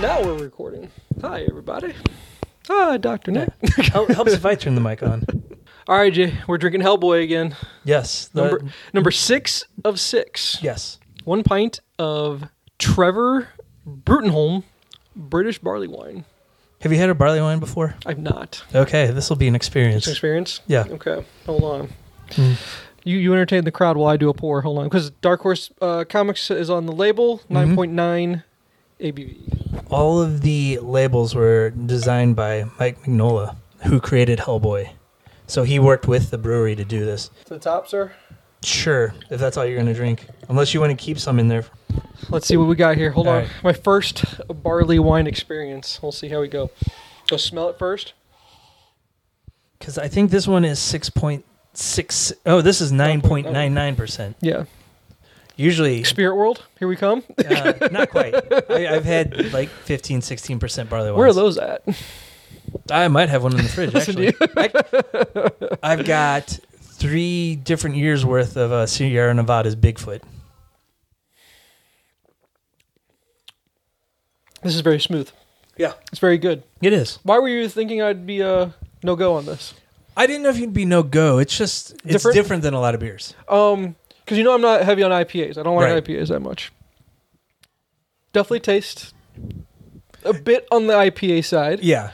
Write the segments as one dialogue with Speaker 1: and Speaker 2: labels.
Speaker 1: Now we're recording. Hi, everybody. Hi, Dr. Nick.
Speaker 2: Hel- helps if I turn the mic on.
Speaker 1: All right, Jay, we're drinking Hellboy again.
Speaker 2: Yes. the-
Speaker 1: Number, number six of six.
Speaker 2: yes.
Speaker 1: One pint of Trevor Brutenholm British barley wine.
Speaker 2: Have you had a barley wine before?
Speaker 1: I've not.
Speaker 2: Okay, this will be an
Speaker 1: It's an
Speaker 2: experience.
Speaker 1: experience?
Speaker 2: Yeah.
Speaker 1: Okay, hold on.
Speaker 2: Mm.
Speaker 1: You, you entertain the crowd while I do a pour. Hold on. Because Dark Horse uh, Comics is on the label, 9.9 ABV.
Speaker 2: All of the labels were designed by Mike Mignola, who created Hellboy. So he worked with the brewery to do this.
Speaker 1: To the top, sir.
Speaker 2: Sure, if that's all you're going to drink. Unless you want to keep some in there.
Speaker 1: Let's see what we got here. Hold
Speaker 2: All
Speaker 1: on.
Speaker 2: right.
Speaker 1: My first barley wine experience. We'll see how we go. Go smell it first.
Speaker 2: Because I think this one is 6.6. Oh, this is 9.99%.
Speaker 1: Yeah.
Speaker 2: Usually,
Speaker 1: Spirit World, here we come.
Speaker 2: uh, not quite. I, I've had like 15, 16% barley wines.
Speaker 1: Where are those at?
Speaker 2: I might have one in the fridge actually. I, have got three different years worth of uh, Sierra Nevada's Bigfoot.
Speaker 1: This is very smooth.
Speaker 2: Yeah,
Speaker 1: It's very good.
Speaker 2: it is.
Speaker 1: Why were you thinking I'd be uh, no go on this?
Speaker 2: I didn't know if you'd be no go. It's just it's
Speaker 1: Different?
Speaker 2: different, than a lot of beers.
Speaker 1: Um, because you know I'm not heavy on IPAs. I don't like
Speaker 2: Right.
Speaker 1: IPAs that much. Definitely taste a bit on the IPA side,
Speaker 2: Yeah,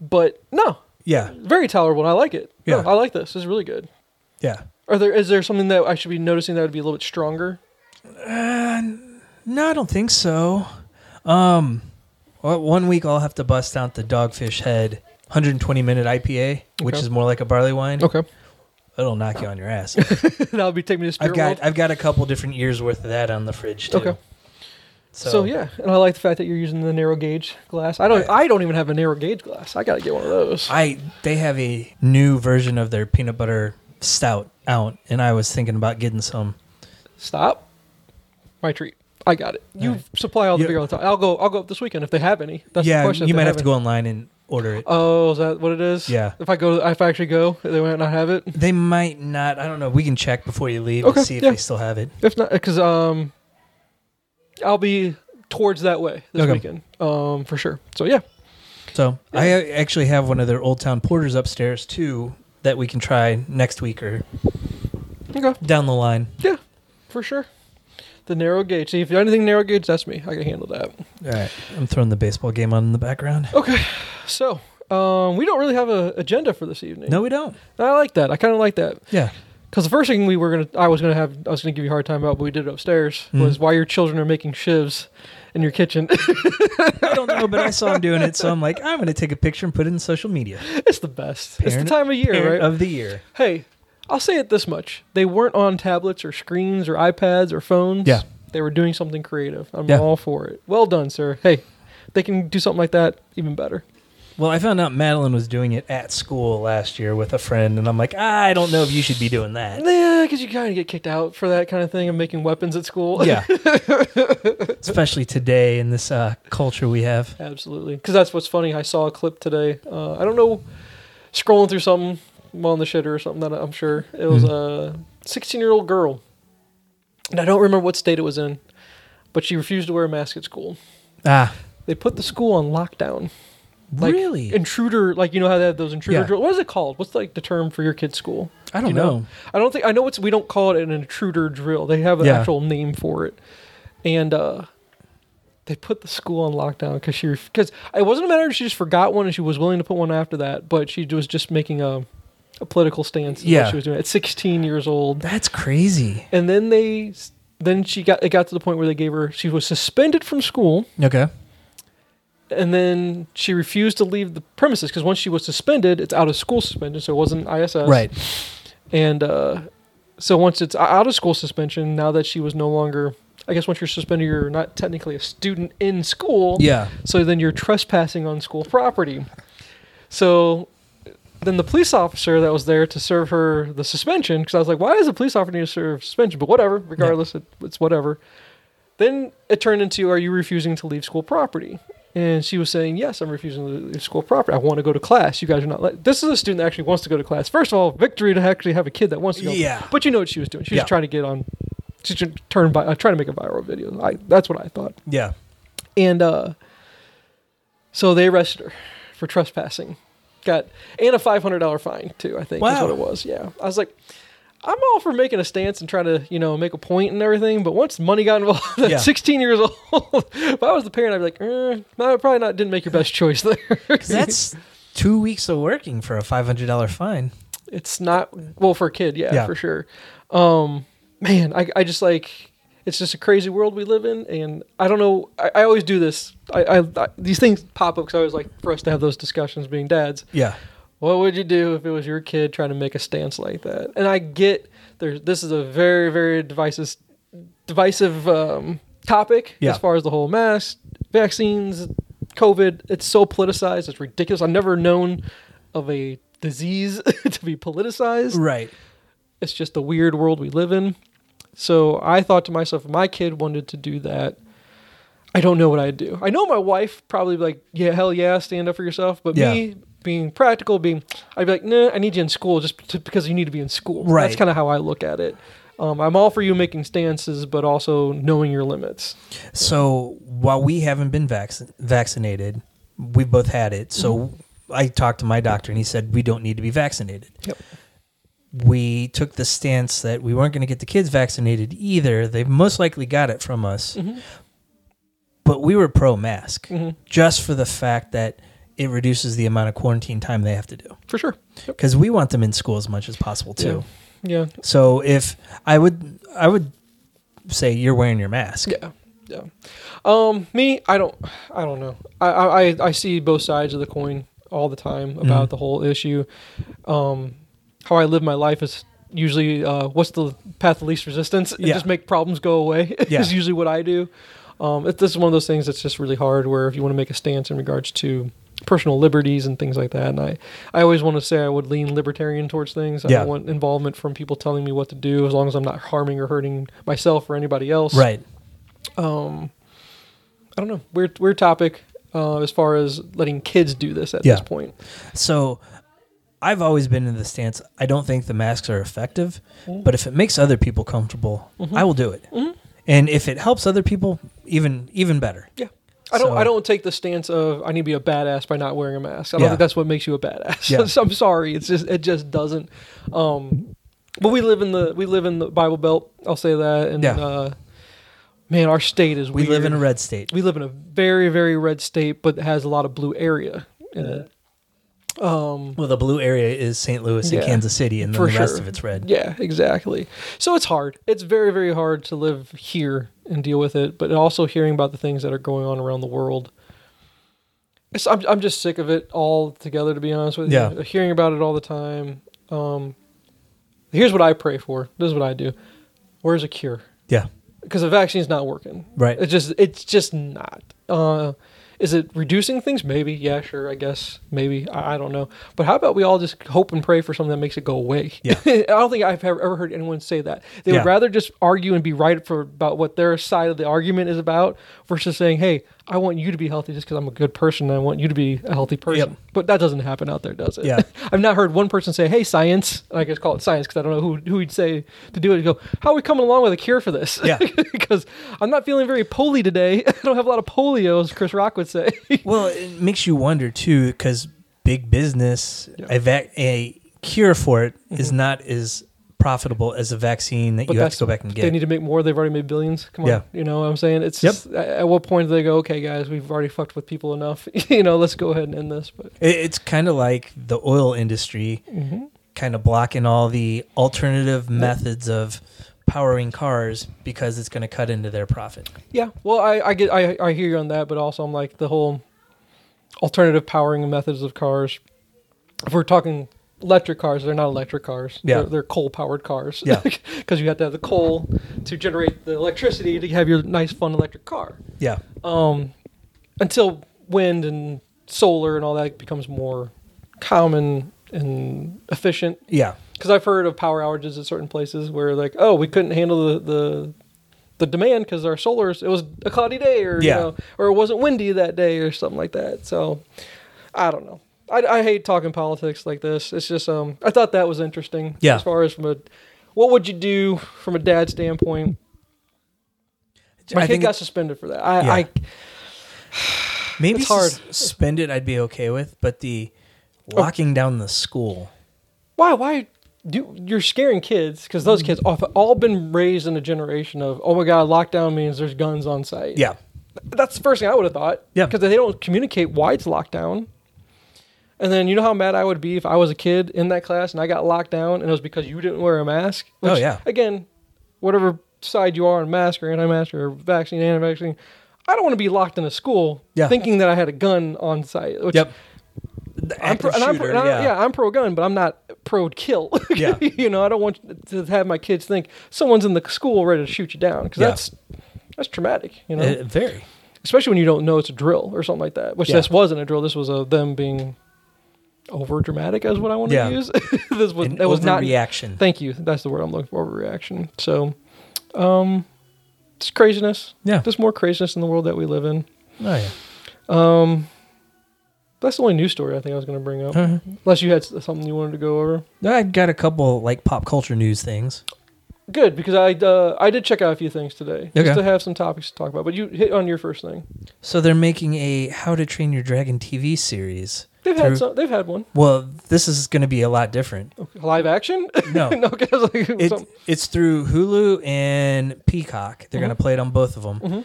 Speaker 1: but no,
Speaker 2: yeah,
Speaker 1: very tolerable. and I like it. No,
Speaker 2: Yeah.
Speaker 1: I like this. This is really good.
Speaker 2: yeah.
Speaker 1: Are there is there something that I should be noticing that would be a little bit stronger?
Speaker 2: Uh, No, I don't think so. Um, well, one week I'll have to bust out the Dogfish Head 120 minute IPA, which
Speaker 1: Okay.
Speaker 2: is more like a barley wine.
Speaker 1: Okay,
Speaker 2: It'll knock you on your ass.
Speaker 1: that'll be taking me to Spirit
Speaker 2: I've got
Speaker 1: World.
Speaker 2: I've got a couple different years worth of that on the fridge too.
Speaker 1: Okay. So. yeah, and I like the fact that you're using the narrow gauge glass. I don't. I don't even have a narrow gauge glass. I gotta get one of those.
Speaker 2: I they have a new version of their peanut butter stout out, and I was thinking about getting some.
Speaker 1: Stop. My treat. I got it. You supply all the
Speaker 2: You-
Speaker 1: beer all the time. I'll go. I'll go up this weekend if they have any. That's the
Speaker 2: yeah,
Speaker 1: question. if
Speaker 2: you
Speaker 1: they
Speaker 2: might have to
Speaker 1: any.
Speaker 2: go online and order it.
Speaker 1: Oh, is that what it is?
Speaker 2: Yeah.
Speaker 1: If I go, if I actually go, they might not have it.
Speaker 2: they might not. I don't know. We can check before you leave
Speaker 1: Okay,
Speaker 2: and see if
Speaker 1: yeah.
Speaker 2: they still have it.
Speaker 1: If not, because um, I'll be towards that way this
Speaker 2: Okay.
Speaker 1: weekend, um, for sure. So yeah,
Speaker 2: So I uh, actually have one of their Old Town Porters upstairs too that we can try next week or
Speaker 1: okay,
Speaker 2: down the line.
Speaker 1: yeah, for sure. The narrow gauge. See, if you have anything narrow gauge, that's me. I can handle that.
Speaker 2: All right, I'm throwing the baseball game on in the background.
Speaker 1: Okay, so um, we don't really have a agenda for this evening.
Speaker 2: No, we don't.
Speaker 1: I like that. I kind of like that.
Speaker 2: Yeah,
Speaker 1: Because the first thing we were gonna, I was gonna have, I was gonna give you a hard time about, but we did it upstairs.
Speaker 2: Mm-hmm.
Speaker 1: Was why your children are making shivs in your kitchen.
Speaker 2: I don't know, but I saw him doing it, so I'm like, I'm going to take a picture and put it in social media.
Speaker 1: it's the best. it's
Speaker 2: Parent-
Speaker 1: the time of year,
Speaker 2: Parent
Speaker 1: right?
Speaker 2: Of the year.
Speaker 1: hey, I'll say it this much: they weren't on tablets or screens or iPads or phones.
Speaker 2: Yeah.
Speaker 1: they were doing something creative. I'm
Speaker 2: Yeah.
Speaker 1: all for it. Well done, sir. Hey, they can do something like that even better.
Speaker 2: Well, I found out Madeline was doing it at school last year with a friend, and I'm like, I don't know if you should be doing that.
Speaker 1: Yeah, because you kind of get kicked out for that kind of thing and making weapons at school.
Speaker 2: Yeah. Especially today in this uh, culture we have.
Speaker 1: Absolutely, because that's what's funny. I saw a clip today. Uh, I don't know, scrolling through something on the shitter or something that I'm sure it was a 16 year old girl, and I don't remember what state it was in, but she refused to wear a mask at school.
Speaker 2: Ah,
Speaker 1: They put the school on lockdown. Like,
Speaker 2: really?
Speaker 1: Intruder, like you know how they have those intruder
Speaker 2: Yeah.
Speaker 1: drill. What is it called? What's like the term for your kid's school?
Speaker 2: I
Speaker 1: Do
Speaker 2: don't
Speaker 1: you
Speaker 2: know.
Speaker 1: I don't think I know it's we don't call it an intruder drill. They have an
Speaker 2: Yeah.
Speaker 1: actual name for it, and uh, they put the school on lockdown because she because it wasn't a matter of she just forgot one and she was willing to put one after that, but she was just making a a political stance. is what
Speaker 2: Yeah.
Speaker 1: she was doing at 16 years old,
Speaker 2: That's crazy.
Speaker 1: and then they then she got it got to the point where they gave her she was suspended from school
Speaker 2: Okay.
Speaker 1: and then she refused to leave the premises because once she was suspended, it's out of school suspension, so it wasn't ISS.
Speaker 2: Right.
Speaker 1: And uh, so once it's out of school suspension, now that she was no longer, I guess once you're suspended, you're not technically a student in school.
Speaker 2: Yeah.
Speaker 1: So then you're trespassing on school property. So then the police officer that was there to serve her the suspension, because I was like, why does a police officer need to serve suspension? But whatever, regardless, it, it's whatever. Then it turned into, are you refusing to leave school property? And she was saying, "Yes, I'm refusing to leave school property. I want to go to class. You guys are not. Let- this is a student that actually wants to go to class. First of all, victory to actually have a kid that wants to go.
Speaker 2: Yeah.
Speaker 1: But you know what she was doing? She was
Speaker 2: Yeah.
Speaker 1: trying to get on. She's trying to turn by, uh, trying to make a viral video. I, that's what I thought.
Speaker 2: Yeah.
Speaker 1: And uh, so they arrested her for trespassing. Got and a five hundred dollar fine too. I think is
Speaker 2: Wow.
Speaker 1: what it was. Yeah, I was like, I'm all for making a stance and trying to you know make a point and everything, but once money got involved, at
Speaker 2: Yeah.
Speaker 1: 16 years old, if I was the parent, I'd be like, eh, no, probably not. Didn't make your best choice there.
Speaker 2: 'Cause that's two weeks of working for a $500 fine.
Speaker 1: it's not well for a kid yeah,
Speaker 2: Yeah.
Speaker 1: for sure um man I, I just like it's just a crazy world we live in and i don't know i, I always do this I, I, I these things pop up because i always like for us to have those discussions being dads
Speaker 2: Yeah.
Speaker 1: what would you do if it was your kid trying to make a stance like that and i get there's this is a very very divisive divisive um, topic
Speaker 2: Yeah.
Speaker 1: as far as the whole mask vaccines covid it's so politicized it's ridiculous i've never known of a disease to be politicized
Speaker 2: Right.
Speaker 1: it's just the weird world we live in. So I thought to myself, if my kid wanted to do that, I don't know what I'd do. I know my wife probably be like, yeah, hell yeah, stand up for yourself. But me being practical, being, I'd be like, nah, I need you in school just to, because you need to be in school. That's
Speaker 2: Right.
Speaker 1: kind of how I look at it. Um, I'm all for you making stances, but also knowing your limits.
Speaker 2: So while we haven't been vaccin vaccinated, we both had it. So I talked to my doctor and he said we don't need to be vaccinated.
Speaker 1: Yep.
Speaker 2: We took the stance that we weren't going to get the kids vaccinated either. They most likely got it from us. But we were pro mask just for the fact that it reduces the amount of quarantine time they have to do.
Speaker 1: For sure. Yep.
Speaker 2: Because we want them in school as much as possible too.
Speaker 1: Yeah.
Speaker 2: So if I would, I would say you're wearing your mask.
Speaker 1: Yeah, yeah. Um, me, I don't, I don't know. I, I, I- I see both sides of the coin all the time about
Speaker 2: Mm-hmm.
Speaker 1: the whole issue. Um, how I live my life is usually uh, what's the path of least resistance and
Speaker 2: Yeah.
Speaker 1: just make problems go away
Speaker 2: Yeah.
Speaker 1: is usually what I do. Um, it, this is one of those things that's just really hard where if you want to make a stance in regards to personal liberties and things like that and I, I always want to say I would lean libertarian towards things. I
Speaker 2: Yeah.
Speaker 1: don't want involvement from people telling me what to do as long as I'm not harming or hurting myself or anybody else.
Speaker 2: Right.
Speaker 1: I don't know. Weird, weird topic uh, as far as letting kids do this at
Speaker 2: Yeah.
Speaker 1: this point.
Speaker 2: So I've always been in the stance I don't think the masks are effective,
Speaker 1: Mm-hmm.
Speaker 2: but if it makes other people comfortable, I will do it. And if it helps other people, even even better.
Speaker 1: Yeah. I don't. I
Speaker 2: So-
Speaker 1: don't take the stance of I need to be a badass by not wearing a mask. I don't
Speaker 2: Yeah.
Speaker 1: think that's what makes you a badass.
Speaker 2: Yeah.
Speaker 1: So I'm sorry. It's just it just doesn't. Um, but we live in the we live in the Bible Belt. I'll say that. And
Speaker 2: Yeah.
Speaker 1: uh, man, our state is
Speaker 2: We
Speaker 1: weird.
Speaker 2: live in a red state.
Speaker 1: we live in a very very red state, but it has a lot of blue area in it.
Speaker 2: Well, the blue area is St. Louis
Speaker 1: Mm-hmm. Yeah.
Speaker 2: and Kansas City, and then
Speaker 1: For
Speaker 2: the rest
Speaker 1: sure.
Speaker 2: of it's red.
Speaker 1: Yeah, exactly. So it's hard. It's very, very hard to live here and deal with it, but also hearing about the things that are going on around the world. It's, I'm, I'm just sick of it all together, to be honest with
Speaker 2: Yeah.
Speaker 1: you. Hearing about it all the time. Um, here's what I pray for. This is what I do. Where's a cure?
Speaker 2: Yeah.
Speaker 1: Because the vaccine's not working.
Speaker 2: Right.
Speaker 1: It's just it's just not. Uh, is it reducing things? Maybe. Yeah, sure. I guess. Maybe. I, I don't know. But how about we all just hope and pray for something that makes it go away?
Speaker 2: Yeah.
Speaker 1: I don't think I've ever ever heard anyone say that. They
Speaker 2: Yeah.
Speaker 1: would rather just argue and be right for about what their side of the argument is about versus saying, "Hey, I want you to be healthy just because I'm a good person. and I want you to be a healthy person."
Speaker 2: Yep.
Speaker 1: But that doesn't happen out there, does it?
Speaker 2: Yeah.
Speaker 1: I've not heard one person say, "Hey, science," and I just call it science because I don't know who who would say to do it. You go, "How are we coming along with a cure for this?"
Speaker 2: Yeah.
Speaker 1: because I'm not feeling very poly today. I don't have a lot of polio, as Chris Rock would say.
Speaker 2: Well, it makes you wonder too, because big business, a, vac- a cure for it is not as profitable as a vaccine that you have
Speaker 1: Mm-hmm. that's
Speaker 2: to go back and
Speaker 1: They
Speaker 2: get.
Speaker 1: need to make more. They've already made billions. Come on,
Speaker 2: Yeah.
Speaker 1: you know what I'm saying? It's
Speaker 2: Yep.
Speaker 1: just, at at what point do they go? Okay, guys, we've already fucked with people enough. you know, let's go ahead and end this. But
Speaker 2: It- It's kind of like the oil industry kind of blocking all the alternative methods of powering cars because it's going to cut into their profit.
Speaker 1: yeah, well, I, I get, I, I hear you on that, but also I'm like the whole alternative powering methods of cars. If we're talking electric cars, they're not electric cars.
Speaker 2: Yeah.
Speaker 1: they're, coal powered cars.
Speaker 2: Yeah.
Speaker 1: because you have to have the coal to generate the electricity to have your nice fun electric car.
Speaker 2: Yeah.
Speaker 1: until wind and solar and all that becomes more common and efficient.
Speaker 2: Yeah.
Speaker 1: Because I've heard of power outages at certain places where like, oh, we couldn't handle the the the demand because our solars it was a cloudy day or
Speaker 2: Yeah.
Speaker 1: you know or it wasn't windy that day or something like that. So I don't know. I, I hate talking politics like this. It's just um I thought that was interesting.
Speaker 2: Yeah.
Speaker 1: As far as from a what would you do from a dad standpoint? My
Speaker 2: I
Speaker 1: kid
Speaker 2: think
Speaker 1: got suspended for that. I,
Speaker 2: Yeah.
Speaker 1: I
Speaker 2: maybe
Speaker 1: it's hard. Oh.
Speaker 2: sus- spend it. I'd be okay with, but the locking down the school.
Speaker 1: why why do you're scaring kids because
Speaker 2: Mm.
Speaker 1: those kids have all been raised in a generation of oh my god lockdown means there's guns on site
Speaker 2: Yeah,
Speaker 1: that's the first thing i would have thought
Speaker 2: Yeah.
Speaker 1: because they don't communicate why it's lockdown and then you know how mad i would be if i was a kid in that class and i got locked down and it was because you didn't wear a mask
Speaker 2: Oh, yeah.
Speaker 1: again whatever side you are on mask or anti-mask or vaccine anti-vaccine i don't want to be locked in a school
Speaker 2: Yeah.
Speaker 1: thinking that i had a gun on site which
Speaker 2: Yep. The
Speaker 1: I'm pro,
Speaker 2: active
Speaker 1: and I'm pro-
Speaker 2: shooter,
Speaker 1: and I'm-
Speaker 2: yeah.
Speaker 1: yeah, I'm pro gun, but I'm not pro kill.
Speaker 2: Yeah.
Speaker 1: you know, I don't want to have my kids think someone's in the school ready to shoot you down because
Speaker 2: Yeah.
Speaker 1: that's that's traumatic. You know,
Speaker 2: Uh, very.
Speaker 1: especially when you don't know it's a drill or something like that. Which
Speaker 2: Yeah.
Speaker 1: this wasn't a drill. This was a them being over dramatic, is what I want
Speaker 2: Yeah.
Speaker 1: to use. this was
Speaker 2: An
Speaker 1: that was not.
Speaker 2: overreaction.
Speaker 1: Thank you. That's the word I'm looking for. Overreaction. So, um, it's craziness.
Speaker 2: Yeah.
Speaker 1: There's more craziness in the world that we live in.
Speaker 2: oh yeah.
Speaker 1: That's the only news story I think I was going to bring up.
Speaker 2: Uh-huh.
Speaker 1: Unless you had s- something you wanted to go over.
Speaker 2: I got a couple like pop culture news things.
Speaker 1: Good because I uh, I did check out a few things today
Speaker 2: Okay.
Speaker 1: just to have some topics to talk about. But you hit on your first thing.
Speaker 2: So they're making a How to Train Your Dragon TV series.
Speaker 1: They've
Speaker 2: Through-
Speaker 1: had some. They've had one
Speaker 2: Well, this is going to be a lot different.
Speaker 1: live action.
Speaker 2: No.
Speaker 1: no, 'cause, like,
Speaker 2: It,
Speaker 1: some-
Speaker 2: it's through Hulu and Peacock. They're going to play it on both of them.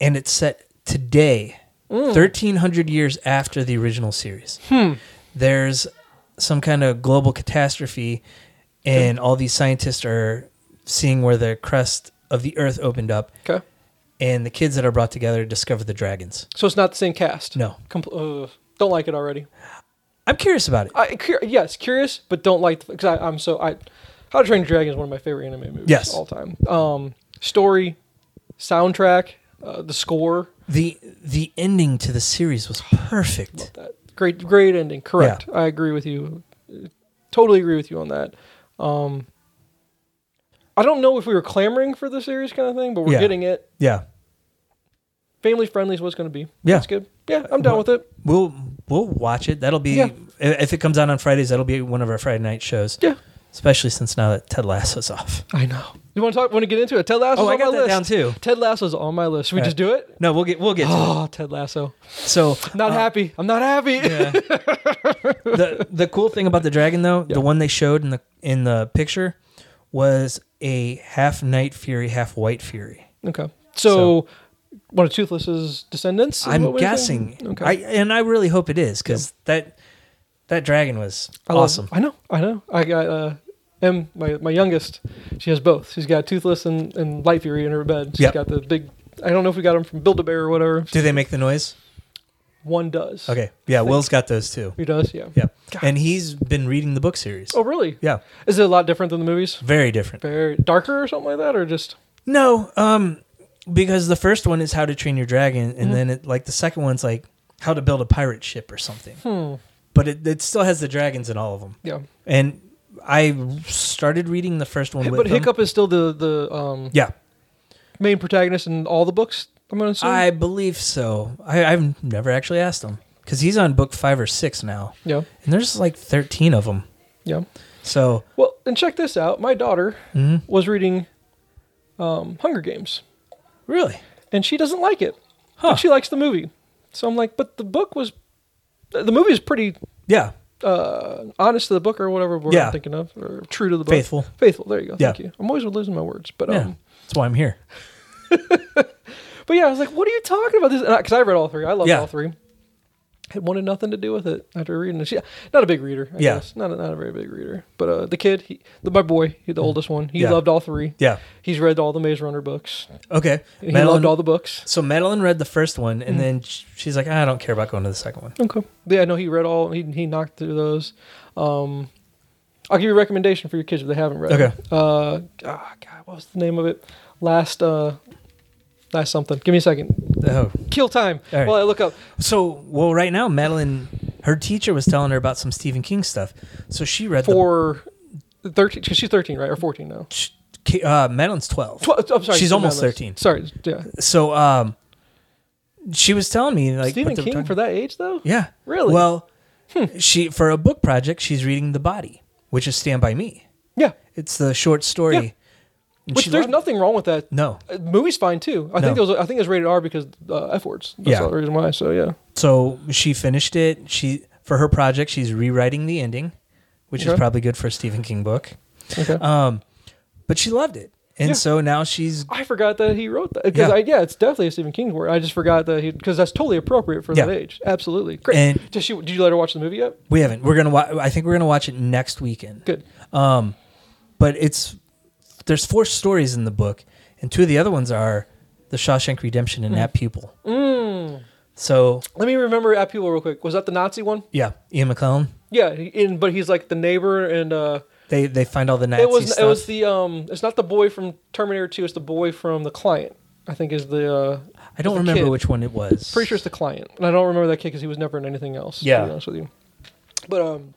Speaker 2: And it's set today,
Speaker 1: Mm.
Speaker 2: 1,300 years after the original series.
Speaker 1: hmm,
Speaker 2: There's some kind of global catastrophe, and all these scientists are seeing where the crust of the earth opened up,
Speaker 1: okay.
Speaker 2: and the kids that are brought together discover the dragons.
Speaker 1: So it's not the same cast.
Speaker 2: No.
Speaker 1: Compl- uh, don't like it already.
Speaker 2: I'm curious about it.
Speaker 1: I cur- yes, curious, but don't like because I'm so I. How to Train Your Dragon is one of my favorite anime movies.
Speaker 2: Yes.
Speaker 1: all time. Um, story, soundtrack, uh, the score.
Speaker 2: the The ending to the series was perfect.
Speaker 1: That uh, great, great ending. Correct. I agree with you. Totally agree with you on that. Um, I don't know if we were clamoring for the series kind of thing, but we're
Speaker 2: Yeah.
Speaker 1: getting it.
Speaker 2: Yeah,
Speaker 1: Family friendly is what's going to be.
Speaker 2: Yeah.
Speaker 1: that's good. Yeah, I'm down with it.
Speaker 2: we'll we'll watch it. That'll be
Speaker 1: Yeah.
Speaker 2: if it comes out on Fridays. That'll be one of our Friday night shows.
Speaker 1: Yeah,
Speaker 2: Especially since now that Ted Lasso's off.
Speaker 1: I know. You want to talk? Want to get into it? Ted Lasso's
Speaker 2: Oh,
Speaker 1: on
Speaker 2: I got
Speaker 1: my
Speaker 2: that
Speaker 1: list.
Speaker 2: down too.
Speaker 1: Ted Lasso's on my list. Should we
Speaker 2: All Ah,
Speaker 1: just do it? Ah.
Speaker 2: No, we'll get we'll get to it.
Speaker 1: Oh, Ted Lasso.
Speaker 2: So uh,
Speaker 1: Not happy. I'm not happy.
Speaker 2: yeah. the the cool thing about the dragon though, the one they showed in the in the picture was a half night fury, half white fury.
Speaker 1: okay. So, one of Toothless's descendants? is what
Speaker 2: I'm
Speaker 1: we're
Speaker 2: guessing.
Speaker 1: thinking? Okay.
Speaker 2: I and I really hope it is because that that dragon was
Speaker 1: I love-
Speaker 2: awesome.
Speaker 1: I know. I know. I got uh, M, my my youngest. She has both. She's got Toothless and, and Light Fury in her bed. She's
Speaker 2: Yep.
Speaker 1: got the big. I don't know if we got them from Build a Bear or whatever.
Speaker 2: Do they make the noise?
Speaker 1: One does.
Speaker 2: Okay. Yeah, Will's got those too.
Speaker 1: He does. Yeah.
Speaker 2: Yeah.
Speaker 1: God.
Speaker 2: And he's been reading the book series.
Speaker 1: Oh really?
Speaker 2: Yeah.
Speaker 1: Is it a lot different than the movies?
Speaker 2: Very different.
Speaker 1: Very darker or something like that, or just
Speaker 2: No, um because the first one is how to train your dragon and then it like the second one's like how to build a pirate ship or something.
Speaker 1: hmm.
Speaker 2: But it, it still has the dragons in all of them.
Speaker 1: Yeah.
Speaker 2: And I started reading the first one with
Speaker 1: but
Speaker 2: them.
Speaker 1: Hiccup is still the the um,
Speaker 2: Yeah.
Speaker 1: main protagonist in all the books. I'm gonna assume.
Speaker 2: I believe so. I, I've never actually asked him because he's on book five or six now,
Speaker 1: yeah.
Speaker 2: and there's like thirteen of them.
Speaker 1: Yeah.
Speaker 2: So
Speaker 1: Well, and check this out. My daughter
Speaker 2: Mhm.
Speaker 1: was reading um, Hunger Games.
Speaker 2: really,
Speaker 1: and she doesn't like it.
Speaker 2: Huh.
Speaker 1: But she likes the movie. So I'm like, but the book was, the movie is pretty
Speaker 2: yeah,
Speaker 1: uh, honest to the book or whatever word
Speaker 2: Yeah.
Speaker 1: I'm thinking of, or true to the book.
Speaker 2: faithful.
Speaker 1: Faithful. There you go. Thank
Speaker 2: Yeah.
Speaker 1: you. I'm always losing my words, but um,
Speaker 2: yeah, that's why I'm here.
Speaker 1: but yeah, I was like, what are you talking about? This because I read all three. I loved
Speaker 2: Yeah.
Speaker 1: all three. It wanted nothing to do with it after reading it. She, not a big reader, I
Speaker 2: Yeah.
Speaker 1: guess. Not a, not a very big reader. But uh, the kid, he, the, my boy, he, the oldest one, he
Speaker 2: Mm. Yeah.
Speaker 1: loved all three.
Speaker 2: Yeah.
Speaker 1: He's read all the Maze Runner books.
Speaker 2: Okay.
Speaker 1: He loved all the books.
Speaker 2: so Madeline read the first one,
Speaker 1: Mm.
Speaker 2: and then sh- she's like, "Ah, "I don't care about going to the second one."
Speaker 1: Okay. Yeah, no, he read all. He he knocked through those. Um, I'll give you a recommendation for your kids if they haven't read.
Speaker 2: Okay.
Speaker 1: It. Uh, ah, God, what was the name of it? Last uh, last something. Give me a second.
Speaker 2: Oh,
Speaker 1: Kill time.
Speaker 2: All right.
Speaker 1: While I look up.
Speaker 2: so well, right now Madeline, her teacher was telling her about some Stephen King stuff, so she read the
Speaker 1: for thirteen because she's thirteen, right, or fourteen now.
Speaker 2: sh- Ki- Uh, Madeline's 12.
Speaker 1: Tw- oh, I'm sorry.
Speaker 2: She's
Speaker 1: Stephen
Speaker 2: almost
Speaker 1: Adler's.
Speaker 2: 13.
Speaker 1: Sorry. Yeah.
Speaker 2: So um, she was telling me like
Speaker 1: Stephen
Speaker 2: what they were
Speaker 1: King
Speaker 2: talking-
Speaker 1: for that age though.
Speaker 2: yeah
Speaker 1: Really? Hmm.
Speaker 2: well she for a book project she's reading The Body which is Stand by Me
Speaker 1: Yeah.
Speaker 2: it's the short story
Speaker 1: Yeah.
Speaker 2: And
Speaker 1: Which
Speaker 2: she
Speaker 1: there's
Speaker 2: loved it.
Speaker 1: nothing wrong with that.
Speaker 2: no
Speaker 1: Uh, movie's fine too. I think
Speaker 2: No.
Speaker 1: those. I think it's rated R because uh, F words. That's
Speaker 2: Yeah.
Speaker 1: the reason why. So yeah.
Speaker 2: so she finished it she for her project she's rewriting the ending which is
Speaker 1: Okay.
Speaker 2: probably good for a Stephen King book
Speaker 1: Okay.
Speaker 2: um but she loved it and
Speaker 1: Yeah.
Speaker 2: so now she's
Speaker 1: I forgot that he wrote that. Because
Speaker 2: Yeah.
Speaker 1: yeah. yeah, it's definitely a Stephen King work. I just forgot that he because that's totally appropriate for that
Speaker 2: Yeah.
Speaker 1: age. Absolutely. Great.
Speaker 2: And-
Speaker 1: did she? Did you let her watch the movie yet?
Speaker 2: we haven't we're gonna wa- I think we're gonna watch it next weekend
Speaker 1: Good.
Speaker 2: Um, but it's there's four stories in the book, and two of the other ones are the Shawshank Redemption and That Pupil.
Speaker 1: Mm.
Speaker 2: So
Speaker 1: Let me remember at people real quick. Was that the Nazi one?
Speaker 2: yeah, Ian McClellan.
Speaker 1: Yeah. he- In but he's like the neighbor and uh,
Speaker 2: They they find all the Nazi
Speaker 1: it was
Speaker 2: stuff.
Speaker 1: it was the um. It's not the boy from Terminator Two. It's the boy from the client. I think is the. Uh,
Speaker 2: I don't
Speaker 1: the
Speaker 2: remember
Speaker 1: kid.
Speaker 2: which one it was.
Speaker 1: Pretty sure it's the client, and I don't remember that kid because he was never in anything else.
Speaker 2: Yeah.
Speaker 1: to be honest with you. But um,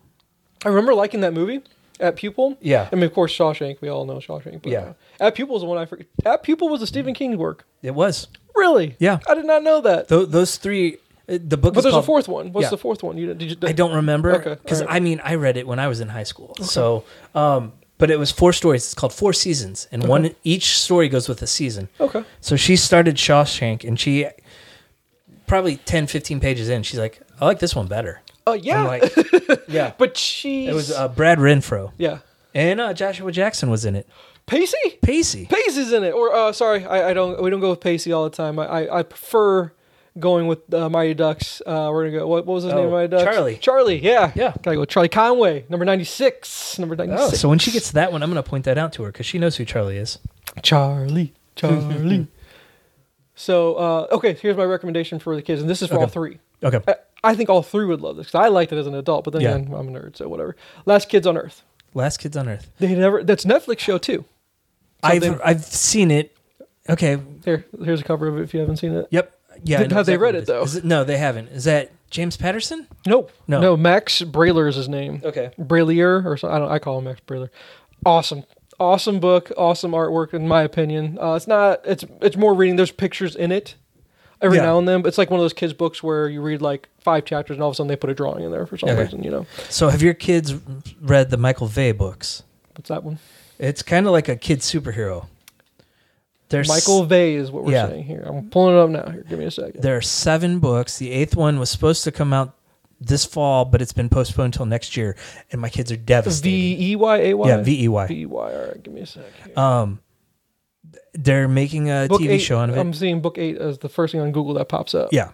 Speaker 1: I remember liking that movie at Pupil.
Speaker 2: Yeah.
Speaker 1: I mean, of course, Shawshank. We all know Shawshank. But
Speaker 2: Yeah.
Speaker 1: uh, at Pupil is the one I forget. At Pupil was a Stephen King work.
Speaker 2: it was.
Speaker 1: Really?
Speaker 2: Yeah.
Speaker 1: I did not know that.
Speaker 2: Tho- those three. uh, The book.
Speaker 1: but
Speaker 2: is
Speaker 1: there's
Speaker 2: called,
Speaker 1: a fourth one. What's
Speaker 2: Yeah.
Speaker 1: the fourth one? You did, did you,
Speaker 2: I don't remember
Speaker 1: Okay,
Speaker 2: because
Speaker 1: alright.
Speaker 2: I mean I read it when I was in high school. So, um, but it was four stories. It's called Four Seasons, and one each story goes with a season.
Speaker 1: Okay.
Speaker 2: So she started Shawshank and she probably 10, 15 pages in, she's like, I like this one better.
Speaker 1: Uh, yeah.
Speaker 2: I'm like, yeah.
Speaker 1: but she.
Speaker 2: It was uh, Brad Renfro
Speaker 1: yeah.
Speaker 2: and uh, Joshua Jackson was in it.
Speaker 1: Pacey.
Speaker 2: Pacey.
Speaker 1: Pacey's in it. Or uh, sorry, I, I don't. We don't go with Pacey all the time. I, I, I prefer going with uh, Mighty Ducks. Uh, we're gonna go. What, what was his
Speaker 2: Oh,
Speaker 1: name? Mighty Ducks.
Speaker 2: Charlie.
Speaker 1: Charlie. Yeah.
Speaker 2: Yeah.
Speaker 1: Gotta go. Charlie Conway, number ninety six. Number ninety
Speaker 2: Oh,
Speaker 1: six.
Speaker 2: so when she gets to that one, I'm going to point that out to her because she knows who Charlie is.
Speaker 1: Charlie. Charlie. so uh, okay, here's my recommendation for the kids, and this is for all
Speaker 2: Okay.
Speaker 1: three.
Speaker 2: Okay.
Speaker 1: I, I think all three would love this because I liked it as an adult, but then
Speaker 2: Yeah.
Speaker 1: again, I'm a nerd, so whatever. Last Kids on Earth.
Speaker 2: Last Kids on Earth.
Speaker 1: They never. That's Netflix show too.
Speaker 2: I've,
Speaker 1: Something-
Speaker 2: I've seen it. Okay.
Speaker 1: Here, here's a cover of it if you haven't seen it.
Speaker 2: Yep. Yeah. I
Speaker 1: Did-
Speaker 2: know
Speaker 1: have they
Speaker 2: exactly
Speaker 1: read
Speaker 2: what
Speaker 1: it,
Speaker 2: is.
Speaker 1: though?
Speaker 2: Is it- no, they haven't. Is that James Patterson?
Speaker 1: No,
Speaker 2: No.
Speaker 1: no. Max Brailer is his name.
Speaker 2: Okay.
Speaker 1: Brailier or so, I don't. I call him Max Brailer. Awesome, awesome book, awesome artwork in my opinion. Uh, it's not. It's it's more reading. There's pictures in it every
Speaker 2: Yeah.
Speaker 1: now and then. But it's like one of those kids' books where you read like five chapters and all of a sudden they put a drawing in there for some
Speaker 2: Okay.
Speaker 1: reason. You know,
Speaker 2: So have your kids read the Michael Vay books?
Speaker 1: what's that one?
Speaker 2: It's kind of like a kid superhero. There's
Speaker 1: Michael Vay is what we're
Speaker 2: Yeah.
Speaker 1: saying here. I'm pulling it up now. Here, give me a second.
Speaker 2: There are seven books. The eighth one was supposed to come out this fall, but it's been postponed till next year. And my kids are devastated.
Speaker 1: V e y a y.
Speaker 2: yeah, V E Y.
Speaker 1: v e y. All right, give me a second.
Speaker 2: Um, they're making a TV
Speaker 1: eight, um,
Speaker 2: show out of it.
Speaker 1: I'm seeing book eight as the first thing on Google that pops up.
Speaker 2: yeah,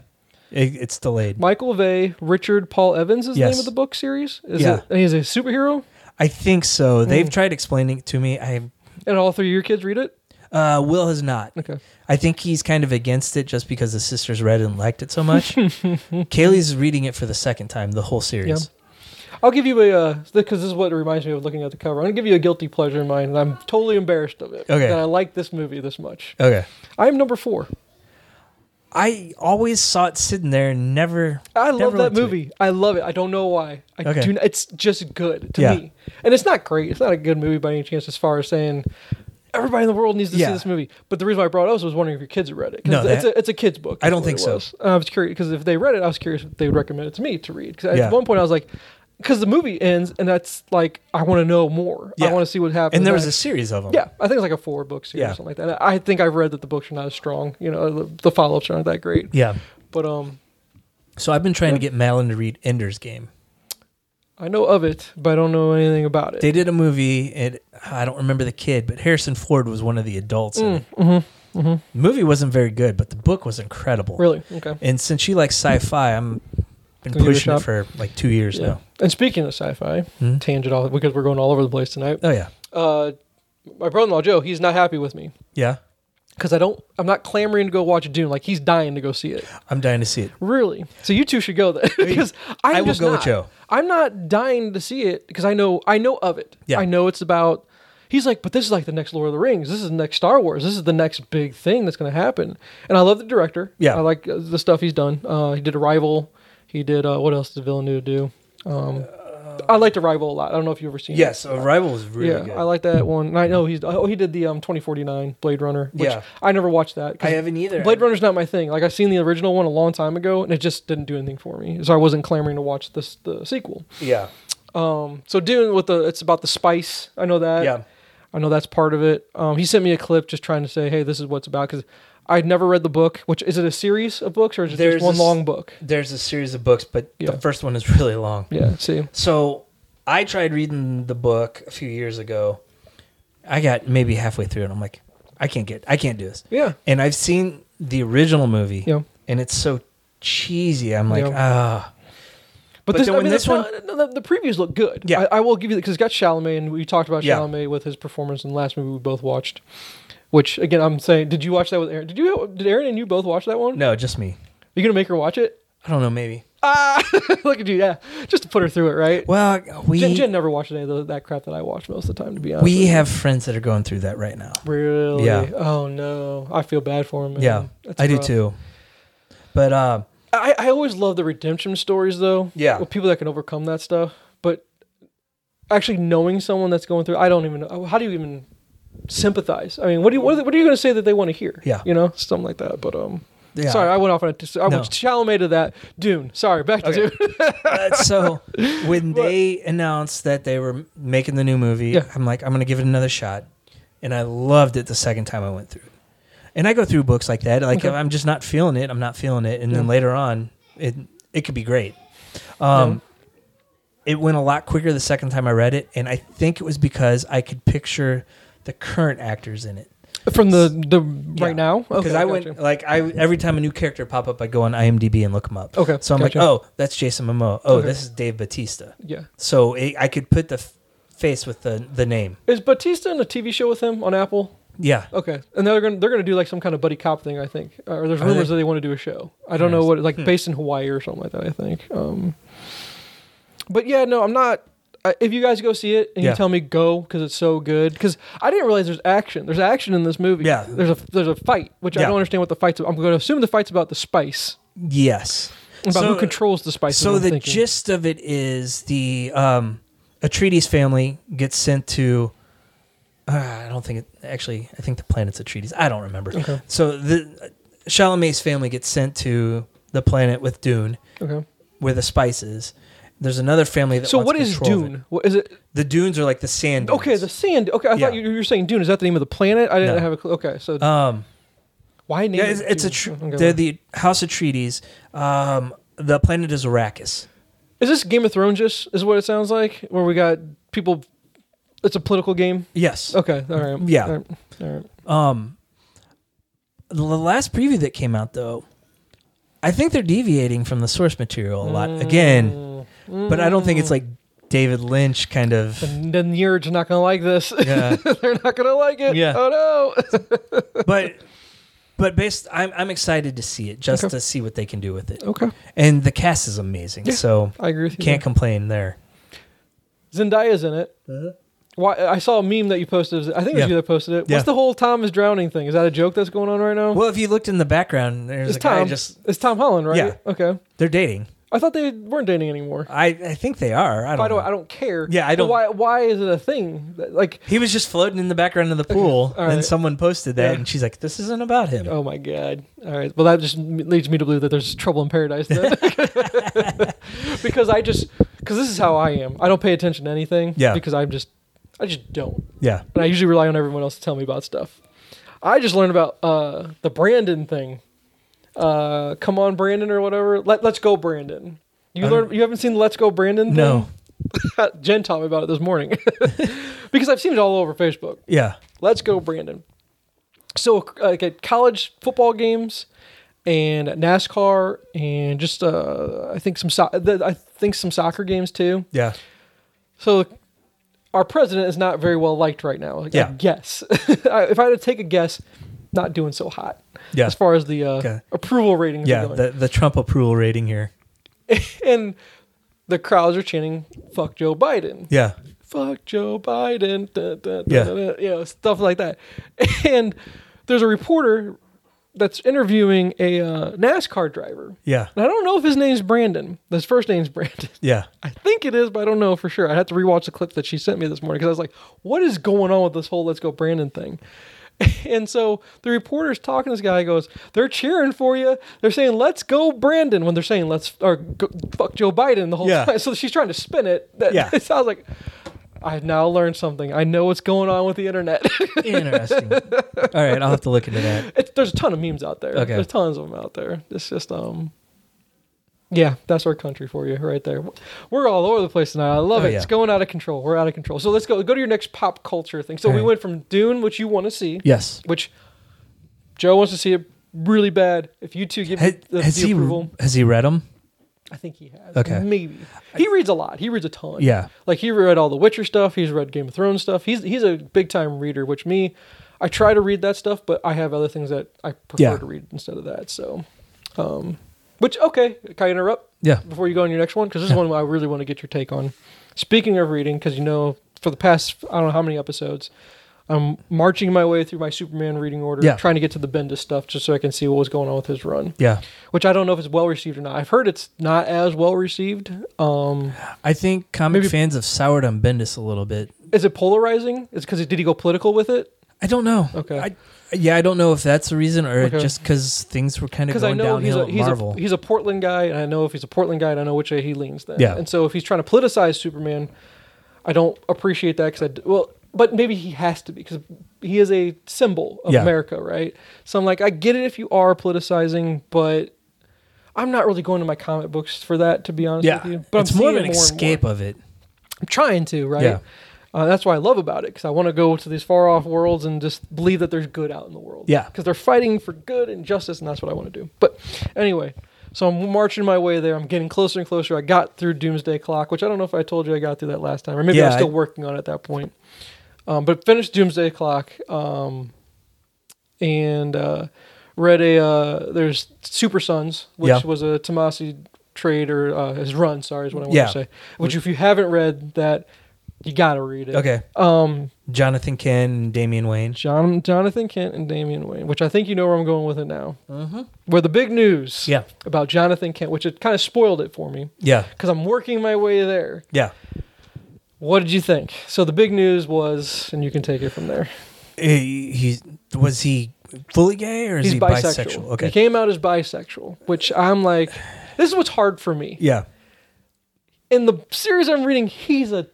Speaker 2: it, it's delayed.
Speaker 1: Michael Vay, Richard Paul Evans is the
Speaker 2: Yes.
Speaker 1: name of the book series. Is
Speaker 2: Yeah.
Speaker 1: it, and he's a superhero,
Speaker 2: I think so. They've
Speaker 1: Mm.
Speaker 2: tried explaining it to me. I
Speaker 1: and all three of your kids read it.
Speaker 2: uh, Will has not.
Speaker 1: Okay,
Speaker 2: I think he's kind of against it just because his sisters read it and liked it so much. Kaylee's reading it for the second time, the whole series.
Speaker 1: I'll give you a because this is what it reminds me of looking at the cover. I'm gonna give you a guilty pleasure of mine, and I'm totally embarrassed of it.
Speaker 2: Okay.
Speaker 1: that I like this movie this much.
Speaker 2: Okay.
Speaker 1: I am number four.
Speaker 2: I always saw it sitting there and never.
Speaker 1: I
Speaker 2: never
Speaker 1: love that
Speaker 2: looked at it.
Speaker 1: movie. I love it. I don't know why. I
Speaker 2: Okay.
Speaker 1: do. Not, it's just good to
Speaker 2: Yeah.
Speaker 1: me, and it's not great. It's not a good movie by any chance, as far as saying everybody in the world needs to
Speaker 2: Yeah.
Speaker 1: see this movie. But the reason why I brought it up was wondering if your kids read it. 'cause
Speaker 2: No,
Speaker 1: it's,
Speaker 2: that-
Speaker 1: a, it's a kids book.
Speaker 2: I
Speaker 1: is
Speaker 2: don't
Speaker 1: what
Speaker 2: think
Speaker 1: it
Speaker 2: so.
Speaker 1: was. And I was curious because if they read it, I was curious if they would recommend it to me to read. Because
Speaker 2: Yeah.
Speaker 1: at one point I was like, because the movie ends, and that's like I want to know more.
Speaker 2: Yeah.
Speaker 1: I want to see what happens.
Speaker 2: And there was a
Speaker 1: next.
Speaker 2: series of them.
Speaker 1: Yeah, I think it's like a four book series
Speaker 2: Yeah.
Speaker 1: or something like that. I think I've read that the books are not as strong. You know, the, the follow ups aren't that great.
Speaker 2: Yeah.
Speaker 1: But um,
Speaker 2: So I've been trying to
Speaker 1: Yeah.
Speaker 2: get Madeline to read Ender's Game.
Speaker 1: I know of it, but I don't know anything about it.
Speaker 2: They did a movie, and I don't remember the kid, but Harrison Ford was one of the adults.
Speaker 1: Mm,
Speaker 2: in it. The movie wasn't very good, but the book was incredible.
Speaker 1: mm-hmm, Really? Okay.
Speaker 2: And since she likes sci-fi, I'm
Speaker 1: Can you
Speaker 2: been
Speaker 1: give it a
Speaker 2: pushing it
Speaker 1: shot?
Speaker 2: for like two years
Speaker 1: Yeah.
Speaker 2: now.
Speaker 1: And speaking of sci-fi,
Speaker 2: Hmm?
Speaker 1: tangent all because we're going all over the place tonight.
Speaker 2: Oh yeah,
Speaker 1: Uh, my brother-in-law Joe, he's not happy with me
Speaker 2: yeah.
Speaker 1: because I don't. I'm not clamoring to go watch Dune. Like he's dying to go see it.
Speaker 2: I'm dying to see it.
Speaker 1: Really? So you two should go then because I'm
Speaker 2: I will
Speaker 1: just
Speaker 2: go with
Speaker 1: not.
Speaker 2: Joe.
Speaker 1: I'm not dying to see it because I know I know of it.
Speaker 2: Yeah.
Speaker 1: I know it's about. He's like, but this is like the next Lord of the Rings. This is the next Star Wars. This is the next big thing that's going to happen. And I love the director.
Speaker 2: Yeah.
Speaker 1: I like uh, the stuff he's done. Uh, he did Arrival. He did uh, what else did Villeneuve do? Um, I like the rival a lot. I don't know if you've ever seen. it.
Speaker 2: Yes, Arrival is really
Speaker 1: yeah,
Speaker 2: good.
Speaker 1: I like that one. And I know he's oh he did the um 2049 Blade Runner. Which
Speaker 2: Yeah.
Speaker 1: I never watched that. 'cause
Speaker 2: I haven't either.
Speaker 1: Blade Runner's not my thing. Like I've seen the original one a long time ago, and it just didn't do anything for me. So I wasn't clamoring to watch this the sequel.
Speaker 2: Yeah,
Speaker 1: Um, so dealing with the it's about the spice. I know that.
Speaker 2: yeah.
Speaker 1: I know that's part of it. Um, he sent me a clip just trying to say, hey, this is what's about because I'd never read the book. Which is it a series of books or is it
Speaker 2: There's
Speaker 1: just one
Speaker 2: this-
Speaker 1: long book?
Speaker 2: There's a series of books, but
Speaker 1: Yeah.
Speaker 2: the first one is really long.
Speaker 1: Yeah. See.
Speaker 2: So I tried reading the book a few years ago. I got maybe halfway through, and I'm like, I can't get, I can't do this.
Speaker 1: Yeah.
Speaker 2: And I've seen the original movie,
Speaker 1: Yeah.
Speaker 2: and it's so cheesy. I'm like,
Speaker 1: Yeah.
Speaker 2: ah,
Speaker 1: But,
Speaker 2: But
Speaker 1: this,
Speaker 2: then
Speaker 1: I
Speaker 2: when
Speaker 1: mean,
Speaker 2: this
Speaker 1: this one, the, the previews look good.
Speaker 2: Yeah.
Speaker 1: I, I will give you because it's got Chalamet, and we talked about
Speaker 2: Yeah.
Speaker 1: Chalamet with his performance in the last movie we both watched. Which again, I'm saying, did you watch that with Aaron? Did you? Did Aaron and you both watch that one?
Speaker 2: no, just me.
Speaker 1: You gonna make her watch it?
Speaker 2: I don't know, maybe.
Speaker 1: Ah, look at you, yeah. Just to put her through it, right?
Speaker 2: Well, we
Speaker 1: Jen, Jen never watched any of the, that crap that I watch most of the time, to be honest.
Speaker 2: we
Speaker 1: with you.
Speaker 2: have friends that are going through that right now.
Speaker 1: Mm-hmm. really.
Speaker 2: Yeah.
Speaker 1: Oh no, I feel bad for him. man.
Speaker 2: Yeah,
Speaker 1: That's
Speaker 2: I do
Speaker 1: rough.
Speaker 2: too. But uh,
Speaker 1: I, I always love the redemption stories though.
Speaker 2: Yeah.
Speaker 1: With people that can overcome that stuff. But actually knowing someone that's going through I don't even know how do you even sympathize? I mean, what do you what are, they- what are you going to say that they want to hear?
Speaker 2: Yeah.
Speaker 1: You know, something like that. But um
Speaker 2: yeah.
Speaker 1: Sorry, I went off on a. I
Speaker 2: No.
Speaker 1: went Chalamet to that Dune. Sorry, back to
Speaker 2: Okay.
Speaker 1: Dune.
Speaker 2: Uh, so when they announced that they were making the new movie,
Speaker 1: Yeah.
Speaker 2: I'm like, I'm gonna give it another shot, and I loved it the second time I went through it. And I go through books like that, like
Speaker 1: Okay.
Speaker 2: if I'm just not feeling it, I'm not feeling it, and then
Speaker 1: Yeah.
Speaker 2: later on, it it could be great. Um, It went a lot quicker the second time I read it, and I think it was because I could picture the current actors in it.
Speaker 1: From the the
Speaker 2: Yeah.
Speaker 1: right now
Speaker 2: Because I went
Speaker 1: gotcha.
Speaker 2: like I every time a new character pop up, I go on IMDb and look them up.
Speaker 1: Okay,
Speaker 2: so I'm
Speaker 1: gotcha.
Speaker 2: like, oh, that's Jason Momoa. Oh,
Speaker 1: Okay.
Speaker 2: this is Dave Batista.
Speaker 1: Yeah,
Speaker 2: So it, I could put the f- face with the the name.
Speaker 1: is Batista in a TV show with him on Apple?
Speaker 2: Yeah.
Speaker 1: Okay, and they're gonna they're gonna do like some kind of buddy cop thing, I think. Uh, Or there's
Speaker 2: Are they? Hmm.
Speaker 1: rumors that they want to do a show. I don't know what, like based in Hawaii or something like that. I think. Um, but yeah, no, I'm not. I, if you guys go see it and
Speaker 2: Yeah.
Speaker 1: you tell me go because it's so good, because I didn't realize there's action. There's action in this movie.
Speaker 2: Yeah.
Speaker 1: There's a there's a fight, which I
Speaker 2: Yeah.
Speaker 1: don't understand what the fight's. About. I'm going to assume the fight's about the spice,
Speaker 2: Yes.
Speaker 1: about
Speaker 2: So-
Speaker 1: who controls the spice. is what
Speaker 2: So
Speaker 1: I'm
Speaker 2: the
Speaker 1: thinking.
Speaker 2: gist of it is the um, Atreides family gets sent to. Uh, I don't think it actually. I think the planet's Atreides. I don't remember.
Speaker 1: Okay.
Speaker 2: So the Chalamet's family gets sent to the planet with Dune,
Speaker 1: Okay.
Speaker 2: where the spice is. There's another family that.
Speaker 1: So
Speaker 2: wants
Speaker 1: what is
Speaker 2: control of it.
Speaker 1: Dune? What is it?
Speaker 2: The Dunes are like the sand.
Speaker 1: Okay, the
Speaker 2: dunes.
Speaker 1: sand. Okay, I
Speaker 2: Yeah.
Speaker 1: thought you, you were saying Dune. Is that the name of the planet? I didn't
Speaker 2: No.
Speaker 1: have a clue. Okay, so
Speaker 2: um.
Speaker 1: why name?
Speaker 2: Yeah,
Speaker 1: it
Speaker 2: it's, it's a tr-
Speaker 1: Dune? Okay.
Speaker 2: they're the House Atreides. Um, the planet is Arrakis.
Speaker 1: Is this Game of Thrones? Just is what it sounds like, where we got people. It's a political game.
Speaker 2: Yes.
Speaker 1: Okay, all right.
Speaker 2: Yeah.
Speaker 1: All right. all right.
Speaker 2: Um, the last preview that came out though, I think they're deviating from the source material a lot again, but I don't think it's like David Lynch kind of.
Speaker 1: And Mm, then you're just not gonna like this.
Speaker 2: Yeah.
Speaker 1: They're not gonna like it.
Speaker 2: Yeah.
Speaker 1: Oh no.
Speaker 2: but but based, I'm I'm excited to see it just
Speaker 1: Okay.
Speaker 2: to see what they can do with it,
Speaker 1: okay,
Speaker 2: and the cast is amazing.
Speaker 1: Yeah.
Speaker 2: So
Speaker 1: I agree with you.
Speaker 2: can't complain there.
Speaker 1: there. Zendaya's in it. Why? I saw a meme that you posted. I think it was
Speaker 2: Yeah.
Speaker 1: you that posted it.
Speaker 2: Yeah.
Speaker 1: What's the whole Tom is drowning thing? Is that a joke that's going on right now?
Speaker 2: Well, if you looked in the background, there's
Speaker 1: it's
Speaker 2: a guy
Speaker 1: Tom.
Speaker 2: just
Speaker 1: It's Tom Holland, right?
Speaker 2: Yeah.
Speaker 1: Okay.
Speaker 2: they're dating.
Speaker 1: I thought they weren't dating anymore.
Speaker 2: I, I think they are. I don't.
Speaker 1: By the
Speaker 2: know.
Speaker 1: way, I don't care.
Speaker 2: Yeah, I
Speaker 1: But
Speaker 2: don't-
Speaker 1: Why? Why is it a thing? That- Like,
Speaker 2: He was just floating in the background of the pool,
Speaker 1: all
Speaker 2: and
Speaker 1: right.
Speaker 2: someone posted that,
Speaker 1: Yeah.
Speaker 2: and she's like, "This isn't about him."
Speaker 1: Oh my god! All right, well that just m- leads me to believe that there's trouble in paradise then, because I just because this is how I am. I don't pay attention to anything.
Speaker 2: Yeah.
Speaker 1: Because I'm just I just don't,
Speaker 2: Yeah,
Speaker 1: and I usually rely on everyone else to tell me about stuff. I just learned about uh, the Brandon thing. Uh, come on, Brandon, or whatever. Let Let's go, Brandon. You
Speaker 2: I don't-
Speaker 1: learn. You haven't seen the Let's Go, Brandon? Thing?
Speaker 2: no,
Speaker 1: Jen taught me about it this morning because I've seen it all over Facebook.
Speaker 2: yeah,
Speaker 1: Let's go, Brandon. So, like at college football games and at NASCAR, and just uh, I think some so- th- I think some soccer games too.
Speaker 2: yeah,
Speaker 1: So, our president is not very well liked right now. Like,
Speaker 2: Yeah.
Speaker 1: I guess I- if I had to take a guess, not doing so hot
Speaker 2: yeah,
Speaker 1: as far as the uh,
Speaker 2: Okay.
Speaker 1: approval ratings. are
Speaker 2: yeah.
Speaker 1: going.
Speaker 2: The the Trump approval rating here.
Speaker 1: and the crowds are chanting "fuck Joe Biden."
Speaker 2: Yeah,
Speaker 1: fuck Joe Biden, da, da, da,
Speaker 2: Yeah.
Speaker 1: da, da, you know, stuff like that. And there's a reporter that's interviewing a uh, NASCAR driver.
Speaker 2: Yeah.
Speaker 1: And I don't know if his name's Brandon. His first name's Brandon.
Speaker 2: Yeah.
Speaker 1: I think it is, but I don't know for sure. I had to rewatch the clip that she sent me this morning because I was like, what is going on with this whole Let's Go Brandon thing? And so the reporter's talking to this guy. He goes, they're cheering for you. They're saying, let's go, Brandon, when they're saying, let's, or go, fuck Joe Biden the whole
Speaker 2: Yeah.
Speaker 1: time. So she's trying to spin it. That,
Speaker 2: Yeah.
Speaker 1: It sounds like, I've now learned something. I know what's going on with the internet.
Speaker 2: Interesting. All right, I'll have to look into that.
Speaker 1: It, there's a ton of memes out there.
Speaker 2: Okay.
Speaker 1: There's tons of them out there. It's just um, yeah, that's our country for you right there. We're all over the place tonight. I love
Speaker 2: Oh,
Speaker 1: it.
Speaker 2: yeah.
Speaker 1: It's going out of control. We're out of control. So let's go. Go to your next pop culture thing. So we
Speaker 2: Alright.
Speaker 1: went from Dune, which you want to see,
Speaker 2: Yes.
Speaker 1: which Joe wants to see it really bad. If you two give
Speaker 2: Has,
Speaker 1: it the,
Speaker 2: has
Speaker 1: the
Speaker 2: he
Speaker 1: approval,
Speaker 2: has he read them?
Speaker 1: I think he has.
Speaker 2: Okay.
Speaker 1: maybe he reads a lot. He reads a ton.
Speaker 2: Yeah.
Speaker 1: Like he read all the Witcher stuff. He's read Game of Thrones stuff. He's he's a big time reader, which me, I try to read that stuff, but I have other things that I prefer
Speaker 2: Yeah.
Speaker 1: to read instead of that. So, um, which okay, can I interrupt
Speaker 2: Yeah.
Speaker 1: before you go on your next one? Because this is one I really want to get your take on. Speaking of reading, because you know, for the past I don't know how many episodes. I'm marching my way through my Superman reading order,
Speaker 2: Yeah.
Speaker 1: trying to get to the Bendis stuff just so I can see what was going on with his run
Speaker 2: Yeah.
Speaker 1: which I don't know if it's well received or not. I've heard it's not as well received. Um,
Speaker 2: I think comic
Speaker 1: Maybe-
Speaker 2: fans have soured on Bendis a little bit.
Speaker 1: is it polarizing? Is because did he go political with it?
Speaker 2: I don't know.
Speaker 1: Okay.
Speaker 2: I, yeah, I don't know if that's the reason or
Speaker 1: Okay.
Speaker 2: just because things were kind of
Speaker 1: Because I
Speaker 2: going
Speaker 1: know he's
Speaker 2: downhill
Speaker 1: a
Speaker 2: at
Speaker 1: he's
Speaker 2: Marvel.
Speaker 1: a he's a Portland guy, and I know if he's a Portland guy, and I know which way he leans. Then,
Speaker 2: Yeah.
Speaker 1: And so if he's trying to politicize Superman, I don't appreciate that because I d- well, but maybe he has to be because he is a symbol of
Speaker 2: Yeah.
Speaker 1: America, right? So I'm like, I get it if you are politicizing, but. I'm not really going to my comic books for that, to be honest
Speaker 2: yeah.
Speaker 1: with you. But
Speaker 2: It's
Speaker 1: I'm
Speaker 2: more of
Speaker 1: seeing
Speaker 2: an
Speaker 1: it and
Speaker 2: escape of it.
Speaker 1: I'm trying to, right?
Speaker 2: Yeah.
Speaker 1: Uh, that's what I love about it because I want to go to these far off worlds and just believe that there's good out in the world.
Speaker 2: Yeah.
Speaker 1: Because they're fighting for good and justice, and that's what I want to do. But anyway, so I'm marching my way there. I'm getting closer and closer. I got through Doomsday Clock, which I don't know if I told you I got through that last time, or maybe I
Speaker 2: Yeah,
Speaker 1: was still
Speaker 2: I-
Speaker 1: working on it at that point. Um, but finished Doomsday Clock um, and uh, read a. Uh, there's Super Sons, which
Speaker 2: Yeah.
Speaker 1: was a Tomasi trade or uh, his run, sorry, is what I want
Speaker 2: Yeah.
Speaker 1: to say. Which, if you haven't read that, you gotta read it.
Speaker 2: Okay.
Speaker 1: Um,
Speaker 2: Jonathan Ken and Damian Wayne.
Speaker 1: John, Jonathan Kent and Damian Wayne, which I think you know where I'm going with it now. Where the big news
Speaker 2: Yeah.
Speaker 1: about Jonathan Kent, which it kind of spoiled it for me
Speaker 2: Yeah.
Speaker 1: because I'm working my way there.
Speaker 2: Yeah.
Speaker 1: What did you think? So the big news was, and you can take it from there.
Speaker 2: He, he's- was he fully gay or is
Speaker 1: He's
Speaker 2: he
Speaker 1: bisexual.
Speaker 2: bisexual?
Speaker 1: He
Speaker 2: Okay.
Speaker 1: came out as bisexual, which I'm like, this is what's hard for me.
Speaker 2: Yeah.
Speaker 1: In the series I'm reading, he's a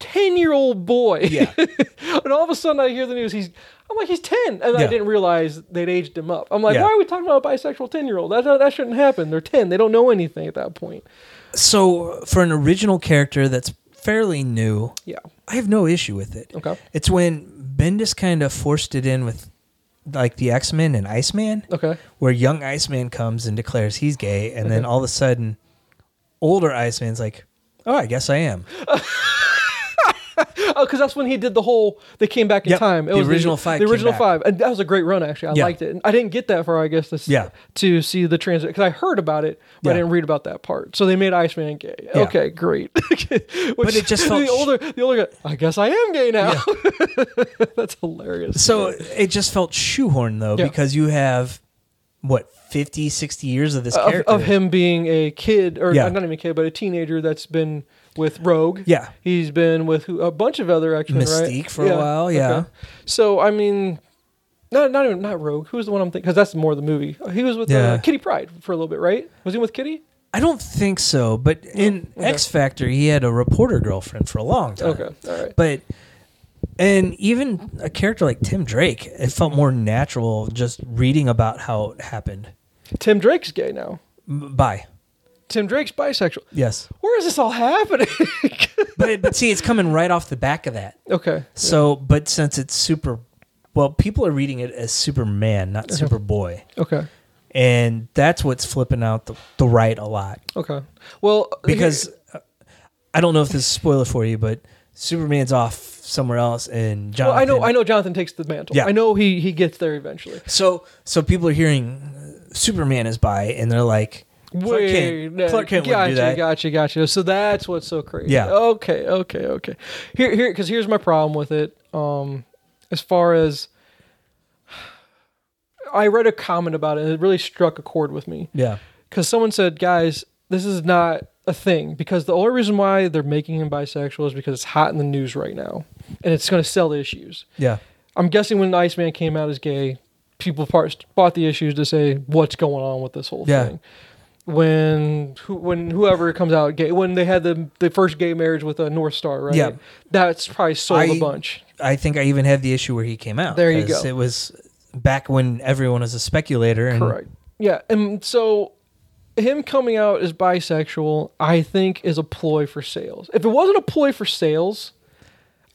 Speaker 1: 10 year old boy.
Speaker 2: Yeah.
Speaker 1: and all of a sudden I hear the news. He's, I'm like, he's 10. And I
Speaker 2: Yeah.
Speaker 1: didn't realize they'd aged him up. I'm like,
Speaker 2: Yeah.
Speaker 1: why are we talking about a bisexual 10 year old? That, that, that shouldn't happen. They're 10. They don't know anything at that point.
Speaker 2: So for an original character that's fairly new,
Speaker 1: Yeah.
Speaker 2: I have no issue with it.
Speaker 1: Okay.
Speaker 2: It's when Bendis kind of forced it in with like the X Men and Iceman,
Speaker 1: Okay.
Speaker 2: where young Iceman comes and declares he's gay, and then
Speaker 1: Okay.
Speaker 2: all of a sudden, older Iceman's like, "Oh, I guess I am."
Speaker 1: Oh, because that's when he did the whole. They came back in
Speaker 2: Yep.
Speaker 1: time.
Speaker 2: The original five
Speaker 1: The
Speaker 2: came
Speaker 1: original
Speaker 2: back.
Speaker 1: five, and that was a great run. Actually, I
Speaker 2: Yeah.
Speaker 1: liked it. And I didn't get that far. I guess this.
Speaker 2: Yeah.
Speaker 1: To see the transit because I heard about it, but I
Speaker 2: Yeah.
Speaker 1: didn't read about that part. So they made Iceman gay.
Speaker 2: Yeah.
Speaker 1: Okay, great. but
Speaker 2: it just felt
Speaker 1: the
Speaker 2: sh-
Speaker 1: older. The older guy. I guess I am gay now. that's hilarious.
Speaker 2: So it just felt shoehorned though,
Speaker 1: Yeah.
Speaker 2: because you have what 50, 60 years of this
Speaker 1: of,
Speaker 2: character
Speaker 1: of him being a kid, or
Speaker 2: Yeah.
Speaker 1: uh, not even a kid, but a teenager that's been with Rogue.
Speaker 2: Yeah.
Speaker 1: he's been with who, a bunch of other X Men, right?
Speaker 2: Mystique for a while, yeah.
Speaker 1: So I mean, not not even not Rogue. Who's the one I'm thinking? Because that's more the movie. He was with
Speaker 2: Yeah.
Speaker 1: uh, Kitty Pride for a little bit, right? Was he with Kitty?
Speaker 2: I don't think so, but in
Speaker 1: Okay.
Speaker 2: X Factor, he had a reporter girlfriend for a long time.
Speaker 1: Okay, all right.
Speaker 2: But and even a character like Tim Drake, it felt more natural just reading about how it happened.
Speaker 1: Tim Drake's gay now.
Speaker 2: M- Bye.
Speaker 1: Tim Drake's bisexual.
Speaker 2: Yes.
Speaker 1: Where is this all happening?
Speaker 2: But but see, it's coming right off the back of that.
Speaker 1: okay.
Speaker 2: So, but since it's super, well, people are reading it as Superman, not
Speaker 1: Uh-huh.
Speaker 2: Superboy,
Speaker 1: Okay.
Speaker 2: and that's what's flipping out the, the right a lot
Speaker 1: Okay. Well,
Speaker 2: because uh, I don't know if this is a spoiler for you, but Superman's off somewhere else, and Jonathan.
Speaker 1: well, I know I know Jonathan takes the mantle.
Speaker 2: Yeah.
Speaker 1: I know he he gets there eventually.
Speaker 2: So so people are hearing uh, Superman is by, and they're like, Clark
Speaker 1: Wait,
Speaker 2: Kent,
Speaker 1: no,
Speaker 2: Clark Kent
Speaker 1: gotcha,
Speaker 2: would do that.
Speaker 1: gotcha, gotcha. So that's what's so crazy.
Speaker 2: Yeah.
Speaker 1: Okay, okay, okay. Here, here, because here's my problem with it. Um, as far as I read a comment about it and it really struck a chord with me
Speaker 2: Yeah.
Speaker 1: because someone said, guys, this is not a thing because the only reason why they're making him bisexual is because it's hot in the news right now and it's going to sell issues.
Speaker 2: Yeah.
Speaker 1: I'm guessing when Iceman came out as gay, people part, bought the issues to say what's going on with this whole
Speaker 2: Yeah.
Speaker 1: thing. When who, when whoever comes out gay, when they had the the first gay marriage with a North Star, right?
Speaker 2: Yeah.
Speaker 1: that's probably sold a
Speaker 2: I-
Speaker 1: bunch.
Speaker 2: I think I even had the issue where he came out.
Speaker 1: There you
Speaker 2: 'cause
Speaker 1: go.
Speaker 2: It was back when everyone was a speculator. And
Speaker 1: Correct. Yeah, and so him coming out as bisexual, I think, is a ploy for sales. If it wasn't a ploy for sales,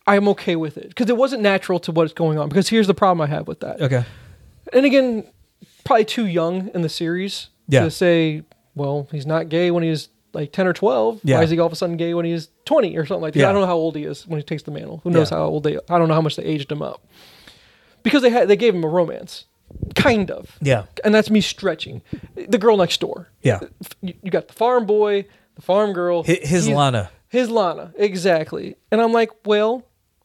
Speaker 1: I'm okay with it because it wasn't natural to what's going on. Because here's the problem I have with that.
Speaker 2: Okay.
Speaker 1: and again, probably too young in the series
Speaker 2: Yeah.
Speaker 1: to say, well, he's not gay when he's like 10 or 12.
Speaker 2: Yeah.
Speaker 1: Why is he all of a sudden gay when he's 20 or something like that?
Speaker 2: Yeah.
Speaker 1: I don't know how old he is when he takes the mantle. Who knows
Speaker 2: Yeah.
Speaker 1: how old they, I don't know how much they aged him up because they had, they gave him a romance kind of,
Speaker 2: Yeah.
Speaker 1: and that's me stretching the girl next door.
Speaker 2: Yeah.
Speaker 1: You, you got the farm boy, the farm girl,
Speaker 2: Hi- His
Speaker 1: He's-
Speaker 2: Lana.
Speaker 1: his Lana, exactly. And I'm like, well,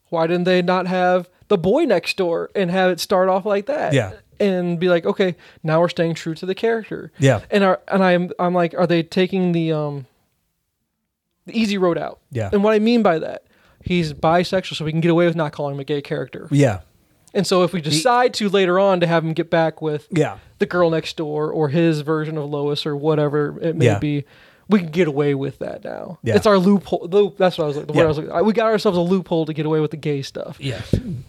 Speaker 1: why didn't they not have the boy next door and have it start off like that?
Speaker 2: Yeah.
Speaker 1: And be like, okay, now we're staying true to the character.
Speaker 2: Yeah.
Speaker 1: And are and I'm I'm like, are they taking the um the easy road out?
Speaker 2: Yeah.
Speaker 1: And what I mean by that, he's bisexual, so we can get away with not calling him a gay character.
Speaker 2: Yeah.
Speaker 1: And so if we decide to later on to have him get back with
Speaker 2: Yeah.
Speaker 1: the girl next door or his version of Lois or whatever it may
Speaker 2: Yeah.
Speaker 1: be. We can get away with that now.
Speaker 2: Yeah.
Speaker 1: It's our loophole. Loop, that's what I was like. The word
Speaker 2: Yeah.
Speaker 1: I was like. We got ourselves a loophole to get away with the gay stuff.
Speaker 2: Yeah.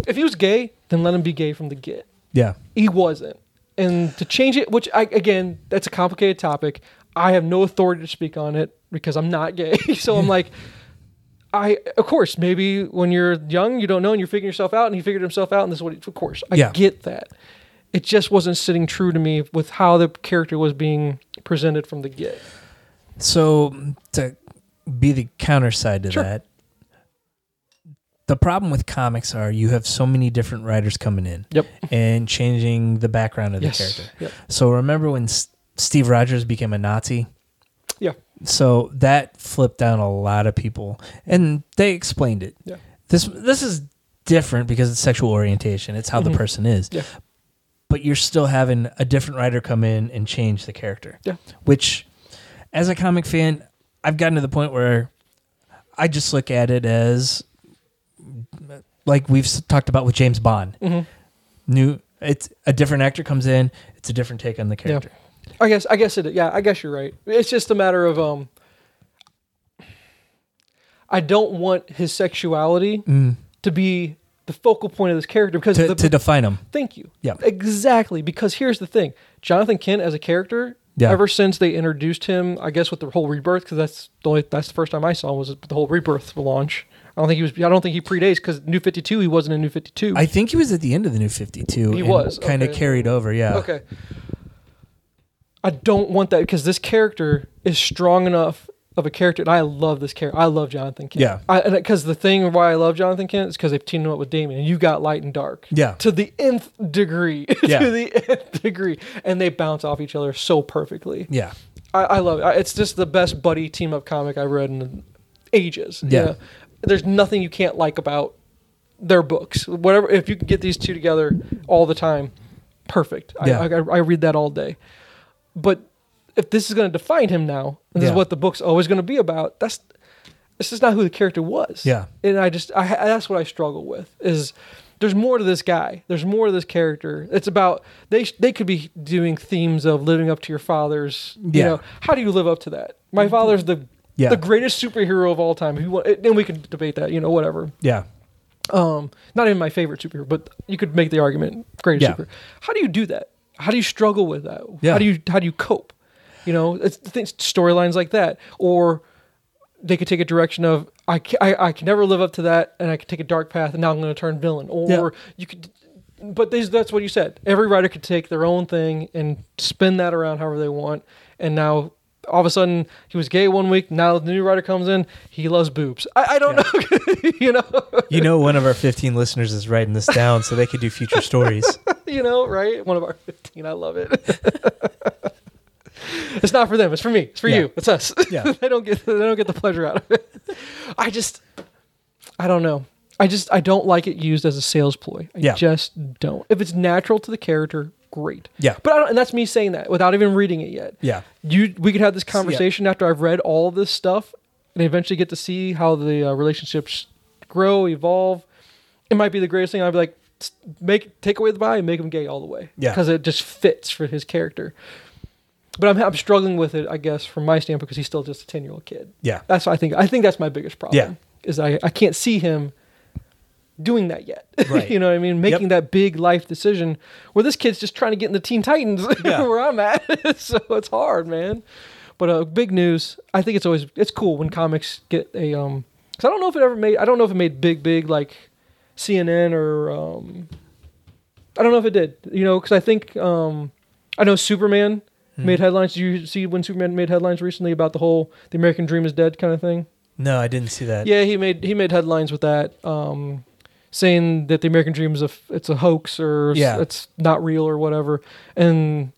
Speaker 1: If he was gay, then let him be gay from the get.
Speaker 2: Yeah.
Speaker 1: He wasn't, and to change it, which I again, that's a complicated topic. I have no authority to speak on it because I'm not gay. so I'm like, I of course maybe when you're young you don't know and you're figuring yourself out and he figured himself out and this is what he, of course I
Speaker 2: Yeah.
Speaker 1: get that. It just wasn't sitting true to me with how the character was being presented from the get.
Speaker 2: So to be the counter side to
Speaker 1: Sure.
Speaker 2: that, the problem with comics are you have so many different writers coming in
Speaker 1: Yep.
Speaker 2: and changing the background of the
Speaker 1: yes.
Speaker 2: character.
Speaker 1: Yep.
Speaker 2: So remember when S- Steve Rogers became a Nazi?
Speaker 1: Yeah.
Speaker 2: So that flipped down a lot of people, and they explained it.
Speaker 1: Yeah.
Speaker 2: This this is different because it's sexual orientation. It's how
Speaker 1: Mhm.
Speaker 2: the person is.
Speaker 1: Yeah.
Speaker 2: But you're still having a different writer come in and change the character.
Speaker 1: Yeah.
Speaker 2: Which, as a comic fan, I've gotten to the point where I just look at it as like we've s- talked about with James Bond.
Speaker 1: hmm
Speaker 2: New, it's a different actor comes in. It's a different take on the character.
Speaker 1: I guess I guess it yeah, I guess you're right. It's just a matter of um I don't want his sexuality
Speaker 2: Mm.
Speaker 1: to be the focal point of this character because
Speaker 2: To,
Speaker 1: the,
Speaker 2: to define them.
Speaker 1: Thank you.
Speaker 2: Yeah.
Speaker 1: Exactly. Because here's the thing Jonathan Kent as a character,
Speaker 2: Yeah.
Speaker 1: ever since they introduced him, I guess with the whole rebirth, because that's the only that's the first time I saw him was the whole rebirth launch. I don't think he was I don't think he predates because New fifty two he wasn't in New fifty two.
Speaker 2: I think he was at the end of the new 52.
Speaker 1: He
Speaker 2: and
Speaker 1: was,
Speaker 2: Kind of
Speaker 1: okay.
Speaker 2: carried over, yeah.
Speaker 1: Okay. I don't want that because this character is strong enough of a character, and I love this character. I love Jonathan Kent.
Speaker 2: Yeah.
Speaker 1: Because the thing why I love Jonathan Kent is because they've teamed him up with Damien, and you got light and dark.
Speaker 2: Yeah.
Speaker 1: To the nth degree.
Speaker 2: Yeah.
Speaker 1: to the nth degree, and they bounce off each other so perfectly.
Speaker 2: Yeah.
Speaker 1: I, I love it. I- It's just the best buddy team up comic I've read in ages. you
Speaker 2: Yeah.
Speaker 1: know? There's nothing you can't like about their books. Whatever, if you can get these two together all the time, perfect. I,
Speaker 2: Yeah.
Speaker 1: I, I read that all day. But if this is going to define him now, and this
Speaker 2: Yeah.
Speaker 1: is what the book's always going to be about, that's this is not who the character was.
Speaker 2: Yeah.
Speaker 1: And I just, I, that's what I struggle with is there's more to this guy. There's more to this character. It's about, they, they could be doing themes of living up to your father's, you
Speaker 2: Yeah.
Speaker 1: know, how do you live up to that? My father's the,
Speaker 2: Yeah.
Speaker 1: the greatest superhero of all time. If you want, then we can debate that, you know, whatever.
Speaker 2: Yeah.
Speaker 1: Um, not even my favorite superhero, but you could make the argument greatest
Speaker 2: Yeah.
Speaker 1: superhero. How do you do that? How do you struggle with that?
Speaker 2: Yeah.
Speaker 1: How do you, how do you cope? You know, it's things, storylines like that, or they could take a direction of I, ca- I, I can never live up to that and I can take a dark path and now I'm going to turn villain or
Speaker 2: Yeah.
Speaker 1: you could but these, that's what you said every writer could take their own thing and spin that around however they want and now all of a sudden he was gay one week now the new writer comes in he loves boobs I, I don't know you know
Speaker 2: You know, one of our 15 listeners is writing this down so they could do future stories.
Speaker 1: you know right one of our 15 I love it it's not for them it's for me it's for
Speaker 2: Yeah.
Speaker 1: you it's us
Speaker 2: Yeah.
Speaker 1: they don't get they don't get the pleasure out of it. I just I don't know. I just I don't like it used as a sales ploy. I
Speaker 2: Yeah.
Speaker 1: just don't. If it's natural to the character, great.
Speaker 2: Yeah.
Speaker 1: But I don't, and that's me saying that without even reading it yet.
Speaker 2: Yeah.
Speaker 1: You, we could have this conversation after I've read all of this stuff, and eventually get to see how the uh, relationships grow, evolve. It might be the greatest thing. I'd be like, "S- make take away the body, and make him gay all the way.
Speaker 2: Yeah.
Speaker 1: because it just fits for his character. But I'm, I'm struggling with it, I guess, from my standpoint, because he's still just a ten year old kid.
Speaker 2: Yeah.
Speaker 1: That's what I think. I think that's my biggest problem.
Speaker 2: Yeah.
Speaker 1: Is I, I can't see him doing that yet.
Speaker 2: Right.
Speaker 1: you know what I mean? Making
Speaker 2: Yep.
Speaker 1: that big life decision where this kid's just trying to get in the Teen Titans
Speaker 2: Yeah.
Speaker 1: where I'm at. so it's hard, man. But uh, big news. I think it's always it's cool when comics get a um. Cause I don't know if it ever made. I don't know if it made big big like CNN or um. I don't know if it did. You know, because I think um, I know Superman made headlines. Did you see when Superman made headlines recently about the whole the American Dream is dead kind of thing?
Speaker 2: No, I didn't see that.
Speaker 1: Yeah, he made he made headlines with that, um, saying that the American Dream is a f- it's a hoax or s-
Speaker 2: Yeah.
Speaker 1: it's not real or whatever. And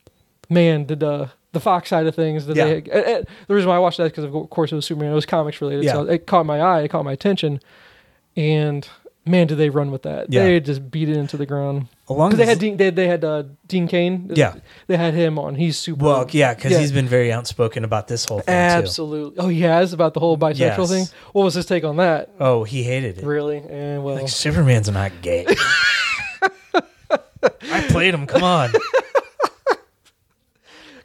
Speaker 1: man, did uh, the Fox side of things, did
Speaker 2: Yeah.
Speaker 1: they, and- and the reason why I watched that because of course it was Superman, it was comics related, so
Speaker 2: Yeah.
Speaker 1: it caught my eye, it caught my attention, and man, did they run with that?
Speaker 2: Yeah.
Speaker 1: They just beat it into the ground.
Speaker 2: Along
Speaker 1: Because they
Speaker 2: this,
Speaker 1: had Dean, they, they had uh, Dean Kane.
Speaker 2: Yeah.
Speaker 1: they had him on. He's super.
Speaker 2: well, yeah, because
Speaker 1: Yeah.
Speaker 2: he's been very outspoken about this whole thing
Speaker 1: absolutely. Oh, he has about the whole bisexual
Speaker 2: Yes.
Speaker 1: thing. What was his take on that?
Speaker 2: too. Oh, he hated it.
Speaker 1: Really? And well,
Speaker 2: Like Superman's not gay. I played him. Come on.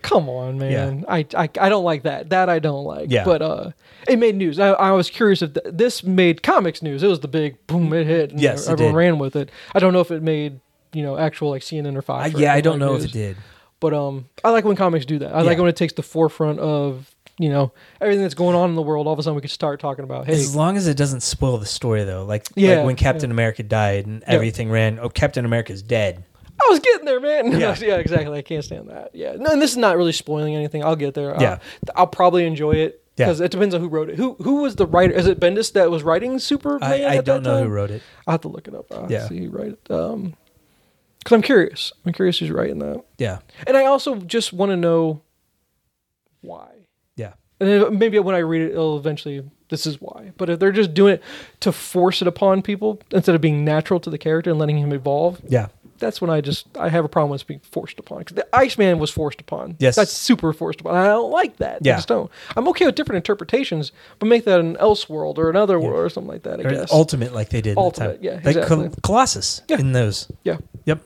Speaker 1: come on, man. I, I I don't like that. That I don't like.
Speaker 2: Yeah.
Speaker 1: But uh, it made news. I, I was curious if th- this made comics news. It was the big boom. It hit. And
Speaker 2: Yes, it
Speaker 1: everyone
Speaker 2: did.
Speaker 1: ran with it. I don't know if it made you know actual like CNN or
Speaker 2: I,
Speaker 1: Fox. or
Speaker 2: yeah, I
Speaker 1: anything
Speaker 2: don't
Speaker 1: like
Speaker 2: know if
Speaker 1: news.
Speaker 2: it did.
Speaker 1: But um, I like when comics do that. I like
Speaker 2: Yeah.
Speaker 1: when it takes the forefront of you know everything that's going on in the world. All of a sudden, we could start talking about hey,
Speaker 2: As long as it doesn't spoil the story, though, like
Speaker 1: Yeah,
Speaker 2: like when Captain America died and everything ran. Oh, Captain America's dead.
Speaker 1: I was getting there, man. Yeah,
Speaker 2: Yeah.
Speaker 1: exactly. I can't stand that. Yeah, no, and this is not really spoiling anything. I'll get there.
Speaker 2: Yeah.
Speaker 1: I'll, I'll probably enjoy it
Speaker 2: Yeah.
Speaker 1: because it depends on who wrote it. Who who was the writer? Is it Bendis that was writing Superman?
Speaker 2: I, I
Speaker 1: at
Speaker 2: don't
Speaker 1: that
Speaker 2: know who
Speaker 1: time?
Speaker 2: wrote it.
Speaker 1: I'll have to look it up. I'll
Speaker 2: Yeah.
Speaker 1: see who wrote it. Um, because I'm curious. I'm curious who's writing that,
Speaker 2: Yeah,
Speaker 1: and I also just want to know why.
Speaker 2: yeah,
Speaker 1: And then maybe when I read it, it'll eventually. This is why. But if they're just doing it to force it upon people instead of being natural to the character and letting him evolve,
Speaker 2: yeah.
Speaker 1: that's when I just I have a problem with being forced upon because the Iceman was forced upon.
Speaker 2: Yes.
Speaker 1: that's super forced upon. I don't like that. I
Speaker 2: Yeah.
Speaker 1: just don't. I'm okay with different interpretations, but make that an else world or another world or something like that. I
Speaker 2: Or
Speaker 1: guess.
Speaker 2: Ultimate, like they did. in
Speaker 1: Ultimate,
Speaker 2: the time.
Speaker 1: yeah,
Speaker 2: like Col-
Speaker 1: exactly.
Speaker 2: Colossus
Speaker 1: Yeah.
Speaker 2: in those.
Speaker 1: yeah, I'm
Speaker 2: Yep.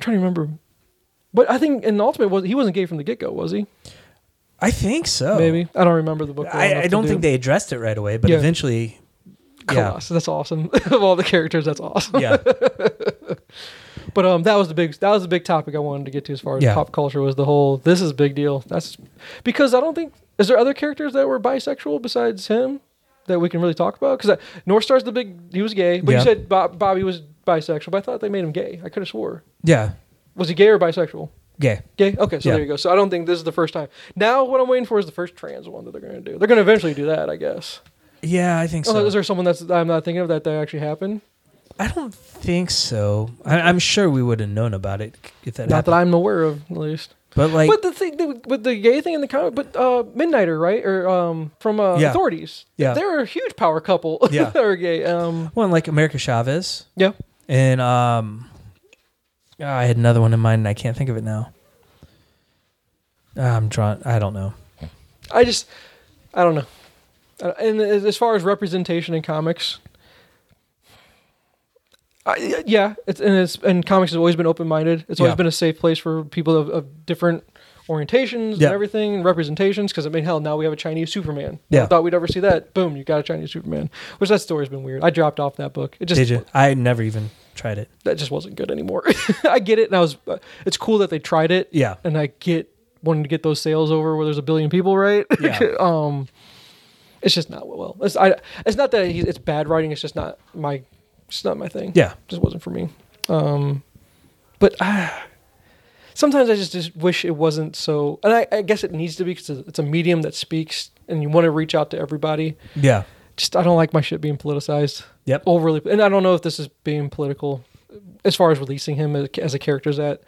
Speaker 1: trying to remember, but I think in Ultimate was he wasn't gay from the get go, was he?
Speaker 2: I think so.
Speaker 1: Maybe I don't remember the book. well
Speaker 2: Oh. I,
Speaker 1: enough
Speaker 2: I
Speaker 1: to
Speaker 2: don't
Speaker 1: do.
Speaker 2: think they addressed it right away, but
Speaker 1: Yeah.
Speaker 2: eventually,
Speaker 1: Colossus, that's awesome. of all the characters, that's awesome.
Speaker 2: yeah, yeah,
Speaker 1: But um, that was the big that was the big topic I wanted to get to as far as
Speaker 2: Yeah.
Speaker 1: pop culture was the whole this is a big deal. That's because I don't think is there other characters that were bisexual besides him that we can really talk about because North Star's the big he was gay, but
Speaker 2: Yeah.
Speaker 1: you said Bob, Bobby was bisexual, but I thought they made him gay. I could have swore
Speaker 2: yeah,
Speaker 1: was he gay or bisexual?
Speaker 2: gay.
Speaker 1: Gay. Okay, so
Speaker 2: Yeah.
Speaker 1: there you go. So I don't think this is the first time. Now what I'm waiting for is the first trans one that they're going to do. They're going to eventually do that, I guess.
Speaker 2: Yeah, I think so.
Speaker 1: Oh, is there someone that's I'm not thinking of that that actually happened?
Speaker 2: I don't think so. I, I'm sure we would have known about it if that
Speaker 1: not
Speaker 2: happened.
Speaker 1: that I'm aware of, at least.
Speaker 2: but like,
Speaker 1: but the thing the- with the gay thing in the comic, but uh, Midnighter, right? Or um, from uh,
Speaker 2: Yeah.
Speaker 1: authorities,
Speaker 2: Yeah.
Speaker 1: they're a huge power couple.
Speaker 2: Yeah.
Speaker 1: that are gay. Um,
Speaker 2: one like America Chavez
Speaker 1: yeah,
Speaker 2: and um, ah, I had another one in mind and I can't think of it now. Ah, I'm drawn. I don't know.
Speaker 1: I just, I don't know. Uh, And as as far as representation in comics, I, yeah, it's and it's and comics has always been open minded. It's always
Speaker 2: Yeah.
Speaker 1: been a safe place for people of, of different orientations
Speaker 2: Yeah.
Speaker 1: and everything and representations. Because I mean, hell, now we have a Chinese Superman.
Speaker 2: Yeah.
Speaker 1: I thought we'd ever see that. Boom, you got a Chinese Superman. Which that story's been weird. I dropped off that book. It just
Speaker 2: Did you? I never even tried it.
Speaker 1: that just wasn't good anymore. I get it, and I was. uh, It's cool that they tried it.
Speaker 2: Yeah.
Speaker 1: and I get wanting to get those sales over where there's a billion people, right?
Speaker 2: Yeah.
Speaker 1: um, it's just not well. It's I. It's not that he, it's bad writing. It's just not my. It's not my thing.
Speaker 2: Yeah.
Speaker 1: just wasn't for me. Um, but uh, sometimes I just, just wish it wasn't so. And I, I guess it needs to be because it's a medium that speaks, and you want to reach out to everybody
Speaker 2: Yeah.
Speaker 1: just I don't like my shit being politicized.
Speaker 2: Yep.
Speaker 1: Overly, and I don't know if this is being political, uh, as far as releasing him as, as a character is that.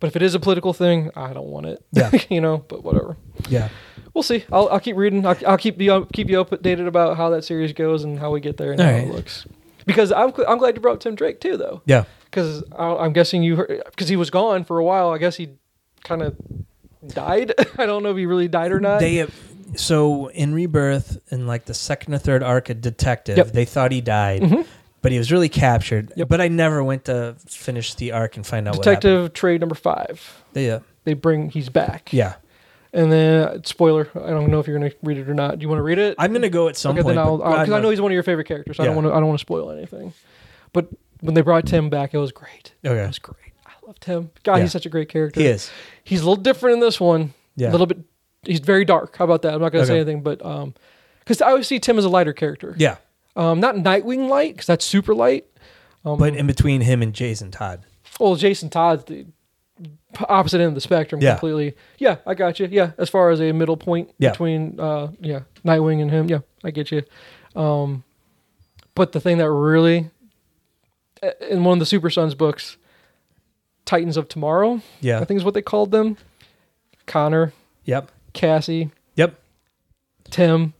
Speaker 1: But if it is a political thing, I don't want it.
Speaker 2: Yeah.
Speaker 1: you know. But whatever,
Speaker 2: Yeah.
Speaker 1: we'll see. I'll, I'll keep reading. I'll, I'll keep you keep you updated about how that series goes and how we get there and
Speaker 2: All
Speaker 1: how
Speaker 2: right.
Speaker 1: it looks. Because I'm I'm glad you brought up Tim Drake too, though.
Speaker 2: Yeah.
Speaker 1: Because I'm guessing you, because he was gone for a while. I guess he kind of died. I don't know if he really died or not.
Speaker 2: They uh, so in Rebirth in like the second or third arc of Detective,
Speaker 1: Yep.
Speaker 2: they thought he died,
Speaker 1: Mhm.
Speaker 2: but he was really captured.
Speaker 1: Yep.
Speaker 2: But I never went to finish the arc and find out
Speaker 1: Detective trade number five.
Speaker 2: what happened.
Speaker 1: They bring he's back.
Speaker 2: Yeah, yeah.
Speaker 1: And then spoiler. I don't know if you're gonna read it or not. Do you want to read it?
Speaker 2: I'm gonna go at some
Speaker 1: okay,
Speaker 2: point
Speaker 1: then I'll
Speaker 2: but-
Speaker 1: because I know he's one of your favorite characters. So I
Speaker 2: Yeah.
Speaker 1: don't want to. I don't want to spoil anything. But when they brought Tim back, it was great. It
Speaker 2: Okay,
Speaker 1: was great. I loved him. God,
Speaker 2: Yeah.
Speaker 1: he's such a great character.
Speaker 2: he is.
Speaker 1: He's a little different in this one.
Speaker 2: Yeah,
Speaker 1: A little bit. He's very dark. How about that? I'm not gonna say
Speaker 2: Okay.
Speaker 1: anything, but um, because I always see Tim as a lighter character.
Speaker 2: yeah.
Speaker 1: Um, not Nightwing light because that's super light. Um,
Speaker 2: But in between him and Jason Todd,
Speaker 1: well, Jason Todd's the p- opposite end of the spectrum
Speaker 2: Yeah.
Speaker 1: completely. Yeah, I got you. Yeah, as far as a middle point
Speaker 2: Yeah.
Speaker 1: between uh, yeah Nightwing and him. Yeah, I get you. Um, but the thing that really a- in one of the Super Sons books, Titans of Tomorrow,
Speaker 2: yeah,
Speaker 1: I think is what they called them. Connor,
Speaker 2: yep,
Speaker 1: Cassie,
Speaker 2: yep.
Speaker 1: Tim.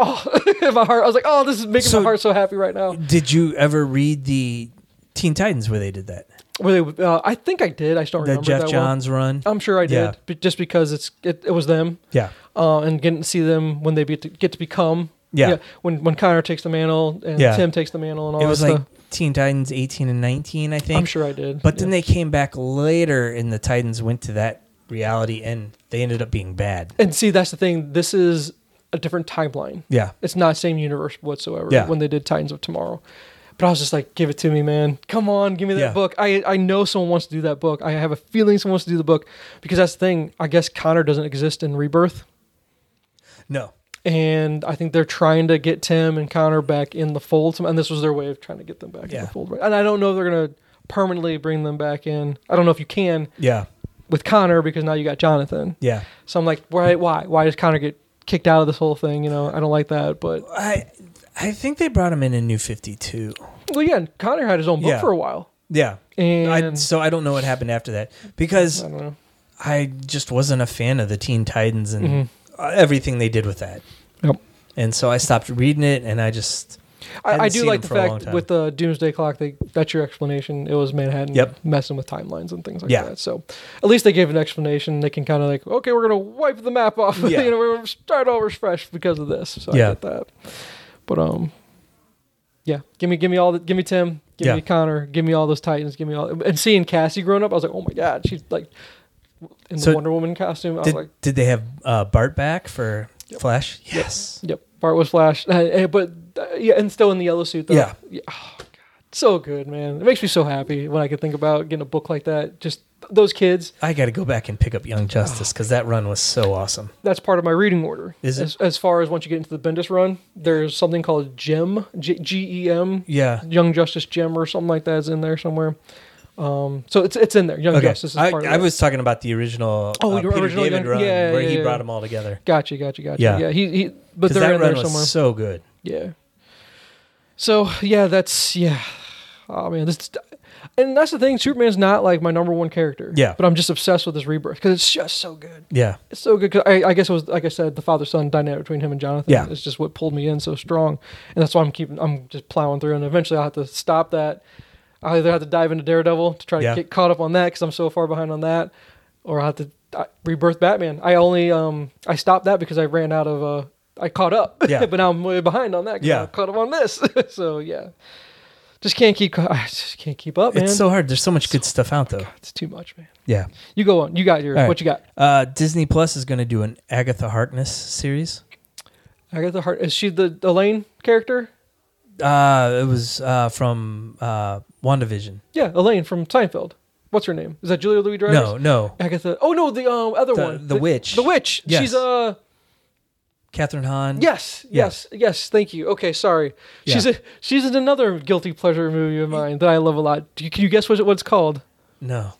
Speaker 1: Oh, my heart! I was like, oh, this is making
Speaker 2: So-
Speaker 1: my heart so happy right now.
Speaker 2: Did you ever read the Teen Titans where they did that?
Speaker 1: Were they? Uh, I think I did. I just don't
Speaker 2: The
Speaker 1: remember
Speaker 2: Jeff
Speaker 1: that Oh. well.
Speaker 2: Johns run.
Speaker 1: I'm sure I did,
Speaker 2: Yeah.
Speaker 1: but just because it's it, it was them,
Speaker 2: Yeah,
Speaker 1: uh, and getting to see them when they be, get to become.
Speaker 2: Yeah.
Speaker 1: When when Connor takes the mantle and
Speaker 2: Yeah.
Speaker 1: Tim takes the mantle and all
Speaker 2: it was
Speaker 1: that
Speaker 2: like
Speaker 1: stuff.
Speaker 2: Teen Titans 18 and 19, I think.
Speaker 1: I'm sure I did.
Speaker 2: But then they came back later, and the Titans went to that reality, and they ended up being bad.
Speaker 1: they and see that's the thing. This is a different timeline.
Speaker 2: Yeah,
Speaker 1: It's not same universe whatsoever.
Speaker 2: Yeah.
Speaker 1: When they did Titans of Tomorrow, but I was just like, give it to me, man. Come on, give me that
Speaker 2: Yeah.
Speaker 1: book. I I know someone wants to do that book. I have a feeling someone wants to do the book because that's the thing. I guess Connor doesn't exist in Rebirth.
Speaker 2: no,
Speaker 1: and I think they're trying to get Tim and Connor back in the fold. And this was their way of trying to get them back in
Speaker 2: Yeah.
Speaker 1: the fold. And I don't know if they're gonna permanently bring them back in. I don't know if you can
Speaker 2: yeah,
Speaker 1: with Connor because now you got Jonathan.
Speaker 2: yeah.
Speaker 1: So I'm like, why? Why? Why does Connor get kicked out of this whole thing? You know, I don't like that. But
Speaker 2: I, I think they brought him in in New Fifty Two.
Speaker 1: well, yeah, and Connor had his own book
Speaker 2: Yeah.
Speaker 1: for a while,
Speaker 2: Yeah,
Speaker 1: and I,
Speaker 2: I, so I don't know what happened after that because
Speaker 1: don't know.
Speaker 2: I just wasn't a fan of the Teen Titans and
Speaker 1: Mhm.
Speaker 2: uh, everything they did with that.
Speaker 1: Yep.
Speaker 2: And so I stopped reading it, and I just
Speaker 1: I, I
Speaker 2: hadn't
Speaker 1: do
Speaker 2: seen
Speaker 1: like
Speaker 2: him
Speaker 1: the
Speaker 2: for a long
Speaker 1: fact
Speaker 2: time.
Speaker 1: with the Doomsday Clock. They, that's your explanation. It was Manhattan
Speaker 2: Yep.
Speaker 1: messing with timelines and things like
Speaker 2: Yeah.
Speaker 1: that. So at least they gave an explanation. They can kind of like, okay, we're gonna wipe the map off.
Speaker 2: Yeah.
Speaker 1: you know, we're gonna start over fresh because of this. So
Speaker 2: Yeah.
Speaker 1: I get that. But um, yeah, give me give me all the give me Tim, give
Speaker 2: Yeah.
Speaker 1: me Connor, give me all those Titans, give me all and seeing Cassie growing up, I was like, oh my god, she's like in
Speaker 2: So
Speaker 1: the Wonder Woman costume. I was
Speaker 2: did.
Speaker 1: like,
Speaker 2: did they have uh, Bart back for Flash? Yes.
Speaker 1: yep, Bart was Flash, Eh, but uh, yeah, and still in the yellow suit though. Oh,
Speaker 2: Yeah.
Speaker 1: so good, man. It makes me so happy when I can think about getting a book like that. Just those kids.
Speaker 2: I got to go back and pick up Young Justice because that run was so awesome.
Speaker 1: That's part of my reading order.
Speaker 2: Is it?
Speaker 1: As, as far as once you get into the Bendis run, there's something called Gem, G- G-E-M,
Speaker 2: Yeah.
Speaker 1: Young Justice Gem or something like that is in there somewhere. Um, so it's it's in there. Young
Speaker 2: Okay.
Speaker 1: Justice is
Speaker 2: I,
Speaker 1: part of
Speaker 2: I
Speaker 1: it.
Speaker 2: was talking about the original
Speaker 1: Oh,
Speaker 2: uh,
Speaker 1: your
Speaker 2: Peter
Speaker 1: original
Speaker 2: David
Speaker 1: Young-
Speaker 2: run
Speaker 1: yeah,
Speaker 2: where
Speaker 1: yeah,
Speaker 2: he
Speaker 1: yeah.
Speaker 2: brought them all together.
Speaker 1: Gotcha, gotcha, gotcha.
Speaker 2: Yeah.
Speaker 1: Yeah, he, he but
Speaker 2: 'Cause
Speaker 1: they're
Speaker 2: that
Speaker 1: in
Speaker 2: run
Speaker 1: there
Speaker 2: was
Speaker 1: somewhere.
Speaker 2: so good.
Speaker 1: Yeah. So yeah, that's yeah. Oh man, this and that's the thing. Superman's not like my number one character.
Speaker 2: Yeah.
Speaker 1: but I'm just obsessed with this rebirth because it's just so good.
Speaker 2: Yeah.
Speaker 1: It's so good. 'cause I, I guess it was like I said, the father son dynamic between him and Jonathan.
Speaker 2: Yeah.
Speaker 1: is just what pulled me in so strong, and that's why I'm keeping. I'm just plowing through, and eventually I'll have to stop that. I'll either have to dive into Daredevil to try to
Speaker 2: Yeah.
Speaker 1: get caught up on that because I'm so far behind on that, or I'll have to uh, rebirth Batman. I only um I stopped that because I ran out of uh I caught up.
Speaker 2: Yeah.
Speaker 1: but now I'm way behind on that. 'cause
Speaker 2: Yeah.
Speaker 1: I caught up on this. so yeah, just can't keep. ca- I just can't keep up, man.
Speaker 2: It's so hard. There's so much good stuff out though.
Speaker 1: it's too much, man.
Speaker 2: Yeah.
Speaker 1: You go on. You got your
Speaker 2: All right.
Speaker 1: what you got.
Speaker 2: Uh, Disney Plus is going to do an Agatha Harkness series.
Speaker 1: I got the heart. Is she the Elaine character?
Speaker 2: Uh, it was uh, from uh, WandaVision.
Speaker 1: Yeah, Elaine from Seinfeld. What's her name? Is that Julia Louis Dreyfus?
Speaker 2: No, no.
Speaker 1: Agatha. Oh no, the um, other
Speaker 2: The-
Speaker 1: one.
Speaker 2: the witch.
Speaker 1: The witch.
Speaker 2: Yes.
Speaker 1: She's uh
Speaker 2: Catherine Hahn.
Speaker 1: yes, yes, yes. Thank you. Okay, sorry. She's
Speaker 2: Yeah.
Speaker 1: a, she's in another guilty pleasure movie of mine that I love a lot. Do you, can you guess what, it- what it's called?
Speaker 2: No.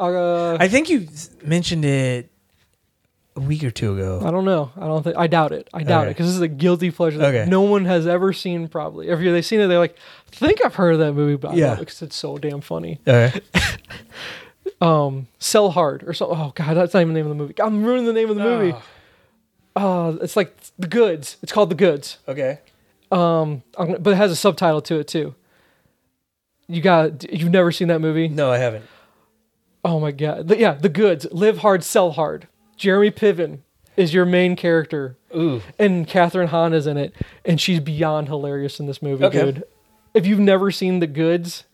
Speaker 1: Uh, I,
Speaker 2: I think you s- mentioned it a week or two ago.
Speaker 1: don't know. I don't think I doubt it. I doubt
Speaker 2: Okay.
Speaker 1: it because this is a guilty pleasure that
Speaker 2: Okay.
Speaker 1: no one has ever seen. Probably if they've seen it, they're like, I think I've heard of that movie, but I
Speaker 2: Yeah.
Speaker 1: love it because it's so damn funny.
Speaker 2: Okay.
Speaker 1: um Sell Hard or something. Oh god, that's not even the name of the movie. I'm ruining the name of the movie. Uh it's like The Goods. It's called The Goods.
Speaker 2: Okay.
Speaker 1: Um I'm gonna- but it has a subtitle to it too. You got you've never seen that movie?
Speaker 2: No, I haven't.
Speaker 1: Oh my god. The- yeah, The Goods, Live Hard, Sell Hard. Jeremy Piven is your main character
Speaker 2: Ooh.
Speaker 1: and Catherine Hahn is in it, and she's beyond hilarious in this movie,
Speaker 2: Okay.
Speaker 1: dude. If you've never seen The Goods,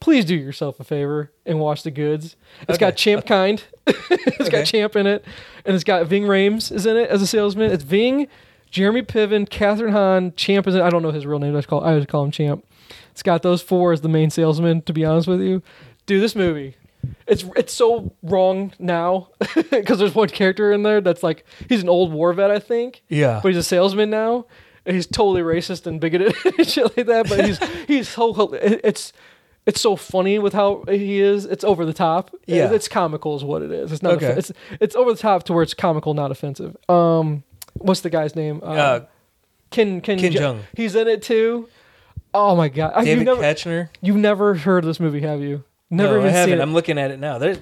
Speaker 1: please do yourself a favor and watch The Goods. It's got
Speaker 2: Okay. Uh,
Speaker 1: Champ Kind, It's
Speaker 2: Okay.
Speaker 1: got Champ in it, and it's got Ving Rames is in it as a salesman. It's Ving, Jeremy Piven, Catherine Hahn, Champ is in. I don't know his real name. I just call I always call him Champ. It's got those four as the main salesman. To be honest with you, dude, this movie. It's, it's so wrong now because there's one character in there that's like he's an old war vet I think
Speaker 2: Yeah.
Speaker 1: but he's a salesman now. And he's totally racist and bigoted and shit like that. But he's he's so hil- it- it's it's so funny with how he is. It's over the top. It-
Speaker 2: Yeah.
Speaker 1: it's comical is what it is. It's not
Speaker 2: Okay.
Speaker 1: okay. it's it's over the top to where it's comical, not offensive. Um, what's the guy's name? Um,
Speaker 2: uh,
Speaker 1: Ken Ken,
Speaker 2: Ken
Speaker 1: Ju-
Speaker 2: Jeong.
Speaker 1: He's in it too. Oh my god! I-
Speaker 2: David
Speaker 1: you've never
Speaker 2: Ketchner.
Speaker 1: you've never heard of this movie, have you? Never
Speaker 2: no,
Speaker 1: even
Speaker 2: I haven't.
Speaker 1: seen it.
Speaker 2: I'm looking at it now. There,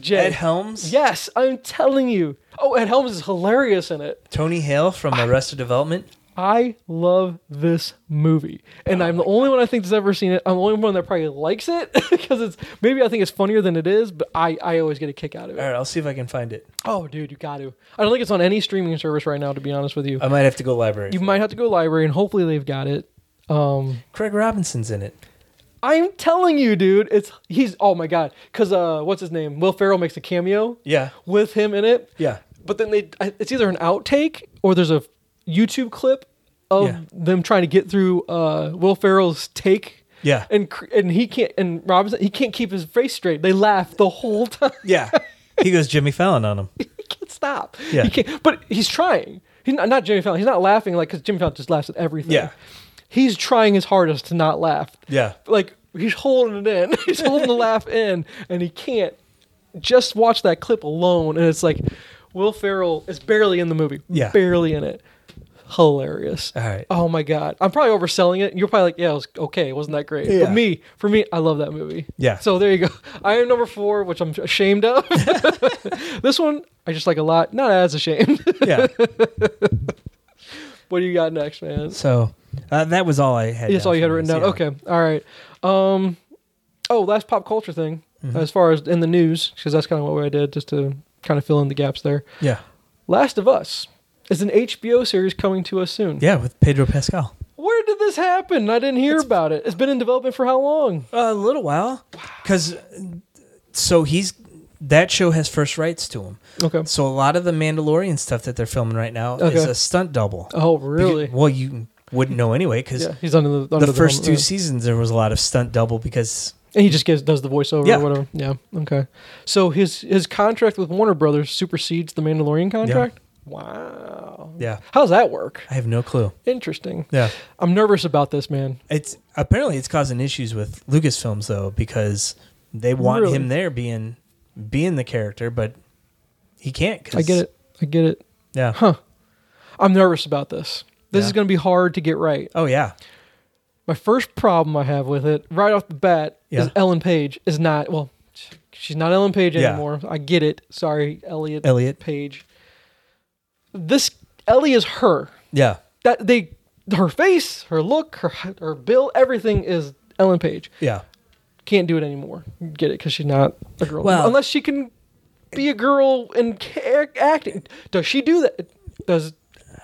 Speaker 1: Jay.
Speaker 2: Ed Helms.
Speaker 1: Yes, I'm telling you. Oh, Ed Helms is hilarious in it.
Speaker 2: Tony Hale from Arrested Development.
Speaker 1: I love this movie, and I'm the only one I think that's ever seen it. I'm the only one that probably likes it because it's maybe I think it's funnier than it is, but I I always get a kick out of
Speaker 2: All
Speaker 1: it.
Speaker 2: right, I'll see if I can find it.
Speaker 1: Oh, dude, you got to! I don't think it's on any streaming service right now. To be honest with you,
Speaker 2: I might have to go library.
Speaker 1: you might have to go library, and hopefully they've got it. Um,
Speaker 2: Craig Robinson's in it.
Speaker 1: I'm telling you, dude, it's he's oh my god, because uh, what's his name? Will Ferrell makes a cameo
Speaker 2: Yeah.
Speaker 1: with him in it.
Speaker 2: Yeah.
Speaker 1: but then they I- it's either an outtake or there's a YouTube clip of
Speaker 2: Yeah.
Speaker 1: them trying to get through uh, Will Ferrell's take.
Speaker 2: Yeah.
Speaker 1: And cr- and he can't and Robinson he can't keep his face straight. They laugh the whole time.
Speaker 2: Yeah. he goes Jimmy Fallon on him.
Speaker 1: he can't stop.
Speaker 2: Yeah.
Speaker 1: He can't, but he's trying. He's not, not Jimmy Fallon. He's not laughing like because Jimmy Fallon just laughs at everything.
Speaker 2: Yeah.
Speaker 1: He's trying his hardest to not laugh.
Speaker 2: Yeah.
Speaker 1: Like he's holding it in. he's holding the laugh in, and he can't. Just watch that clip alone, and it's like Will Ferrell is barely in the movie.
Speaker 2: Yeah. Uh,
Speaker 1: Barely in it. Hilarious.
Speaker 2: All right.
Speaker 1: Oh my god. I'm probably overselling it. You're probably like, yeah, it was okay. It wasn't that great.
Speaker 2: Yeah.
Speaker 1: But me, for me, I love that movie.
Speaker 2: Yeah.
Speaker 1: So there you go. I am number four, which I'm ashamed of. this one I just like a lot. Not as ashamed.
Speaker 2: Yeah.
Speaker 1: what do you got next, man?
Speaker 2: so uh, that was all I had.
Speaker 1: That's all you had
Speaker 2: for
Speaker 1: written
Speaker 2: this,
Speaker 1: down.
Speaker 2: yeah.
Speaker 1: Okay. All right. Um, oh, last pop culture thing
Speaker 2: Mm-hmm.
Speaker 1: as far as in the news, because that's kind of what I did just to kind of fill in the gaps there.
Speaker 2: Yeah.
Speaker 1: Last of Us is an HBO series coming to us soon.
Speaker 2: Yeah, with Pedro Pascal.
Speaker 1: Where did this happen? I didn't hear about it. It's been in development for how long?
Speaker 2: A little while, because so he's that show has first rights to him.
Speaker 1: Okay.
Speaker 2: So a lot of the Mandalorian stuff that they're filming right now is
Speaker 1: Okay.
Speaker 2: a stunt double.
Speaker 1: Oh, really?
Speaker 2: Because- well, you wouldn't know anyway because
Speaker 1: Yeah, he's under the under
Speaker 2: the first two
Speaker 1: helmet, yeah.
Speaker 2: seasons there was a lot of stunt double because
Speaker 1: And he just gives does the voiceover
Speaker 2: Yeah.
Speaker 1: or whatever. Yeah. Okay. So his his contract with Warner Brothers supersedes the Mandalorian contract. Wow.
Speaker 2: yeah,
Speaker 1: How's that work?
Speaker 2: I have no clue.
Speaker 1: Interesting.
Speaker 2: Yeah,
Speaker 1: I'm nervous about this, man.
Speaker 2: it's apparently it's causing issues with Lucasfilms though because they want
Speaker 1: Really?
Speaker 2: him there being being the character, but he can't. 'cause-
Speaker 1: I get it. I get it.
Speaker 2: Yeah.
Speaker 1: Huh. I'm nervous about this. This is
Speaker 2: Yeah.
Speaker 1: going to be hard to get right.
Speaker 2: Oh yeah.
Speaker 1: My first problem I have with it, right off the bat,
Speaker 2: Yeah.
Speaker 1: is Ellen Page is not well. She's not Ellen Page
Speaker 2: Yeah.
Speaker 1: anymore. I get it. Sorry, Elliot
Speaker 2: Elliot.
Speaker 1: Page. This Ellie is her.
Speaker 2: Yeah.
Speaker 1: that they her face, her look, her her bill, everything is Ellen Page.
Speaker 2: Yeah.
Speaker 1: Can't do it anymore. Get it? Because she's not a girl.
Speaker 2: Well-
Speaker 1: unless she can be a girl and ca- acting. Does she do that? Does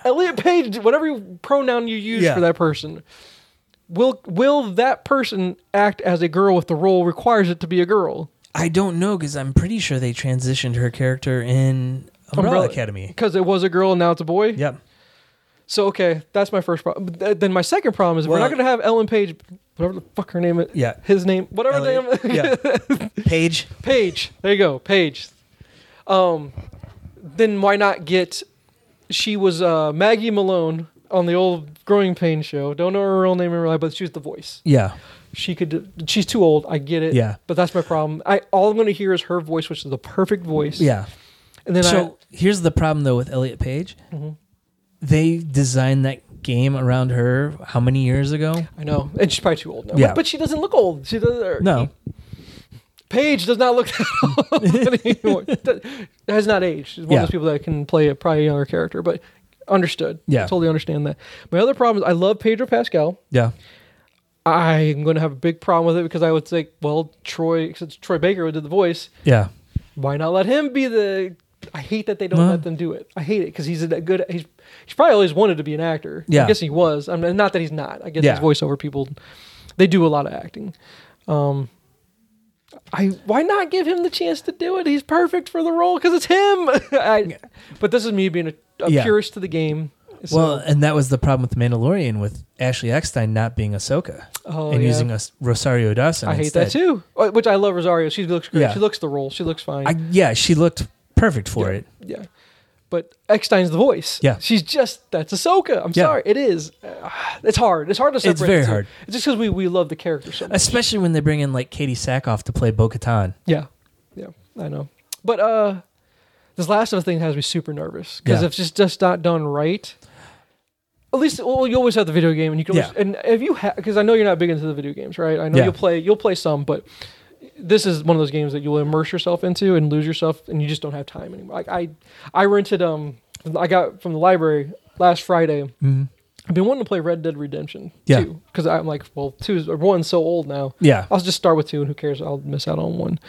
Speaker 1: Elliot Page whatever pronoun you use
Speaker 2: Yeah.
Speaker 1: for that person? Will will that person act as a girl if the role requires it to be a girl?
Speaker 2: I don't know because I'm pretty sure they transitioned her character in Umbrella, Academy.
Speaker 1: Because it was a girl and now it's a boy.
Speaker 2: Yep.
Speaker 1: So okay, that's my first problem. But th- Then my second problem is
Speaker 2: Well-
Speaker 1: we're not going to have Ellen Page, whatever the fuck her name is.
Speaker 2: Yeah.
Speaker 1: his name, whatever
Speaker 2: Elliot.
Speaker 1: the name.
Speaker 2: yeah. Paige.
Speaker 1: Page. There you go, Page. Um, then why not get? She was uh, Maggie Malone on the old Growing Pain show. Don't know her real name in real life, but she was the voice.
Speaker 2: Yeah.
Speaker 1: She could. She's too old. I get it.
Speaker 2: Yeah.
Speaker 1: But that's my problem. I all I'm going to hear is her voice, which is the perfect voice.
Speaker 2: Yeah.
Speaker 1: And Mm-hmm. then
Speaker 2: so here's the problem though with Elliot Page. They designed that game around her how many years ago?
Speaker 1: I, I know, and she's probably too old now.
Speaker 2: Yeah.
Speaker 1: But, but she doesn't look old. She doesn't. or-
Speaker 2: No.
Speaker 1: Paige does not look that old anymore. That- Has not aged. She's one
Speaker 2: Yeah.
Speaker 1: of those people that can play a probably younger character, but understood.
Speaker 2: Yeah.
Speaker 1: Totally understand that. My other problem is I love Pedro Pascal.
Speaker 2: Yeah.
Speaker 1: I'm going to have a big problem with it because I would think, well, Troy, since Troy Baker did the voice,
Speaker 2: Yeah.
Speaker 1: why not let him be the? I hate that they don't
Speaker 2: Well-
Speaker 1: let them do it. I hate it because he's a good. He's he's probably always wanted to be an actor.
Speaker 2: Yeah.
Speaker 1: I guess he was. I mean, not that he's not. I guess
Speaker 2: Yeah.
Speaker 1: these voiceover people, they do a lot of acting. Um, I why not give him the chance to do it? He's perfect for the role because it's him. I, but this is me being a, a
Speaker 2: Yeah.
Speaker 1: purist to the game. So,
Speaker 2: well, and that was the problem with The Mandalorian with Ashley Eckstein not being Ahsoka
Speaker 1: oh,
Speaker 2: and
Speaker 1: yeah.
Speaker 2: using us Rosario Dawson.
Speaker 1: I hate
Speaker 2: instead.
Speaker 1: that too. Oh, Which I love Rosario. She looks great.
Speaker 2: Yeah.
Speaker 1: She looks the role. She looks fine.
Speaker 2: I, yeah, she looked perfect for
Speaker 1: Yeah.
Speaker 2: it.
Speaker 1: Yeah. But Eckstein's the voice.
Speaker 2: Yeah.
Speaker 1: She's just, that's Ahsoka. I'm
Speaker 2: Yeah.
Speaker 1: sorry. It is. Uh, It's hard. It's hard to separate.
Speaker 2: It's very
Speaker 1: the two.
Speaker 2: hard.
Speaker 1: It's just because we, we love the character so much.
Speaker 2: Especially when they bring in like Katie Sackhoff to play Bo Katan.
Speaker 1: yeah. Yeah. I know. But uh this last of the thing has me super nervous because
Speaker 2: Yeah.
Speaker 1: if it's just not done right, at least well, you always have the video game and you can always,
Speaker 2: Yeah.
Speaker 1: and if you have because I know you're not big into the video games, right? I know
Speaker 2: Yeah.
Speaker 1: you'll play you'll play some, but this is one of those games that you'll immerse yourself into and lose yourself, and you just don't have time anymore. Like I, I rented um, I got from the library last Friday.
Speaker 2: Mhm.
Speaker 1: I've been wanting to play Red Dead Redemption
Speaker 2: Yeah.
Speaker 1: two because I'm like, well, two is or one's so old now.
Speaker 2: Yeah.
Speaker 1: I'll just start with two, and who cares? I'll miss out on one.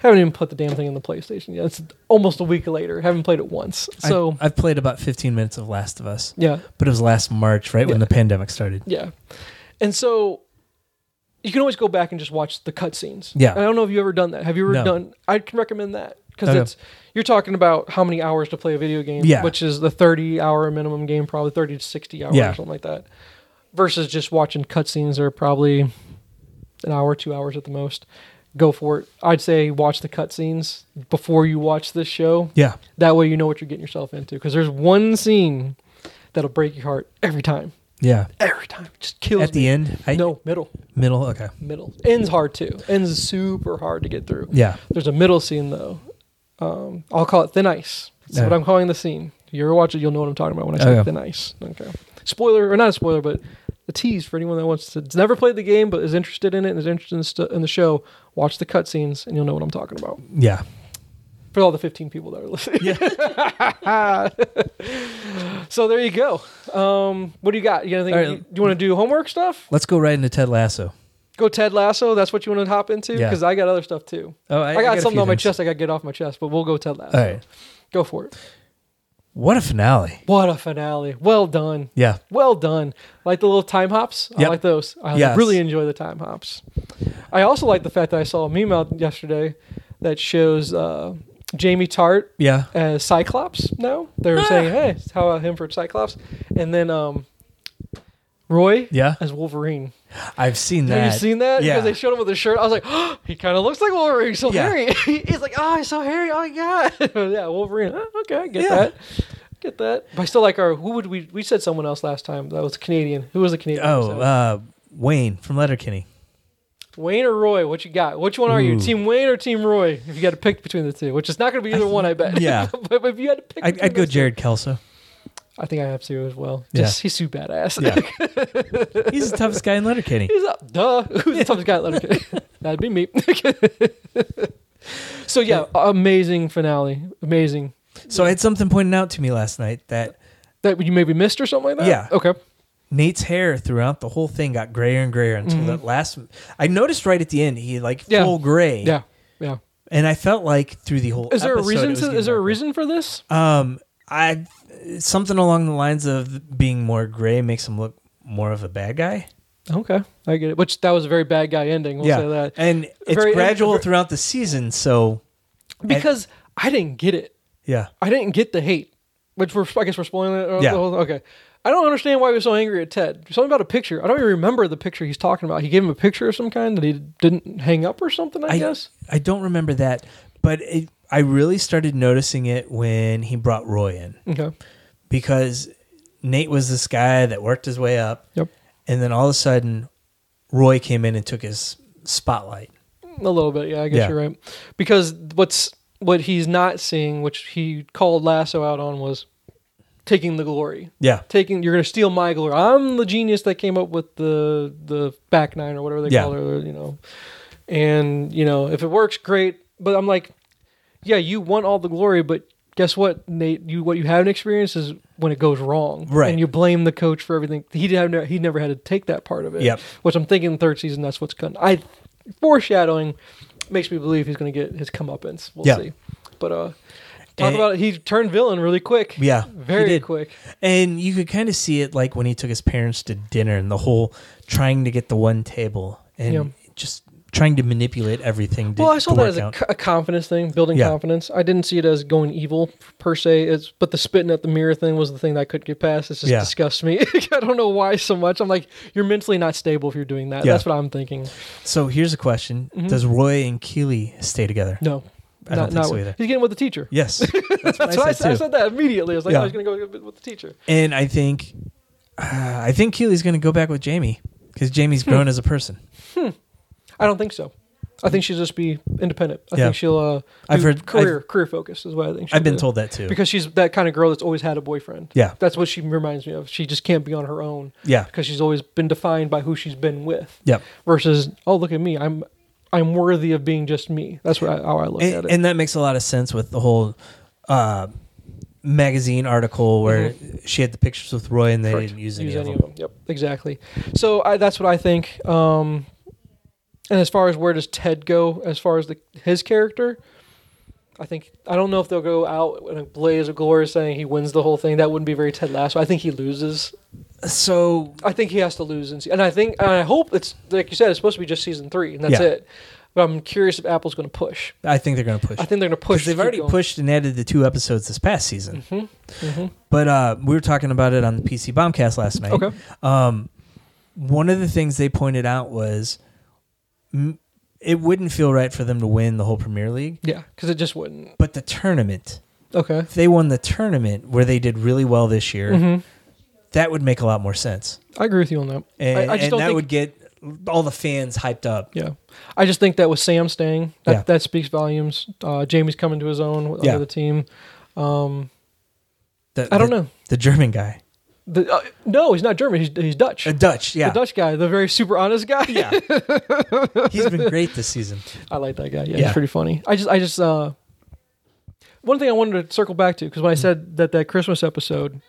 Speaker 1: Haven't even put the damn thing in the PlayStation yet. It's almost a week later. Haven't played it once.
Speaker 2: I-
Speaker 1: So
Speaker 2: I've played about 15 minutes of Last of Us,
Speaker 1: yeah,
Speaker 2: but it was last March, right when
Speaker 1: Yeah.
Speaker 2: the pandemic started.
Speaker 1: Yeah. And so you can always go back and just watch the cutscenes.
Speaker 2: Yeah.
Speaker 1: And I don't know if you've ever done that. Have you ever
Speaker 2: No.
Speaker 1: done I can recommend that. Because
Speaker 2: Okay.
Speaker 1: it's you're talking about how many hours to play a video game,
Speaker 2: Yeah.
Speaker 1: which is the thirty hour minimum game, probably thirty to sixty hours
Speaker 2: Yeah.
Speaker 1: or something like that. Versus just watching cutscenes are probably an hour, two hours at the most. Go for it. I'd say watch the cutscenes before you watch this show.
Speaker 2: Yeah.
Speaker 1: That way you know what you're getting yourself into. Because there's one scene that'll break your heart every time
Speaker 2: Yeah.
Speaker 1: every time. It just kills
Speaker 2: At the
Speaker 1: me.
Speaker 2: end, I
Speaker 1: no middle,
Speaker 2: middle. Okay.
Speaker 1: middle. Ends hard too. Ends super hard to get through.
Speaker 2: Yeah.
Speaker 1: There's a middle scene though. Um, I'll call it thin ice. That's
Speaker 2: Yeah.
Speaker 1: what I'm calling the scene. If you ever watch it, you'll know what I'm talking about when I say
Speaker 2: Okay.
Speaker 1: thin ice. Okay. Spoiler or not a spoiler, but a tease for anyone that wants to has never played the game but is interested in it and is interested in, st- in the show. Watch the cutscenes and you'll know what I'm talking about.
Speaker 2: Yeah.
Speaker 1: For all the 15 people that are listening. so there you go. Um, what do you got? You got anything?
Speaker 2: All right.
Speaker 1: you- you want to do homework stuff?
Speaker 2: Let's go right into Ted Lasso.
Speaker 1: go Ted Lasso. That's what you want to hop into
Speaker 2: Yeah.
Speaker 1: because I got other stuff too.
Speaker 2: Oh,
Speaker 1: I, got,
Speaker 2: a
Speaker 1: something
Speaker 2: few
Speaker 1: on my
Speaker 2: things.
Speaker 1: chest. I got to get off my chest, but we'll go Ted Lasso.
Speaker 2: All right.
Speaker 1: Go for it.
Speaker 2: What a finale.
Speaker 1: What a finale! Well done.
Speaker 2: Yeah.
Speaker 1: Well done. Like the little time hops. I
Speaker 2: Yep.
Speaker 1: like those. I
Speaker 2: Yes.
Speaker 1: really enjoy the time hops. I also like the fact that I saw a meme out yesterday that shows uh, Jamie Tart
Speaker 2: Yeah.
Speaker 1: as Cyclops. No, they
Speaker 2: Ah.
Speaker 1: were saying, "Hey, how about him for Cyclops?" And then um, Roy
Speaker 2: Yeah.
Speaker 1: as Wolverine.
Speaker 2: I've seen that.
Speaker 1: Have you seen that?
Speaker 2: Yeah.
Speaker 1: Because they showed him with a shirt. I was like, oh, he kind of looks like Wolverine. So
Speaker 2: Yeah.
Speaker 1: hairy. He's like, oh, he's so hairy. Oh, my God. yeah, Wolverine. Huh, okay, I get
Speaker 2: Yeah.
Speaker 1: that. Get that. But I still like our, who would we, we said someone else last time that was Canadian. Who was a Canadian?
Speaker 2: Oh,
Speaker 1: episode?
Speaker 2: uh, Wayne from Letterkenny.
Speaker 1: Wayne or Roy? What you got? Which one are you?
Speaker 2: Ooh.
Speaker 1: Team Wayne or Team Roy? If you got to pick between the two, which is not going to be either one, I bet.
Speaker 2: yeah.
Speaker 1: but if you had to pick,
Speaker 2: I'd,
Speaker 1: between
Speaker 2: I'd go
Speaker 1: those two-
Speaker 2: Jared Kelso.
Speaker 1: I think I have to as well.
Speaker 2: Yeah.
Speaker 1: Just, he's too badass.
Speaker 2: Yeah. He's the toughest guy in Letterkenny.
Speaker 1: He's up. Duh. Who's the toughest guy? Let him get- That'd be me. so yeah, amazing finale. Amazing.
Speaker 2: So I had something pointed out to me last night that
Speaker 1: That you maybe missed or something like that.
Speaker 2: Yeah.
Speaker 1: Okay.
Speaker 2: Nate's hair throughout the whole thing got grayer and grayer until that last. I noticed right at the end he like
Speaker 1: Mm-hmm. Yeah.
Speaker 2: full gray.
Speaker 1: Yeah. Yeah.
Speaker 2: And I felt like through the whole.
Speaker 1: Is there a
Speaker 2: episode, it
Speaker 1: reason
Speaker 2: was
Speaker 1: to?
Speaker 2: getting
Speaker 1: Is there a
Speaker 2: darker.
Speaker 1: reason for this?
Speaker 2: Um, I something along the lines of being more gray makes him look more of a bad guy.
Speaker 1: Okay, I get it. Which that was a very bad guy ending. We'll say that
Speaker 2: and it's
Speaker 1: Very-
Speaker 2: gradual
Speaker 1: and-
Speaker 2: throughout the season. So
Speaker 1: because I didn't get it.
Speaker 2: yeah,
Speaker 1: I didn't get the hate, which we're I guess we're spoiling it. uh,
Speaker 2: Yeah.
Speaker 1: the whole- Okay. I don't understand why he was so angry at Ted. Something about a picture. I don't even remember the picture he's talking about. He gave him a picture of some kind that he didn't hang up or something. I,
Speaker 2: I-
Speaker 1: guess.
Speaker 2: I don't remember that, but it, I really started noticing it when he brought Roy in
Speaker 1: Okay.
Speaker 2: because Nate was this guy that worked his way up,
Speaker 1: Yep.
Speaker 2: and then all of a sudden, Roy came in and took his spotlight.
Speaker 1: A little bit, yeah. I guess
Speaker 2: Yeah.
Speaker 1: you're right. Because what's what he's not seeing, which he called Lasso out on, was taking the glory.
Speaker 2: Yeah,
Speaker 1: Taking you're gonna steal my glory. I'm the genius that came up with the the back nine or whatever they
Speaker 2: Yeah.
Speaker 1: call it, you know. And you know, if it works, great. But I'm like, yeah, you want all the glory, but guess what, Nate? You what you haven't experienced is when it goes wrong,
Speaker 2: Right.
Speaker 1: And you blame the coach for everything. He never he never had to take that part of it.
Speaker 2: Yep.
Speaker 1: Which I'm thinking third season that's what's going. I foreshadowing makes me believe he's going to get his comeuppance. We'll
Speaker 2: Yeah.
Speaker 1: see. But uh, talk
Speaker 2: And-
Speaker 1: about it, he turned villain really quick.
Speaker 2: Yeah, he
Speaker 1: very
Speaker 2: did.
Speaker 1: quick.
Speaker 2: And you could kind of see it like when he took his parents to dinner and the whole trying to get the one table and
Speaker 1: Yeah.
Speaker 2: just trying to manipulate everything. To,
Speaker 1: Well, I saw
Speaker 2: to
Speaker 1: that
Speaker 2: work
Speaker 1: as a,
Speaker 2: out.
Speaker 1: co- a confidence thing, building
Speaker 2: Yeah.
Speaker 1: confidence. I didn't see it as going evil per se. It's but the spitting at the mirror thing was the thing that I couldn't get past. It just
Speaker 2: Yeah.
Speaker 1: disgusts me. I don't know why so much. I'm like, you're mentally not stable if you're doing that.
Speaker 2: Yeah.
Speaker 1: That's what I'm thinking.
Speaker 2: So here's a question:
Speaker 1: Mhm.
Speaker 2: Does Roy and Keeley stay together?
Speaker 1: No,
Speaker 2: I don't think so
Speaker 1: with-
Speaker 2: either.
Speaker 1: He's getting with the teacher.
Speaker 2: Yes, that's what
Speaker 1: That's what
Speaker 2: I said too.
Speaker 1: that immediately. I was like,
Speaker 2: Yeah.
Speaker 1: I was gonna go with with the teacher.
Speaker 2: And I think, uh, I think Keeley's going to go back with Jamie because Jamie's
Speaker 1: Hmm.
Speaker 2: grown as a person.
Speaker 1: I don't think so. I think she'll just be independent. I
Speaker 2: Yeah.
Speaker 1: think she'll. Uh,
Speaker 2: I've
Speaker 1: do
Speaker 2: heard-
Speaker 1: career career focused is what I think. she'll
Speaker 2: I've been
Speaker 1: do.
Speaker 2: told that too.
Speaker 1: because she's that kind of girl that's always had a boyfriend.
Speaker 2: Yeah.
Speaker 1: that's what she reminds me of. She just can't be on her own.
Speaker 2: yeah,
Speaker 1: because she's always been defined by who she's been with
Speaker 2: yep.
Speaker 1: versus oh look at me i'm i'm worthy of being just me that's what I, how i look at
Speaker 2: and,
Speaker 1: it
Speaker 2: and that makes a lot of sense with the whole uh, magazine article where she had the pictures with Roy and they
Speaker 1: Mm-hmm. Correct.
Speaker 2: didn't use any,
Speaker 1: use
Speaker 2: of,
Speaker 1: any
Speaker 2: them.
Speaker 1: of them yep exactly so I, that's what i think um and as far as where does ted go as far as the his character I think I don't know if they'll go out in a blaze of glory saying he wins the whole thing. That wouldn't be very Ted Lasso. I think he loses.
Speaker 2: So
Speaker 1: I think he has to lose, and, and I think and I hope it's like you said. It's supposed to be just season three, and that's
Speaker 2: Yeah.
Speaker 1: it. But I'm curious if Apple's going to push.
Speaker 2: I think they're going to push.
Speaker 1: I think they're going to push.
Speaker 2: Because
Speaker 1: to
Speaker 2: they've
Speaker 1: keep
Speaker 2: already
Speaker 1: going. Mm-hmm.
Speaker 2: pushed and added the two episodes this past season. But uh, we were talking about it on the PC Bombcast last night.
Speaker 1: Okay.
Speaker 2: Um, one of the things they pointed out was m- it wouldn't feel right for them to win the whole Premier League,
Speaker 1: Yeah, because it just wouldn't.
Speaker 2: but the tournament.
Speaker 1: Okay.
Speaker 2: If they won the tournament where they did really well this year,
Speaker 1: Mhm.
Speaker 2: that would make a lot more sense.
Speaker 1: I agree with you on that.
Speaker 2: And,
Speaker 1: I, I just
Speaker 2: and
Speaker 1: don't
Speaker 2: that
Speaker 1: think.
Speaker 2: would get all the fans hyped up.
Speaker 1: yeah, I just think that with Sam staying, that,
Speaker 2: Yeah.
Speaker 1: that speaks volumes. Uh, Jamie's coming to his own with
Speaker 2: Yeah.
Speaker 1: under the team. Um,
Speaker 2: The-
Speaker 1: I don't
Speaker 2: the-
Speaker 1: know.
Speaker 2: The German guy.
Speaker 1: The, uh, no, he's not German. He's, he's Dutch.
Speaker 2: Uh, Dutch, yeah.
Speaker 1: The Dutch guy, the very super honest guy.
Speaker 2: Yeah. He's been great this season.
Speaker 1: I like that guy. Yeah,
Speaker 2: Yeah.
Speaker 1: he's pretty funny. I just, I just. Uh, one thing I wanted to circle back to because
Speaker 2: Mm-hmm.
Speaker 1: when I said that that Christmas episode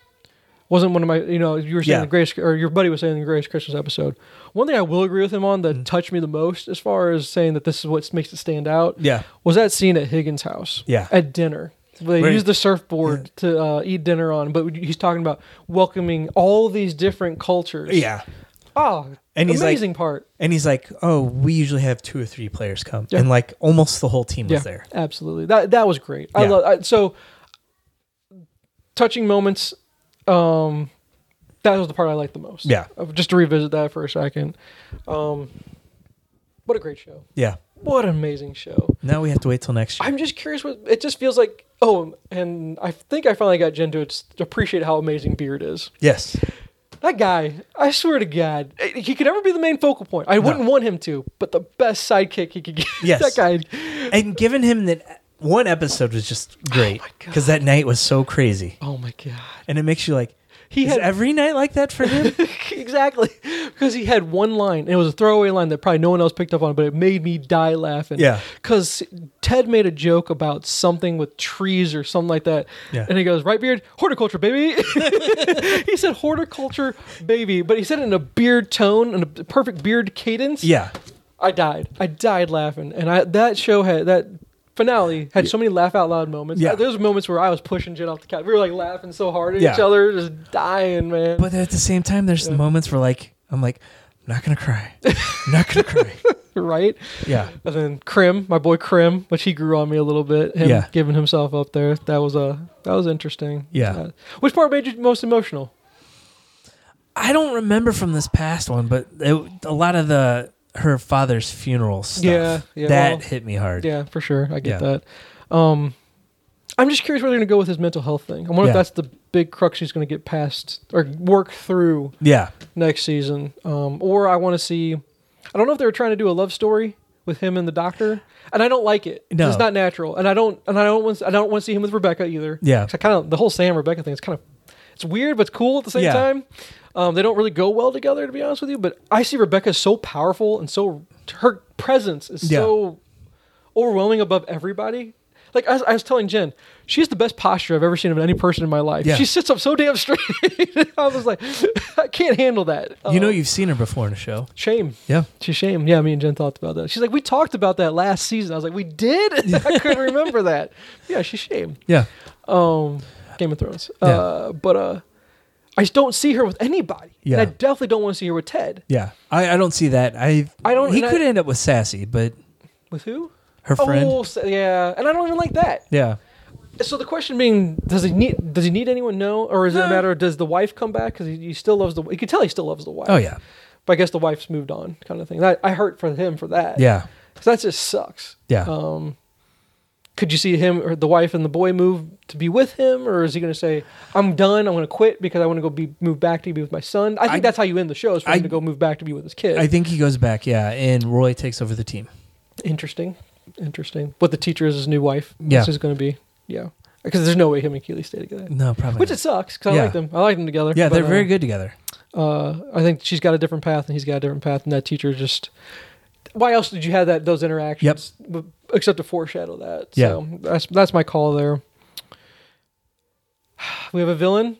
Speaker 1: wasn't one of my, you know, you were saying
Speaker 2: Yeah.
Speaker 1: the greatest, or your buddy was saying the greatest Christmas episode. One thing I will agree with him on that
Speaker 2: Mm-hmm.
Speaker 1: touched me the most, as far as saying that this is what makes it stand out,
Speaker 2: Yeah.
Speaker 1: was that scene at Higgins' house.
Speaker 2: Yeah.
Speaker 1: At dinner. They
Speaker 2: Right.
Speaker 1: used the surfboard to uh, eat dinner on, but he's talking about welcoming all these different cultures.
Speaker 2: Yeah.
Speaker 1: Oh,
Speaker 2: And he's like-
Speaker 1: amazing part.
Speaker 2: And he's like, "Oh, we usually have two or three players come,
Speaker 1: Yeah.
Speaker 2: and like almost the whole team was there."
Speaker 1: Absolutely. That that was great. I
Speaker 2: Yeah.
Speaker 1: love I, so touching moments um that was the part I liked the most.
Speaker 2: Yeah.
Speaker 1: Uh, Just to revisit that for a second. Um what a great show.
Speaker 2: Yeah.
Speaker 1: What an amazing show.
Speaker 2: Now we have to wait till next year.
Speaker 1: I'm just curious what it just feels like oh and I think I finally got Jen to s- appreciate how amazing Beard is.
Speaker 2: yes.
Speaker 1: That guy, I swear to God, eh, he could never be the main focal point. I wouldn't want him to, but the best sidekick he could get.
Speaker 2: Yes.
Speaker 1: that guy.
Speaker 2: And given him that one episode was just great
Speaker 1: Oh God.
Speaker 2: because that night was so crazy,
Speaker 1: Oh my God.
Speaker 2: and it makes you like,
Speaker 1: He
Speaker 2: is
Speaker 1: had
Speaker 2: every night like that for him?
Speaker 1: exactly because he had one line and it was a throwaway line that probably no one else picked up on but it made me die laughing
Speaker 2: Yeah.
Speaker 1: because ted made a joke about something with trees or something like that
Speaker 2: Yeah.
Speaker 1: and he goes right beard horticulture baby he said horticulture baby but he said it in a beard tone and a perfect beard cadence
Speaker 2: yeah.
Speaker 1: i died i died laughing and i that show had that finale had so many laugh out loud moments
Speaker 2: Yeah.
Speaker 1: there's moments where i was pushing jen off the couch we were like laughing so hard at each
Speaker 2: Yeah.
Speaker 1: other just dying man
Speaker 2: But at the same time, there's the moments where like I'm like, I'm not gonna cry, I'm not gonna cry.
Speaker 1: right
Speaker 2: Yeah.
Speaker 1: And then Krim, my boy Krim, which he grew on me a little bit. Him
Speaker 2: Yeah.
Speaker 1: giving himself up there. That was uh, that was interesting.
Speaker 2: Yeah.
Speaker 1: Uh, which part made you most emotional?
Speaker 2: I don't remember from this past one, but it, a lot of the her father's funeral stuff
Speaker 1: Yeah, yeah,
Speaker 2: that
Speaker 1: well,
Speaker 2: hit me hard.
Speaker 1: Yeah, for sure. I get
Speaker 2: Yeah.
Speaker 1: that. Um, I'm just curious where they're gonna go with his mental health thing. I wonder
Speaker 2: Yeah.
Speaker 1: if that's the big crux he's gonna get past or work through
Speaker 2: yeah.
Speaker 1: next season. Um, or I want to see. I don't know if they were trying to do a love story with him and the doctor, and I don't like it.
Speaker 2: No.
Speaker 1: It's not natural, and I don't, and I don't want, I don't want to see him with Rebecca either.
Speaker 2: Yeah.
Speaker 1: 'Cause I kind of the whole Sam Rebecca thing. It's kind of, it's weird, but it's cool at the same
Speaker 2: Yeah.
Speaker 1: time. Um, they don't really go well together, to be honest with you. But I see Rebecca so powerful and so her presence is
Speaker 2: Yeah.
Speaker 1: so overwhelming above everybody. Like I, was- I was telling Jen, she has the best posture I've ever seen of any person in my life.
Speaker 2: Yeah.
Speaker 1: She sits up so damn straight. I was like, I can't handle that.
Speaker 2: you know,
Speaker 1: Um,
Speaker 2: you've seen her before in a show.
Speaker 1: shame.
Speaker 2: Yeah.
Speaker 1: She's shame. Yeah, me and Jen talked about that. She's like, we talked about that last season. I was like, we did. I couldn't remember that. Yeah, she's shame.
Speaker 2: Yeah.
Speaker 1: Um, Game of Thrones. Uh, but uh, I just don't see her with anybody.
Speaker 2: Yeah.
Speaker 1: And I definitely don't want to see her with Ted.
Speaker 2: Yeah. I, I don't see that. I
Speaker 1: I don't-
Speaker 2: He
Speaker 1: and I-
Speaker 2: could end up with Sassy, but
Speaker 1: With who?
Speaker 2: her friend.
Speaker 1: Oh, so- yeah. And I don't even like that.
Speaker 2: Yeah.
Speaker 1: So the question being, does he need? Does he need anyone? No, or is it a
Speaker 2: No.
Speaker 1: matter? of Does the wife come back? Because he, he still loves the. You can tell he still loves the wife.
Speaker 2: Oh yeah.
Speaker 1: But I guess the wife's moved on, kind of thing. And I, I hurt for him for that.
Speaker 2: Yeah.
Speaker 1: 'Cause that just sucks.
Speaker 2: Yeah.
Speaker 1: Um, could you see him or the wife and the boy move to be with him, or is he going to say, "I'm done. I'm going to quit because I want to go be move back to be with my son"? I think
Speaker 2: I-
Speaker 1: that's how you end the show is for
Speaker 2: I-
Speaker 1: him to go move back to be with his kid.
Speaker 2: I think he goes back. Yeah, and Roy takes over the team.
Speaker 1: Interesting. Interesting. What the teacher is his new wife.
Speaker 2: Yeah.
Speaker 1: This is going to be. Yeah. Because there's no way him and Keely stay together.
Speaker 2: No, probably.
Speaker 1: Which
Speaker 2: not.
Speaker 1: it sucks because I
Speaker 2: Yeah.
Speaker 1: like them. I like them together.
Speaker 2: yeah,
Speaker 1: but,
Speaker 2: they're
Speaker 1: uh,
Speaker 2: very good together.
Speaker 1: Uh, I think she's got a different path and he's got a different path, and that teacher just. Why else did you have that those interactions? Yep. Except to foreshadow that. So that's that's my call there. We have a villain.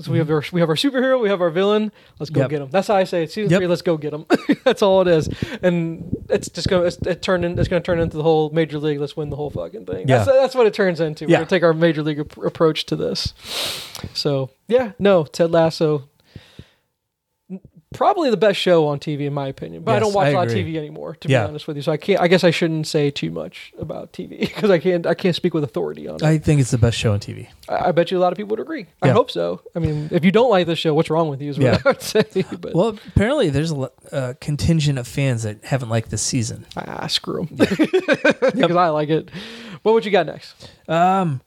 Speaker 1: So we have our we have our superhero. We have our villain. Let's go
Speaker 2: Mm-hmm. Yep.
Speaker 1: get him. That's how I say it. Season
Speaker 2: Yep.
Speaker 1: three. Let's go get him. that's all it is. And it's just gonna it's, it turned in, it's gonna turn into the whole major league. Let's win the whole fucking thing.
Speaker 2: Yeah.
Speaker 1: That's, that's what it turns into. We're
Speaker 2: Yeah.
Speaker 1: gonna take our major league ap- approach to this. So yeah, no, Ted Lasso. Probably the best show on TV in my opinion, but I
Speaker 2: Yes,
Speaker 1: don't watch
Speaker 2: I
Speaker 1: a lot of
Speaker 2: agree.
Speaker 1: TV anymore, to
Speaker 2: Yeah.
Speaker 1: be honest with you. So I can't. I guess I shouldn't say too much about TV because I can't. I can't speak with authority on it.
Speaker 2: I think it's the best show on TV.
Speaker 1: I, I bet you a lot of people would agree. I
Speaker 2: Yeah.
Speaker 1: hope so. I mean, if you don't like this show, what's wrong with you? Is what
Speaker 2: Yeah.
Speaker 1: I would say. But
Speaker 2: Well, apparently there's a lo- a contingent of fans that haven't liked this season.
Speaker 1: ah, screw them because I like it. But what you got next?
Speaker 2: Um,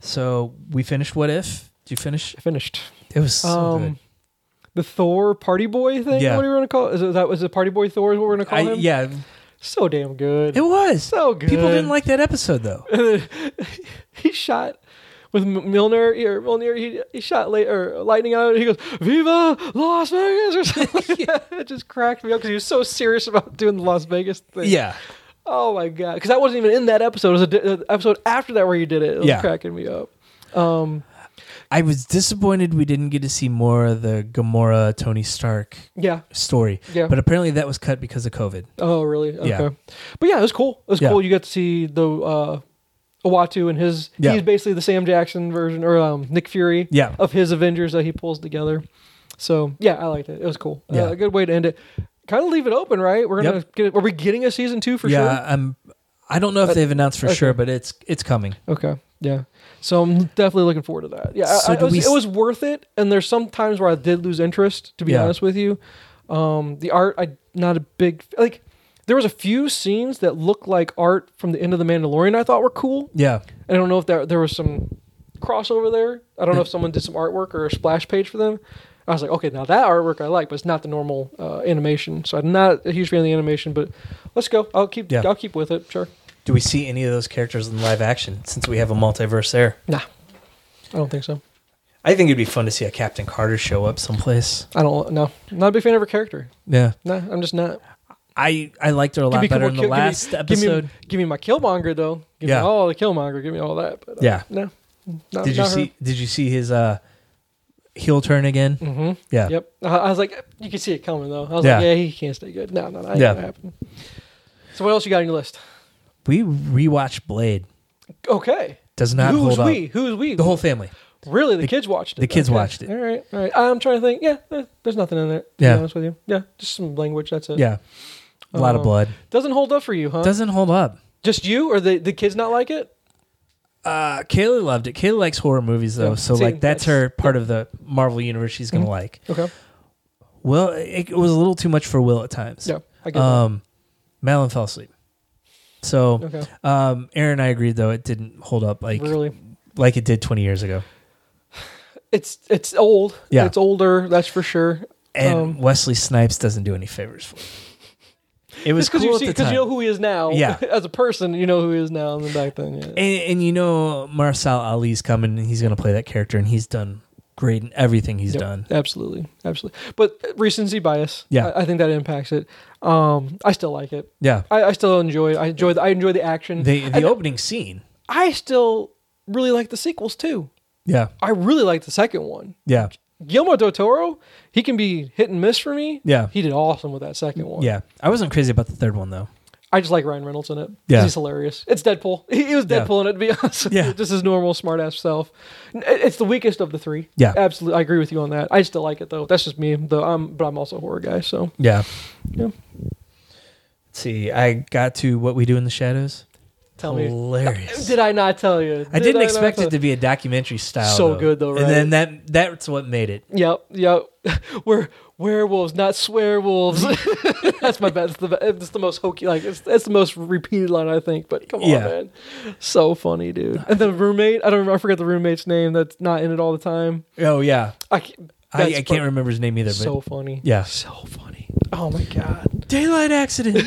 Speaker 2: so we finished. What if? Did you finish?
Speaker 1: I finished.
Speaker 2: It was so
Speaker 1: Um,
Speaker 2: good.
Speaker 1: The Thor Party Boy thing.
Speaker 2: Yeah.
Speaker 1: What are you gonna call? It? Is it- that was the Party Boy Thor? Is what we're gonna call
Speaker 2: I,
Speaker 1: him?
Speaker 2: yeah,
Speaker 1: So damn good.
Speaker 2: it was.
Speaker 1: so good.
Speaker 2: People didn't like that episode though.
Speaker 1: he shot with M- Milner or Milner. He, he shot late, or lightning out. And he goes, "Viva Las Vegas!" or something. yeah, it just cracked me up because he was so serious about doing the Las Vegas thing.
Speaker 2: yeah,
Speaker 1: Oh my god, because that wasn't even in that episode. It was a di- uh, episode after that where you did it. It was
Speaker 2: Yeah.
Speaker 1: cracking me up. Um,
Speaker 2: I was disappointed we didn't get to see more of the Gamora Tony Stark
Speaker 1: yeah.
Speaker 2: story.
Speaker 1: Yeah.
Speaker 2: But apparently that was cut because of COVID.
Speaker 1: Oh really? Okay.
Speaker 2: Yeah.
Speaker 1: But yeah, it was cool. It was
Speaker 2: Yeah.
Speaker 1: cool. You got to see the uh, Owatu and his.
Speaker 2: Yeah.
Speaker 1: He's basically the Sam Jackson version or um, Nick Fury.
Speaker 2: Yeah.
Speaker 1: of his Avengers that he pulls together. So yeah, I liked it. It was cool.
Speaker 2: Yeah.
Speaker 1: Uh, a good way to end it. Kind of leave it open, right? We're gonna
Speaker 2: Yep.
Speaker 1: get. It, are we getting a season two for
Speaker 2: yeah, I'm. I don't know if
Speaker 1: Uh,
Speaker 2: they've announced for
Speaker 1: okay.
Speaker 2: sure, but it's it's coming.
Speaker 1: sure? Okay. Yeah. So I'm definitely looking forward to that. Yeah. I-
Speaker 2: So
Speaker 1: I- it,
Speaker 2: do
Speaker 1: was,
Speaker 2: we s-
Speaker 1: it was worth it, and there's some times where I did lose interest. To be
Speaker 2: Yeah.
Speaker 1: honest with you, um, the art I not a big like. There was a few scenes that looked like art from the end of the Mandalorian. I thought were cool.
Speaker 2: Yeah,
Speaker 1: I don't know if there there was some crossover there. I don't know if someone did some artwork or a splash page for them. I was like, okay, now that artwork I like, but it's not the normal uh, animation. So I'm not a huge fan of the animation, but let's go. I'll keep.
Speaker 2: Yeah.
Speaker 1: I'll keep with it. Sure.
Speaker 2: Do we see any of those characters in live action since we have a multiverse there?
Speaker 1: Nah, I don't think so.
Speaker 2: I think it'd be fun to see a Captain Carter show up someplace.
Speaker 1: I don't. No, not a big fan of her character.
Speaker 2: Yeah.
Speaker 1: Nah, I'm just not.
Speaker 2: I, I liked her a lot better in
Speaker 1: Kill- give
Speaker 2: the
Speaker 1: me-
Speaker 2: last
Speaker 1: give me,
Speaker 2: episode.
Speaker 1: Give me my Killmonger though. Give
Speaker 2: Yeah.
Speaker 1: me all the Killmonger. Give me all that. But, uh,
Speaker 2: Yeah.
Speaker 1: No. Not,
Speaker 2: did you
Speaker 1: not her.
Speaker 2: see did you see his uh heel turn again?
Speaker 1: Mm-hmm.
Speaker 2: Yeah.
Speaker 1: Yep. I, I was like, you can see it coming though. I was
Speaker 2: Yeah.
Speaker 1: like, yeah, he can't stay good. No, no, that ain't
Speaker 2: Yeah.
Speaker 1: gonna happen. So what else you got on your list?
Speaker 2: We rewatched Blade.
Speaker 1: Okay.
Speaker 2: Does not
Speaker 1: Who's
Speaker 2: hold up.
Speaker 1: we? Who's we?
Speaker 2: The whole family.
Speaker 1: really the, kids watched it.
Speaker 2: the kids
Speaker 1: Okay.
Speaker 2: watched it.
Speaker 1: All right, all right. I'm trying to think. Yeah, there- there's nothing in there. To
Speaker 2: Yeah.
Speaker 1: Be honest with you. Yeah, just some language. That's it.
Speaker 2: Yeah. A lot of
Speaker 1: Um,
Speaker 2: blood.
Speaker 1: Doesn't hold up for you, huh?
Speaker 2: Doesn't hold up.
Speaker 1: just you or the the kids not like it?
Speaker 2: Uh, Kayla loved it. Kayla likes horror movies though,
Speaker 1: Yeah, Mm-hmm.
Speaker 2: so
Speaker 1: see,
Speaker 2: like that's
Speaker 1: that's-
Speaker 2: her part of the Marvel universe she's gonna like.
Speaker 1: Okay.
Speaker 2: Well, it, it was a little too much for Will at times.
Speaker 1: Yeah, I get
Speaker 2: Um, Malin fell asleep. So,
Speaker 1: that. Okay.
Speaker 2: um, Aaron and I agreed though it didn't hold up like
Speaker 1: really,
Speaker 2: like it did 20 years ago.
Speaker 1: it's it's old.
Speaker 2: Yeah.
Speaker 1: It's older. That's for sure.
Speaker 2: And
Speaker 1: Um,
Speaker 2: Wesley Snipes doesn't do any favors for it. It was
Speaker 1: Just because
Speaker 2: cool
Speaker 1: you
Speaker 2: at
Speaker 1: see,
Speaker 2: the
Speaker 1: because
Speaker 2: time.
Speaker 1: you know who he is now.
Speaker 2: Yeah.
Speaker 1: As a person, you know who he is now, and then back then, yeah.
Speaker 2: and, and you know Marcel Ali's coming and he's going to play that character and he's done great in everything he's
Speaker 1: Yep,
Speaker 2: done.
Speaker 1: Absolutely, absolutely. But recency bias.
Speaker 2: Yeah.
Speaker 1: I, I think that impacts it. Um, I still like it.
Speaker 2: Yeah.
Speaker 1: I, I still enjoy. it. I enjoy. The, I enjoy the action.
Speaker 2: The the
Speaker 1: I-
Speaker 2: opening scene
Speaker 1: I still really like the sequels too.
Speaker 2: Yeah.
Speaker 1: I really like the second one.
Speaker 2: Yeah.
Speaker 1: Guillermo del Toro, he can be hit and miss for me.
Speaker 2: Yeah.
Speaker 1: He did awesome with that second one.
Speaker 2: Yeah. I wasn't crazy about the third one though.
Speaker 1: I just like Ryan Reynolds in it. 'cause
Speaker 2: Yeah.
Speaker 1: He's hilarious. It's Deadpool. He, he was
Speaker 2: Yeah.
Speaker 1: Deadpool in it, to be honest. with you.
Speaker 2: Yeah.
Speaker 1: Just his normal smart ass self. N- it- It's the weakest of the three.
Speaker 2: Yeah.
Speaker 1: Absolutely. I agree with you on that. I still like it, though. That's just me, though. I'm, but I'm also a horror guy, so.
Speaker 2: Yeah.
Speaker 1: Yeah.
Speaker 2: Let's see, I got to what we do in the shadows.
Speaker 1: Tell me.
Speaker 2: Hilarious.
Speaker 1: Did I not tell you?
Speaker 2: I didn't
Speaker 1: Did not
Speaker 2: expect
Speaker 1: tell-
Speaker 2: it to be a documentary style.
Speaker 1: So good, though, right?
Speaker 2: And then that that's what made it.
Speaker 1: Yep, yep. We're werewolves, not swearwolves. That's my best. The, it's the most hokey. Like it's, it's the most repeated line I think. But come on,
Speaker 2: Yeah.
Speaker 1: man, so funny, dude. And the roommate. I don't. I forget the roommate's name. That's not in it all the time.
Speaker 2: Oh yeah.
Speaker 1: I, c-
Speaker 2: I, I
Speaker 1: that's
Speaker 2: can't remember his name either, but
Speaker 1: So funny.
Speaker 2: Yeah.
Speaker 1: So funny. Oh my god.
Speaker 2: daylight accident.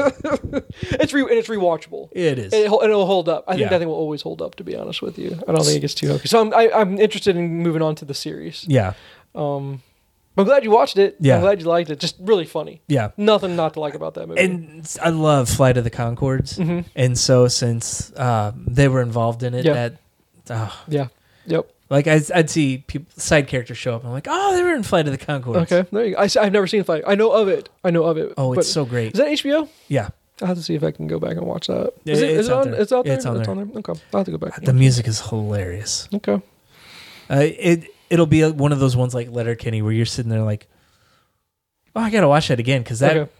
Speaker 1: It's re and it's rewatchable.
Speaker 2: it is.
Speaker 1: And It, hol- and it'll hold up. I think
Speaker 2: Yeah.
Speaker 1: that thing will always hold up. To be honest with you, I don't think it gets too hokey. So I'm I, I'm interested in moving on to the series.
Speaker 2: yeah.
Speaker 1: Um, I'm glad you watched it.
Speaker 2: Yeah.
Speaker 1: I'm glad you liked it. Just really funny.
Speaker 2: Yeah.
Speaker 1: Nothing not to like about that movie.
Speaker 2: And I love Flight of the Concords.
Speaker 1: Mhm.
Speaker 2: And so since uh, they were involved in it
Speaker 1: Yeah.
Speaker 2: that ah,
Speaker 1: yeah. Yep.
Speaker 2: like I, I'd see people, side characters show up and I'm like, "Oh, they were in Flight of the Concords."
Speaker 1: Okay. There you go. I, have never seen Flight. I know of it. I know of it.
Speaker 2: Oh,
Speaker 1: But-
Speaker 2: it's so great.
Speaker 1: Is that HBO?
Speaker 2: yeah.
Speaker 1: I'll have to see if I can go back and watch that.
Speaker 2: Yeah,
Speaker 1: Is it,
Speaker 2: it's
Speaker 1: is it
Speaker 2: out
Speaker 1: on?
Speaker 2: there.
Speaker 1: It's out
Speaker 2: Yeah,
Speaker 1: there.
Speaker 2: it's on there.
Speaker 1: Okay. I'll have to go back.
Speaker 2: The music is hilarious.
Speaker 1: okay.
Speaker 2: Uh, it it'll be uh, one of those ones like Letterkenny where you're sitting there like, "Oh, I got to watch that again cuz that
Speaker 1: okay.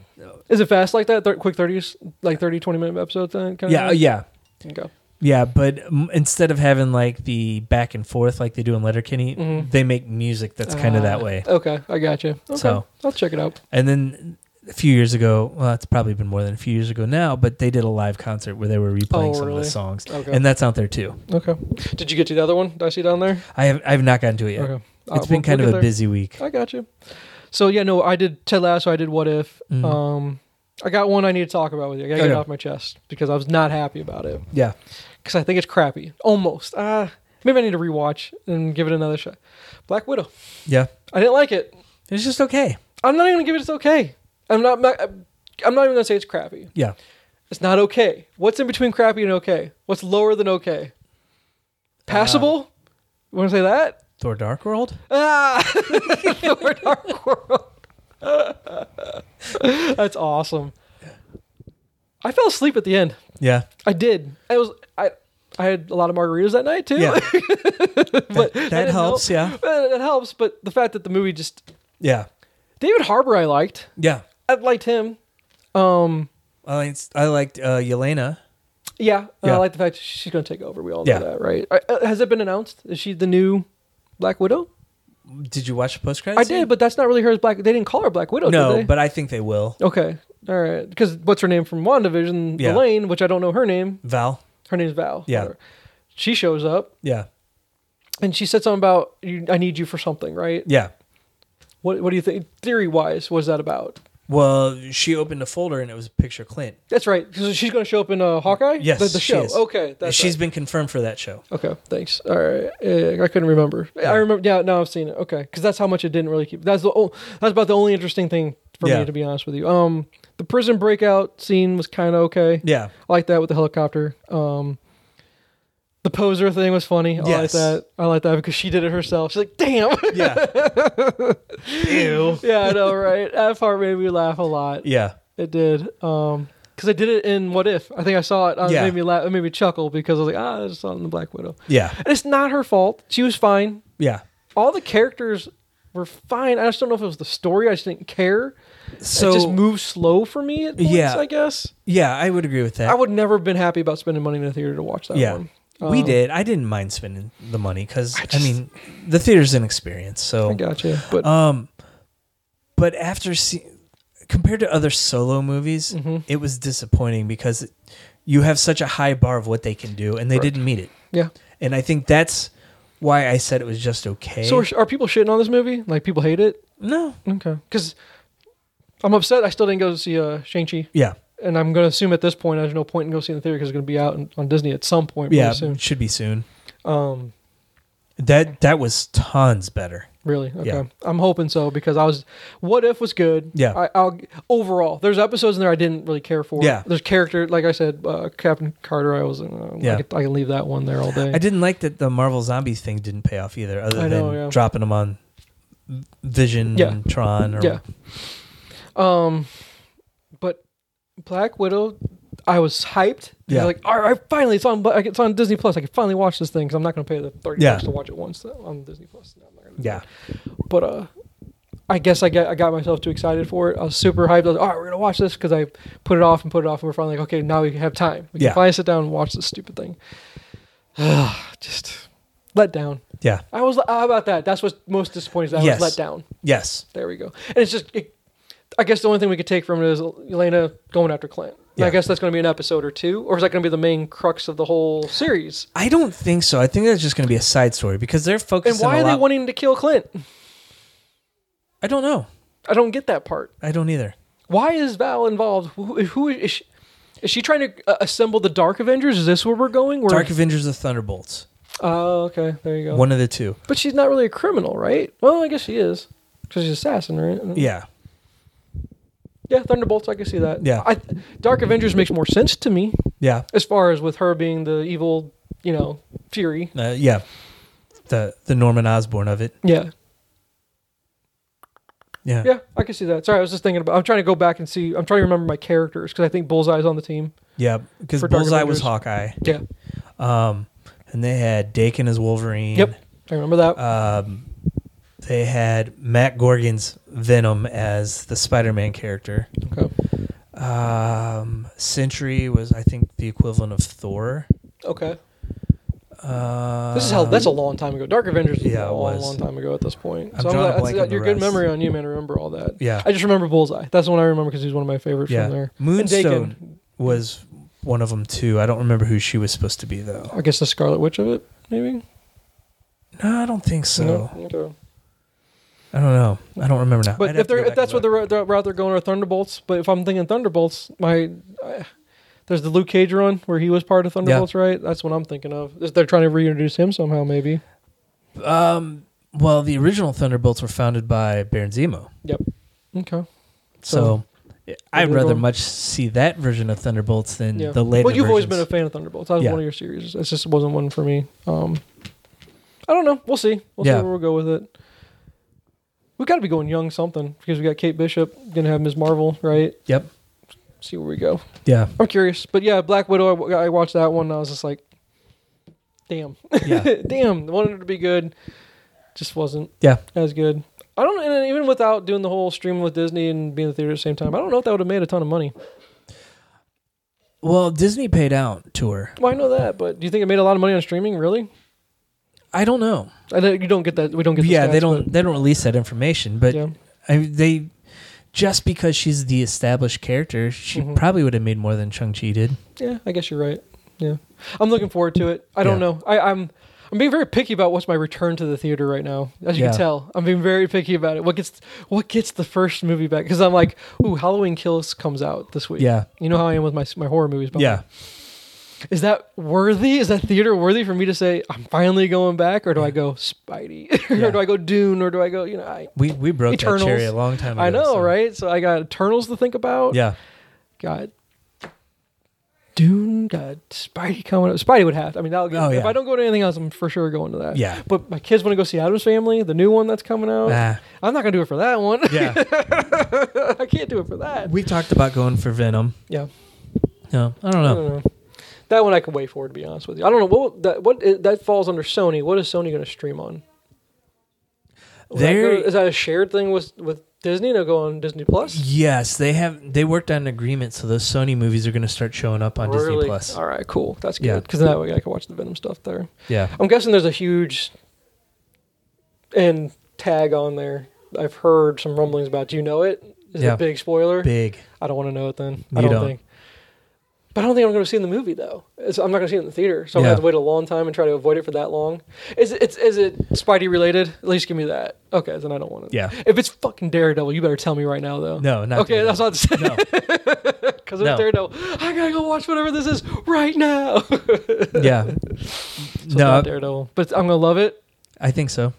Speaker 1: Is it fast like that? Thir- quick 30s, like 30, 20 minute episode thing? Kind
Speaker 2: Yeah,
Speaker 1: Of
Speaker 2: yeah.
Speaker 1: thing? Okay.
Speaker 2: Yeah, but um, instead of having like the back and forth like they do in Letterkenny,
Speaker 1: Mhm.
Speaker 2: they make music that's kind of
Speaker 1: Uh,
Speaker 2: that way.
Speaker 1: Okay. I got you. Okay.
Speaker 2: So-
Speaker 1: I'll check it out.
Speaker 2: And then a few years ago, well, it's probably been more than a few years ago now, but they did a live concert where they were replaying
Speaker 1: Oh,
Speaker 2: some of
Speaker 1: really?
Speaker 2: the songs.
Speaker 1: Okay.
Speaker 2: And that's out there too.
Speaker 1: okay. Did you get to the other one? Did I see down there?
Speaker 2: I have I've not gotten to it yet.
Speaker 1: Okay. Uh,
Speaker 2: It's been kind of a
Speaker 1: busy.
Speaker 2: busy week.
Speaker 1: I got you. So yeah, no, I did Ted Lasso. I did What If.
Speaker 2: Mhm.
Speaker 1: Um, I got one I need to talk about with you. I gotta get
Speaker 2: Okay.
Speaker 1: it off my chest because I was not happy about it
Speaker 2: Oh, Yeah.
Speaker 1: because I think it's crappy. Almost. Uh, maybe I need to rewatch and give it another shot. Black Widow.
Speaker 2: Yeah.
Speaker 1: I didn't like it.
Speaker 2: It's just okay.
Speaker 1: I'm not even gonna give it. It's okay. I'm not. I'm not even gonna say it's crappy.
Speaker 2: Yeah.
Speaker 1: It's not okay. What's in between crappy and okay? What's lower than okay? Passable.
Speaker 2: Ah.
Speaker 1: you want to say that?
Speaker 2: Thor Dark World?
Speaker 1: Ah, Thor Dark World. That's awesome. I fell asleep at the end.
Speaker 2: Yeah.
Speaker 1: I did. I was I. I had a lot of margaritas that night too.
Speaker 2: Yeah.
Speaker 1: but
Speaker 2: that
Speaker 1: didn't
Speaker 2: helps,
Speaker 1: help.
Speaker 2: yeah.
Speaker 1: But that helps. But the fact that the movie just
Speaker 2: Yeah.
Speaker 1: David Harbour, I liked.
Speaker 2: Yeah.
Speaker 1: I liked him. Um.
Speaker 2: I liked, I liked uh, Yelena.
Speaker 1: Yeah. and
Speaker 2: Yeah.
Speaker 1: I like the fact she's going to take over. We all know
Speaker 2: Yeah.
Speaker 1: that, right? Uh, uh, Has it been announced? Is she the new Black Widow?
Speaker 2: Did you watch the post credits?
Speaker 1: I did, but that's not really her as Black. They didn't call her Black Widow. did
Speaker 2: no,
Speaker 1: they?
Speaker 2: but I think they will.
Speaker 1: Okay. All right. Because what's her name from WandaVision?
Speaker 2: Yeah.
Speaker 1: Elaine, which I don't know her name.
Speaker 2: Val.
Speaker 1: Her name's Val.
Speaker 2: Yeah.
Speaker 1: whatever. She shows up
Speaker 2: Yeah.
Speaker 1: and she said something about, you, I need you for something, right?
Speaker 2: Yeah.
Speaker 1: What, what do you think, theory wise, was that about?
Speaker 2: Well, she opened a folder and it was a picture of Clint.
Speaker 1: That's right. 'cause she's going to show up in uh, Hawkeye?
Speaker 2: Yes,
Speaker 1: The, the
Speaker 2: she
Speaker 1: show.
Speaker 2: is.
Speaker 1: Okay. That's
Speaker 2: She's
Speaker 1: right.
Speaker 2: been confirmed for that show.
Speaker 1: Okay. Thanks. All right. Yeah, I couldn't remember.
Speaker 2: Yeah.
Speaker 1: I remember. Yeah. Now I've seen it. Okay. Because that's how much it didn't really keep. That's the oh, that's about the only interesting thing for
Speaker 2: Yeah.
Speaker 1: me, to be honest with you. Um, The prison breakout scene was kind of okay.
Speaker 2: Yeah.
Speaker 1: I like that with the helicopter. Um, the poser thing was funny. I
Speaker 2: Yes.
Speaker 1: like that. I like that because she did it herself. She's like, "Damn."
Speaker 2: Yeah. Ew.
Speaker 1: yeah, I know, right? That part made me laugh a lot.
Speaker 2: Yeah.
Speaker 1: It did. Um, because I did it in What If. I think I saw it. Uh,
Speaker 2: Yeah.
Speaker 1: It made me laugh. It made me chuckle because I was like, "Ah, I just saw it in the Black Widow."
Speaker 2: Yeah.
Speaker 1: And it's not her fault. She was fine.
Speaker 2: Yeah.
Speaker 1: All the characters were fine. I just don't know if it was the story. I just didn't care.
Speaker 2: So
Speaker 1: it just moved slow for me. At points,
Speaker 2: Yeah.
Speaker 1: I guess
Speaker 2: yeah, I would agree with that.
Speaker 1: I would never have been happy about spending money in a theater to watch that
Speaker 2: yeah.
Speaker 1: one.
Speaker 2: we
Speaker 1: Um,
Speaker 2: did. I didn't mind spending the money because I,
Speaker 1: I just-
Speaker 2: mean, the theater's an experience. So
Speaker 1: I gotcha. But
Speaker 2: Um, but after see, compared to other solo movies,
Speaker 1: Mm-hmm.
Speaker 2: it was disappointing because it, you have such a high bar of what they can do, and they didn't meet it.
Speaker 1: yeah.
Speaker 2: And I think that's why I said it was just okay.
Speaker 1: So are, are people shitting on this movie? Like people hate it?
Speaker 2: no,
Speaker 1: Okay. Because I'm upset. I still didn't go to see uh, Shang Chi,
Speaker 2: yeah,
Speaker 1: and I'm going to assume at this point there's no point in go seeing the theater because it's going to be out in, on Disney at some point.
Speaker 2: yeah,
Speaker 1: Pretty soon.
Speaker 2: should be soon.
Speaker 1: Um,
Speaker 2: That that was tons better.
Speaker 1: Really? Okay.
Speaker 2: Yeah.
Speaker 1: I'm hoping so because I was. What if was good.
Speaker 2: Yeah.
Speaker 1: I, I'll overall. There's episodes in there I didn't really care for.
Speaker 2: Yeah.
Speaker 1: There's character like I said, uh, Captain Carter. I was. Uh, yeah.
Speaker 2: Yeah.
Speaker 1: I, could- I can leave that one there all day.
Speaker 2: I didn't like that the Marvel Zombies thing didn't pay off either, other
Speaker 1: I know,
Speaker 2: than
Speaker 1: yeah.
Speaker 2: dropping them on Vision
Speaker 1: Yeah.
Speaker 2: and Tron. Or,
Speaker 1: Yeah. Um, but Black Widow, I was hyped.
Speaker 2: Yeah.
Speaker 1: Yeah. Like, all right, finally, it's on. Bla- It's on Disney Plus. I can finally watch this thing because I'm not going to pay the thirty
Speaker 2: Yeah.
Speaker 1: bucks to watch it once uh, on Disney Plus. No, I'm not gonna do
Speaker 2: Yeah.
Speaker 1: that. But uh, I guess I got I got myself too excited for it. I was super hyped. I was all right, we're gonna watch this because I put it off and put it off, and we're finally like, okay, now we have time. We
Speaker 2: Yeah.
Speaker 1: can finally sit down and watch this stupid thing. Just let down.
Speaker 2: Yeah.
Speaker 1: I was how about that? That's what's most disappointing. Is that
Speaker 2: Yes.
Speaker 1: I was let down.
Speaker 2: Yes.
Speaker 1: There we go. And it's just, it, I guess the only thing we could take from it is Elena going after Clint. And
Speaker 2: Yeah.
Speaker 1: I guess that's going to be an episode or two, or is that going to be the main crux of the whole series?
Speaker 2: I don't think so. I think that's just going to be a side story because they're
Speaker 1: And
Speaker 2: focusing.
Speaker 1: why
Speaker 2: a
Speaker 1: are they
Speaker 2: lot-
Speaker 1: wanting to kill Clint?
Speaker 2: I don't know.
Speaker 1: I don't get that part.
Speaker 2: I don't either.
Speaker 1: Why is Val involved? Who, who is she? Is she trying to uh, assemble the Dark Avengers? Is this where we're going? Where,
Speaker 2: Dark Avengers or Thunderbolts,
Speaker 1: Oh, okay. There you go.
Speaker 2: one of the two.
Speaker 1: But she's not really a criminal, right? Well, I guess she is. Because she's an assassin, right?
Speaker 2: Yeah,
Speaker 1: Yeah, Thunderbolts, I can see that.
Speaker 2: Yeah.
Speaker 1: I, Dark Avengers makes more sense to me.
Speaker 2: yeah,
Speaker 1: as far as with her being the evil, you know, Fury.
Speaker 2: uh, yeah. The the Norman Osborn of it.
Speaker 1: Yeah,
Speaker 2: Yeah,
Speaker 1: yeah, I can see that. Sorry, I was just thinking about. I'm trying to go back and see. I'm trying to remember my characters because I think Bullseye's on the team.
Speaker 2: yeah. Because
Speaker 1: For Dark
Speaker 2: Bullseye was
Speaker 1: Avengers.
Speaker 2: Hawkeye,
Speaker 1: Yeah,
Speaker 2: um, and they had Dakin as Wolverine.
Speaker 1: yep, I remember that.
Speaker 2: Um, they had Matt Gorgon's Venom as the Spider-Man character.
Speaker 1: okay,
Speaker 2: Um, Sentry was, I think, the equivalent of Thor.
Speaker 1: okay.
Speaker 2: Uh,
Speaker 1: This is how. That's a long time ago. Dark Avengers was
Speaker 2: yeah,
Speaker 1: a
Speaker 2: it
Speaker 1: long,
Speaker 2: was.
Speaker 1: long time ago at this point.
Speaker 2: I'm
Speaker 1: so I'm
Speaker 2: drawing a
Speaker 1: glad,
Speaker 2: blank
Speaker 1: that's, uh,
Speaker 2: on the
Speaker 1: your good
Speaker 2: rest.
Speaker 1: memory on you, man. to Remember all that.
Speaker 2: Yeah.
Speaker 1: I just remember Bullseye. That's the one I remember because he's one of my favorites
Speaker 2: Yeah.
Speaker 1: from there. And Dakin.
Speaker 2: Moonstone was one of them too. I don't remember who she was supposed to be though.
Speaker 1: I guess the Scarlet Witch of it, maybe.
Speaker 2: No, I don't think so.
Speaker 1: No? Okay.
Speaker 2: I don't know. I don't remember now. I'd
Speaker 1: But
Speaker 2: have
Speaker 1: if
Speaker 2: to
Speaker 1: they're
Speaker 2: go
Speaker 1: if
Speaker 2: back
Speaker 1: that's
Speaker 2: and
Speaker 1: what
Speaker 2: look.
Speaker 1: they're, they're rather going are Thunderbolts. But if I'm thinking Thunderbolts, my I, there's the Luke Cage run where he was part of Thunderbolts, right? That's what I'm thinking of. Is They're trying to reintroduce him somehow, maybe.
Speaker 2: um, well, the original Thunderbolts were founded by Baron Zemo,
Speaker 1: Okay,
Speaker 2: so. I'd
Speaker 1: Oh. they're
Speaker 2: rather
Speaker 1: going-
Speaker 2: much see that version of Thunderbolts than
Speaker 1: yeah.
Speaker 2: the later.
Speaker 1: Well, you've always been a
Speaker 2: versions.
Speaker 1: fan of Thunderbolts. That was
Speaker 2: Yeah.
Speaker 1: one of your series. It just wasn't one for me. Um, I don't know. We'll see. We'll
Speaker 2: Yeah.
Speaker 1: see where we'll go with it. We got to be going young something because we got Kate Bishop gonna have Ms. Marvel, right?
Speaker 2: Yep.
Speaker 1: See where we go.
Speaker 2: Yeah.
Speaker 1: I'm curious, but yeah, Black Widow. I w- I, watched that one. And I was just like, damn,
Speaker 2: Yeah.
Speaker 1: damn. Wanted it to be good, just wasn't.
Speaker 2: Yeah.
Speaker 1: as good. I don't, and even without doing the whole streaming with Disney and being in the theater at the same time, I don't know if that would have made a ton of money.
Speaker 2: Well, Disney paid out to her.
Speaker 1: Well, I know that, but do you think it made a lot of money on streaming? Really?
Speaker 2: I don't know.
Speaker 1: I don't, you don't get that. We don't get. The
Speaker 2: Yeah, they
Speaker 1: stats,
Speaker 2: don't. They don't release that information,
Speaker 1: but-
Speaker 2: but
Speaker 1: yeah.
Speaker 2: I mean, they just because she's the established character, she
Speaker 1: Mhm.
Speaker 2: probably would have made more than Chung Chi did.
Speaker 1: Yeah, I guess you're right. Yeah, I'm looking forward to it. I don't
Speaker 2: Yeah.
Speaker 1: know. I, I'm I'm being very picky about what's my return to the theater right now. As you
Speaker 2: Yeah.
Speaker 1: can tell, I'm being very picky about it. What gets what gets the first movie back? Because I'm like, ooh, Halloween Kills comes out this week.
Speaker 2: Yeah.
Speaker 1: you know how I am with my my horror movies. but I'm
Speaker 2: Yeah.
Speaker 1: like, is that worthy? Is that theater worthy for me to say I'm finally going back, or do I go Spidey, or
Speaker 2: Yeah.
Speaker 1: do I go Dune, or do I go you know I
Speaker 2: We we broke
Speaker 1: Eternals.
Speaker 2: that cherry a long time ago.
Speaker 1: I know
Speaker 2: so-
Speaker 1: right? So I got Eternals to think about.
Speaker 2: Yeah.
Speaker 1: God. Dune, God, Spidey coming up. Spidey would have. To. I mean, that'll get,
Speaker 2: Oh,
Speaker 1: if
Speaker 2: yeah.
Speaker 1: I don't go to anything else, I'm for sure going to that.
Speaker 2: Yeah.
Speaker 1: But my kids want to go see Adam's Family, the new one that's coming out.
Speaker 2: Ah,
Speaker 1: I'm not gonna do it for that one.
Speaker 2: yeah.
Speaker 1: I can't do it for that.
Speaker 2: we talked about going for Venom.
Speaker 1: Yeah.
Speaker 2: No, I don't
Speaker 1: I
Speaker 2: know.
Speaker 1: don't know. That one I can wait for, to be honest with you. I don't know what that what is, that falls under Sony. What is Sony going to stream on? Will that
Speaker 2: They're-
Speaker 1: go- is that a shared thing with with Disney? They'll go on Disney Plus.
Speaker 2: Yes, they have. They worked on an agreement, so those Sony movies are going to start showing up on Disney
Speaker 1: Really?
Speaker 2: Plus.
Speaker 1: All right, cool. That's
Speaker 2: Yeah.
Speaker 1: good because that way I can watch the Venom stuff there.
Speaker 2: Yeah.
Speaker 1: I'm guessing there's a huge and tag on there. I've heard some rumblings about. Do you know it? Is it
Speaker 2: Yeah.
Speaker 1: a big spoiler?
Speaker 2: Big.
Speaker 1: I don't want to know it then.
Speaker 2: You
Speaker 1: I don't,
Speaker 2: don't.
Speaker 1: think. But I don't think I'm going to see it in the movie though. It's, I'm not going to see it in the theater, so I'm going
Speaker 2: Yeah.
Speaker 1: to have to wait a long time and try to avoid it for that long. Is it? It's, is it Spidey related? At least give me that. Okay, then I don't want it.
Speaker 2: Yeah.
Speaker 1: If it's fucking Daredevil, you better tell me right now though.
Speaker 2: No, not.
Speaker 1: okay, that's
Speaker 2: Daredevil.
Speaker 1: not the same. Because
Speaker 2: No.
Speaker 1: it's Daredevil. I gotta go watch whatever this is right now.
Speaker 2: No. yeah.
Speaker 1: So it's not
Speaker 2: no,
Speaker 1: Daredevil, but it's- I'm gonna love it.
Speaker 2: I think so.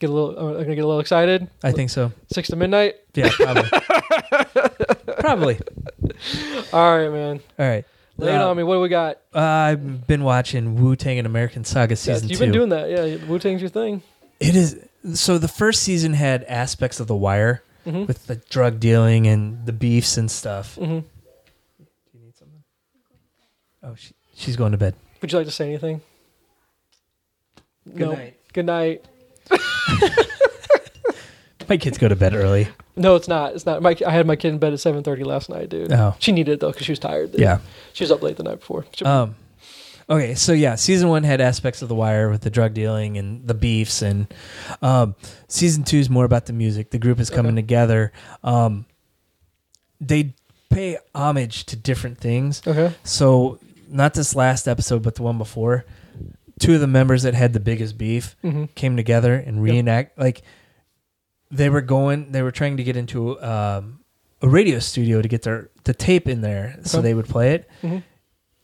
Speaker 1: Get a little. I'm gonna get a little excited.
Speaker 2: I think so.
Speaker 1: Six to midnight.
Speaker 2: Yeah, probably. probably.
Speaker 1: All right, man.
Speaker 2: All right.
Speaker 1: Lay it
Speaker 2: Uh,
Speaker 1: on me. What do we got?
Speaker 2: I've been watching Wu Tang and American Saga
Speaker 1: Yeah,
Speaker 2: season
Speaker 1: you've
Speaker 2: two.
Speaker 1: been doing that. Yeah, Wu Tang's your thing.
Speaker 2: it is so the first season had aspects of The Wire
Speaker 1: Mhm.
Speaker 2: with the drug dealing and the beefs and stuff.
Speaker 1: Mhm.
Speaker 2: Do you need something? Oh, she, she's going to bed.
Speaker 1: Would you like to say anything?
Speaker 2: Good
Speaker 1: no.
Speaker 2: night.
Speaker 1: Good night.
Speaker 2: My kids go to bed early.
Speaker 1: No, it's not. It's not. My, I had my kid in bed at 7:30 last night, dude.
Speaker 2: Oh.
Speaker 1: She needed it though because she was tired. Dude.
Speaker 2: Yeah.
Speaker 1: She was up late the night before. She-
Speaker 2: Um. Okay, so yeah, season one had aspects of The Wire with the drug dealing and the beefs, and um, season two is more about the music. The group is coming
Speaker 1: Okay.
Speaker 2: together. Um, they pay homage to different things.
Speaker 1: okay.
Speaker 2: So not this last episode, but the one before, two of the members that had the biggest beef
Speaker 1: hmm
Speaker 2: came together and reenact like they were going they were trying to get into um, a radio studio to get their the tape in there so
Speaker 1: Okay.
Speaker 2: they would play it
Speaker 1: Mhm.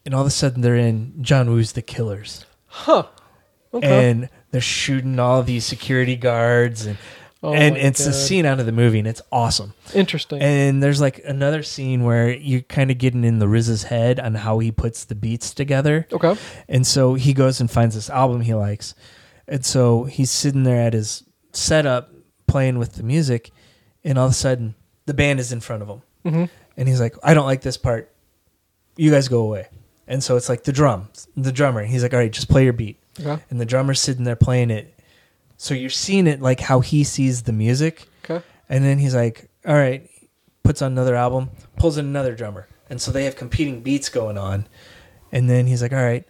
Speaker 2: and all of a sudden they're in john woo's the killers
Speaker 1: Huh. Okay.
Speaker 2: and they're shooting all these security guards and
Speaker 1: Oh
Speaker 2: and
Speaker 1: my
Speaker 2: it's a
Speaker 1: God.
Speaker 2: scene out of the movie and it's awesome
Speaker 1: Interesting.
Speaker 2: and there's like another scene where you're kind of getting in the riz's head on how he puts the beats together
Speaker 1: okay.
Speaker 2: and so he goes and finds this album he likes. And so he's sitting there at his setup playing with the music. And all of a sudden, the band is in front of him.
Speaker 1: hmm
Speaker 2: And he's like, I don't like this part. You guys go away. And so it's like the drum, the drummer. He's like, All right, just play your beat.
Speaker 1: Okay.
Speaker 2: And the drummer's sitting there playing it. So you're seeing it like how he sees the music.
Speaker 1: Okay.
Speaker 2: And then he's like, all right, puts on another album, pulls in another drummer. And so they have competing beats going on. And then he's like, all right,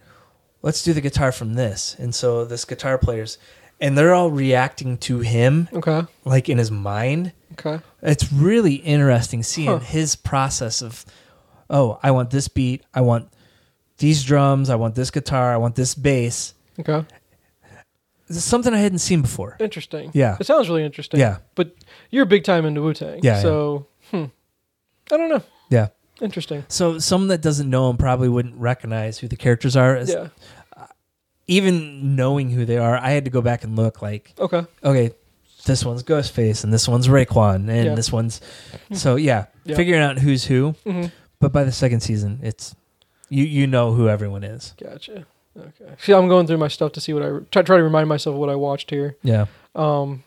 Speaker 2: let's do the guitar from this. And so this guitar player's, and they're all reacting to him,
Speaker 1: Okay.
Speaker 2: like in his mind.
Speaker 1: Okay.
Speaker 2: It's really interesting seeing
Speaker 1: Huh.
Speaker 2: his process of, oh, I want this beat, I want these drums, I want this guitar, I want this bass.
Speaker 1: Okay.
Speaker 2: It's something I hadn't seen before.
Speaker 1: Interesting.
Speaker 2: Yeah.
Speaker 1: It sounds really interesting.
Speaker 2: Yeah.
Speaker 1: But you're big time into Wu Tang.
Speaker 2: Yeah,
Speaker 1: So, hmm. I don't know.
Speaker 2: Yeah.
Speaker 1: Interesting.
Speaker 2: So someone that doesn't know him probably wouldn't recognize who the characters are. It's-
Speaker 1: Yeah.
Speaker 2: even knowing who they are, I had to go back and look like,
Speaker 1: Okay.
Speaker 2: okay, this one's Ghostface and this one's Raekwon and
Speaker 1: Yeah. Hmm.
Speaker 2: this one's so yeah,
Speaker 1: Yeah.
Speaker 2: figuring out who's who.
Speaker 1: hmm
Speaker 2: But by the second season, it's you you know who everyone is.
Speaker 1: Gotcha. Okay. See, I'm going through my stuff to see what I try, try to remind myself of what I watched here.
Speaker 2: Yeah.
Speaker 1: Um,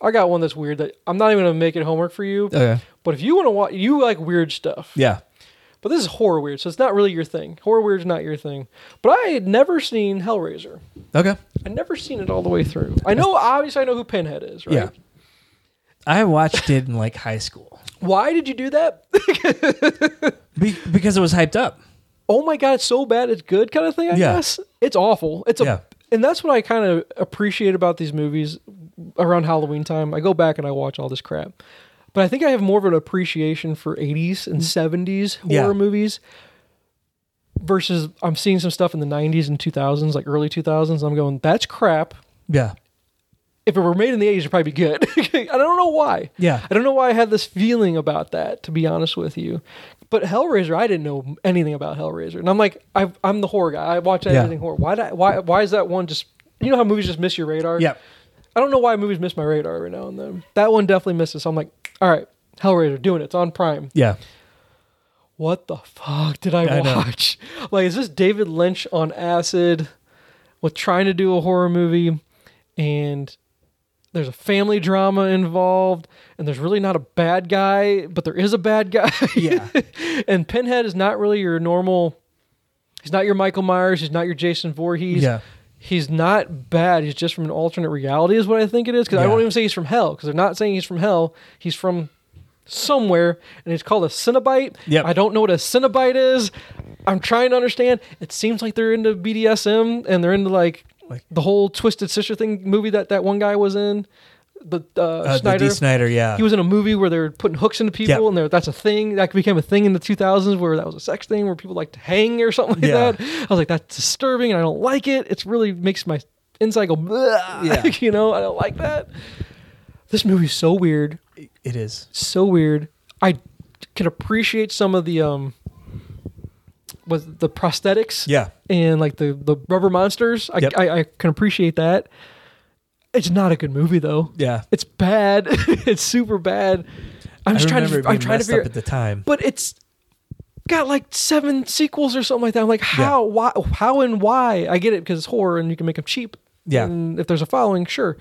Speaker 1: I got one that's weird that I'm not even gonna make it homework for you.
Speaker 2: Okay.
Speaker 1: But if you want to watch, you like weird stuff.
Speaker 2: Yeah.
Speaker 1: But this is horror weird, so it's not really your thing. Horror weird's not your thing. But I had never seen Hellraiser.
Speaker 2: Okay.
Speaker 1: I never seen it all the way through. I know, obviously, I know who Pinhead is, right?
Speaker 2: Yeah. I watched it in like high school
Speaker 1: Why did you do that?
Speaker 2: Be- because it was hyped up.
Speaker 1: oh my god, it's so bad it's good kind of thing. I
Speaker 2: Yeah.
Speaker 1: guess it's awful. It's a
Speaker 2: Yeah.
Speaker 1: and that's what I kind of appreciate about these movies around Halloween time. I go back and I watch all this crap, but I think I have more of an appreciation for '80s and '70s horror
Speaker 2: Mm. Yeah.
Speaker 1: movies versus I'm seeing some stuff in the '90s and 2000s, like early 2000s. I'm going, that's crap.
Speaker 2: Yeah.
Speaker 1: If it were made in the '80s, it'd probably be good. I don't know why.
Speaker 2: Yeah.
Speaker 1: I don't know why I had this feeling about that, to be honest with you. But Hellraiser, I didn't know anything about Hellraiser, and I'm like, i I'm the horror guy. I watch
Speaker 2: Yeah.
Speaker 1: everything horror. Why? do I- Why? Why is that one just? You know how movies just miss your radar.
Speaker 2: Yeah.
Speaker 1: I don't know why movies miss my radar every now and then. That one definitely misses. So I'm like, all right, Hellraiser, doing it. It's on Prime.
Speaker 2: Yeah.
Speaker 1: What the fuck did I,
Speaker 2: I know.
Speaker 1: watch? Like, is this David Lynch on acid with trying to do a horror movie and there's a family drama involved and there's really not a bad guy, but there is a bad guy.
Speaker 2: Yeah.
Speaker 1: and Pinhead is not really your normal he's not your Michael Myers, he's not your Jason Voorhees.
Speaker 2: Yeah.
Speaker 1: He's not bad. He's just from an alternate reality, is what I think it is. Because I
Speaker 2: Yeah.
Speaker 1: won't even say he's from hell, because they're not saying he's from hell. He's from somewhere, and it's called a Cenobite.
Speaker 2: Yep.
Speaker 1: I don't know what a Cenobite is. I'm trying to understand. It seems like they're into BDSM and they're into like,
Speaker 2: Like-
Speaker 1: the whole Twisted Sister thing movie that that one guy was in. The uh,
Speaker 2: Uh, the
Speaker 1: Snyder.
Speaker 2: D. Snyder. Yeah.
Speaker 1: He was in a movie where they were putting hooks into people,
Speaker 2: Yeah.
Speaker 1: and there, that's a thing that became a thing in the 2000s where that was a sex thing where people like to hang or something like
Speaker 2: Yeah.
Speaker 1: that. I was like, that's disturbing, and I don't like it. It's really makes my inside go, yeah.
Speaker 2: Yeah.
Speaker 1: you know, I don't like that. This movie's so weird,
Speaker 2: it is.
Speaker 1: so weird. I can appreciate some of the um was the prosthetics
Speaker 2: Yeah.
Speaker 1: and like the the rubber monsters. I,
Speaker 2: Yep.
Speaker 1: I I can appreciate that. It's not a good movie though.
Speaker 2: Yeah.
Speaker 1: It's bad. it's super bad. I'm just trying to.
Speaker 2: remember it
Speaker 1: I'm
Speaker 2: being
Speaker 1: trying to
Speaker 2: messed
Speaker 1: figure.
Speaker 2: up at the time.
Speaker 1: but it's got like seven sequels or something like that. I'm like, how? Why? How and why? I get it because it's horror and you can make them cheap.
Speaker 2: Yeah.
Speaker 1: And if there's a following, sure.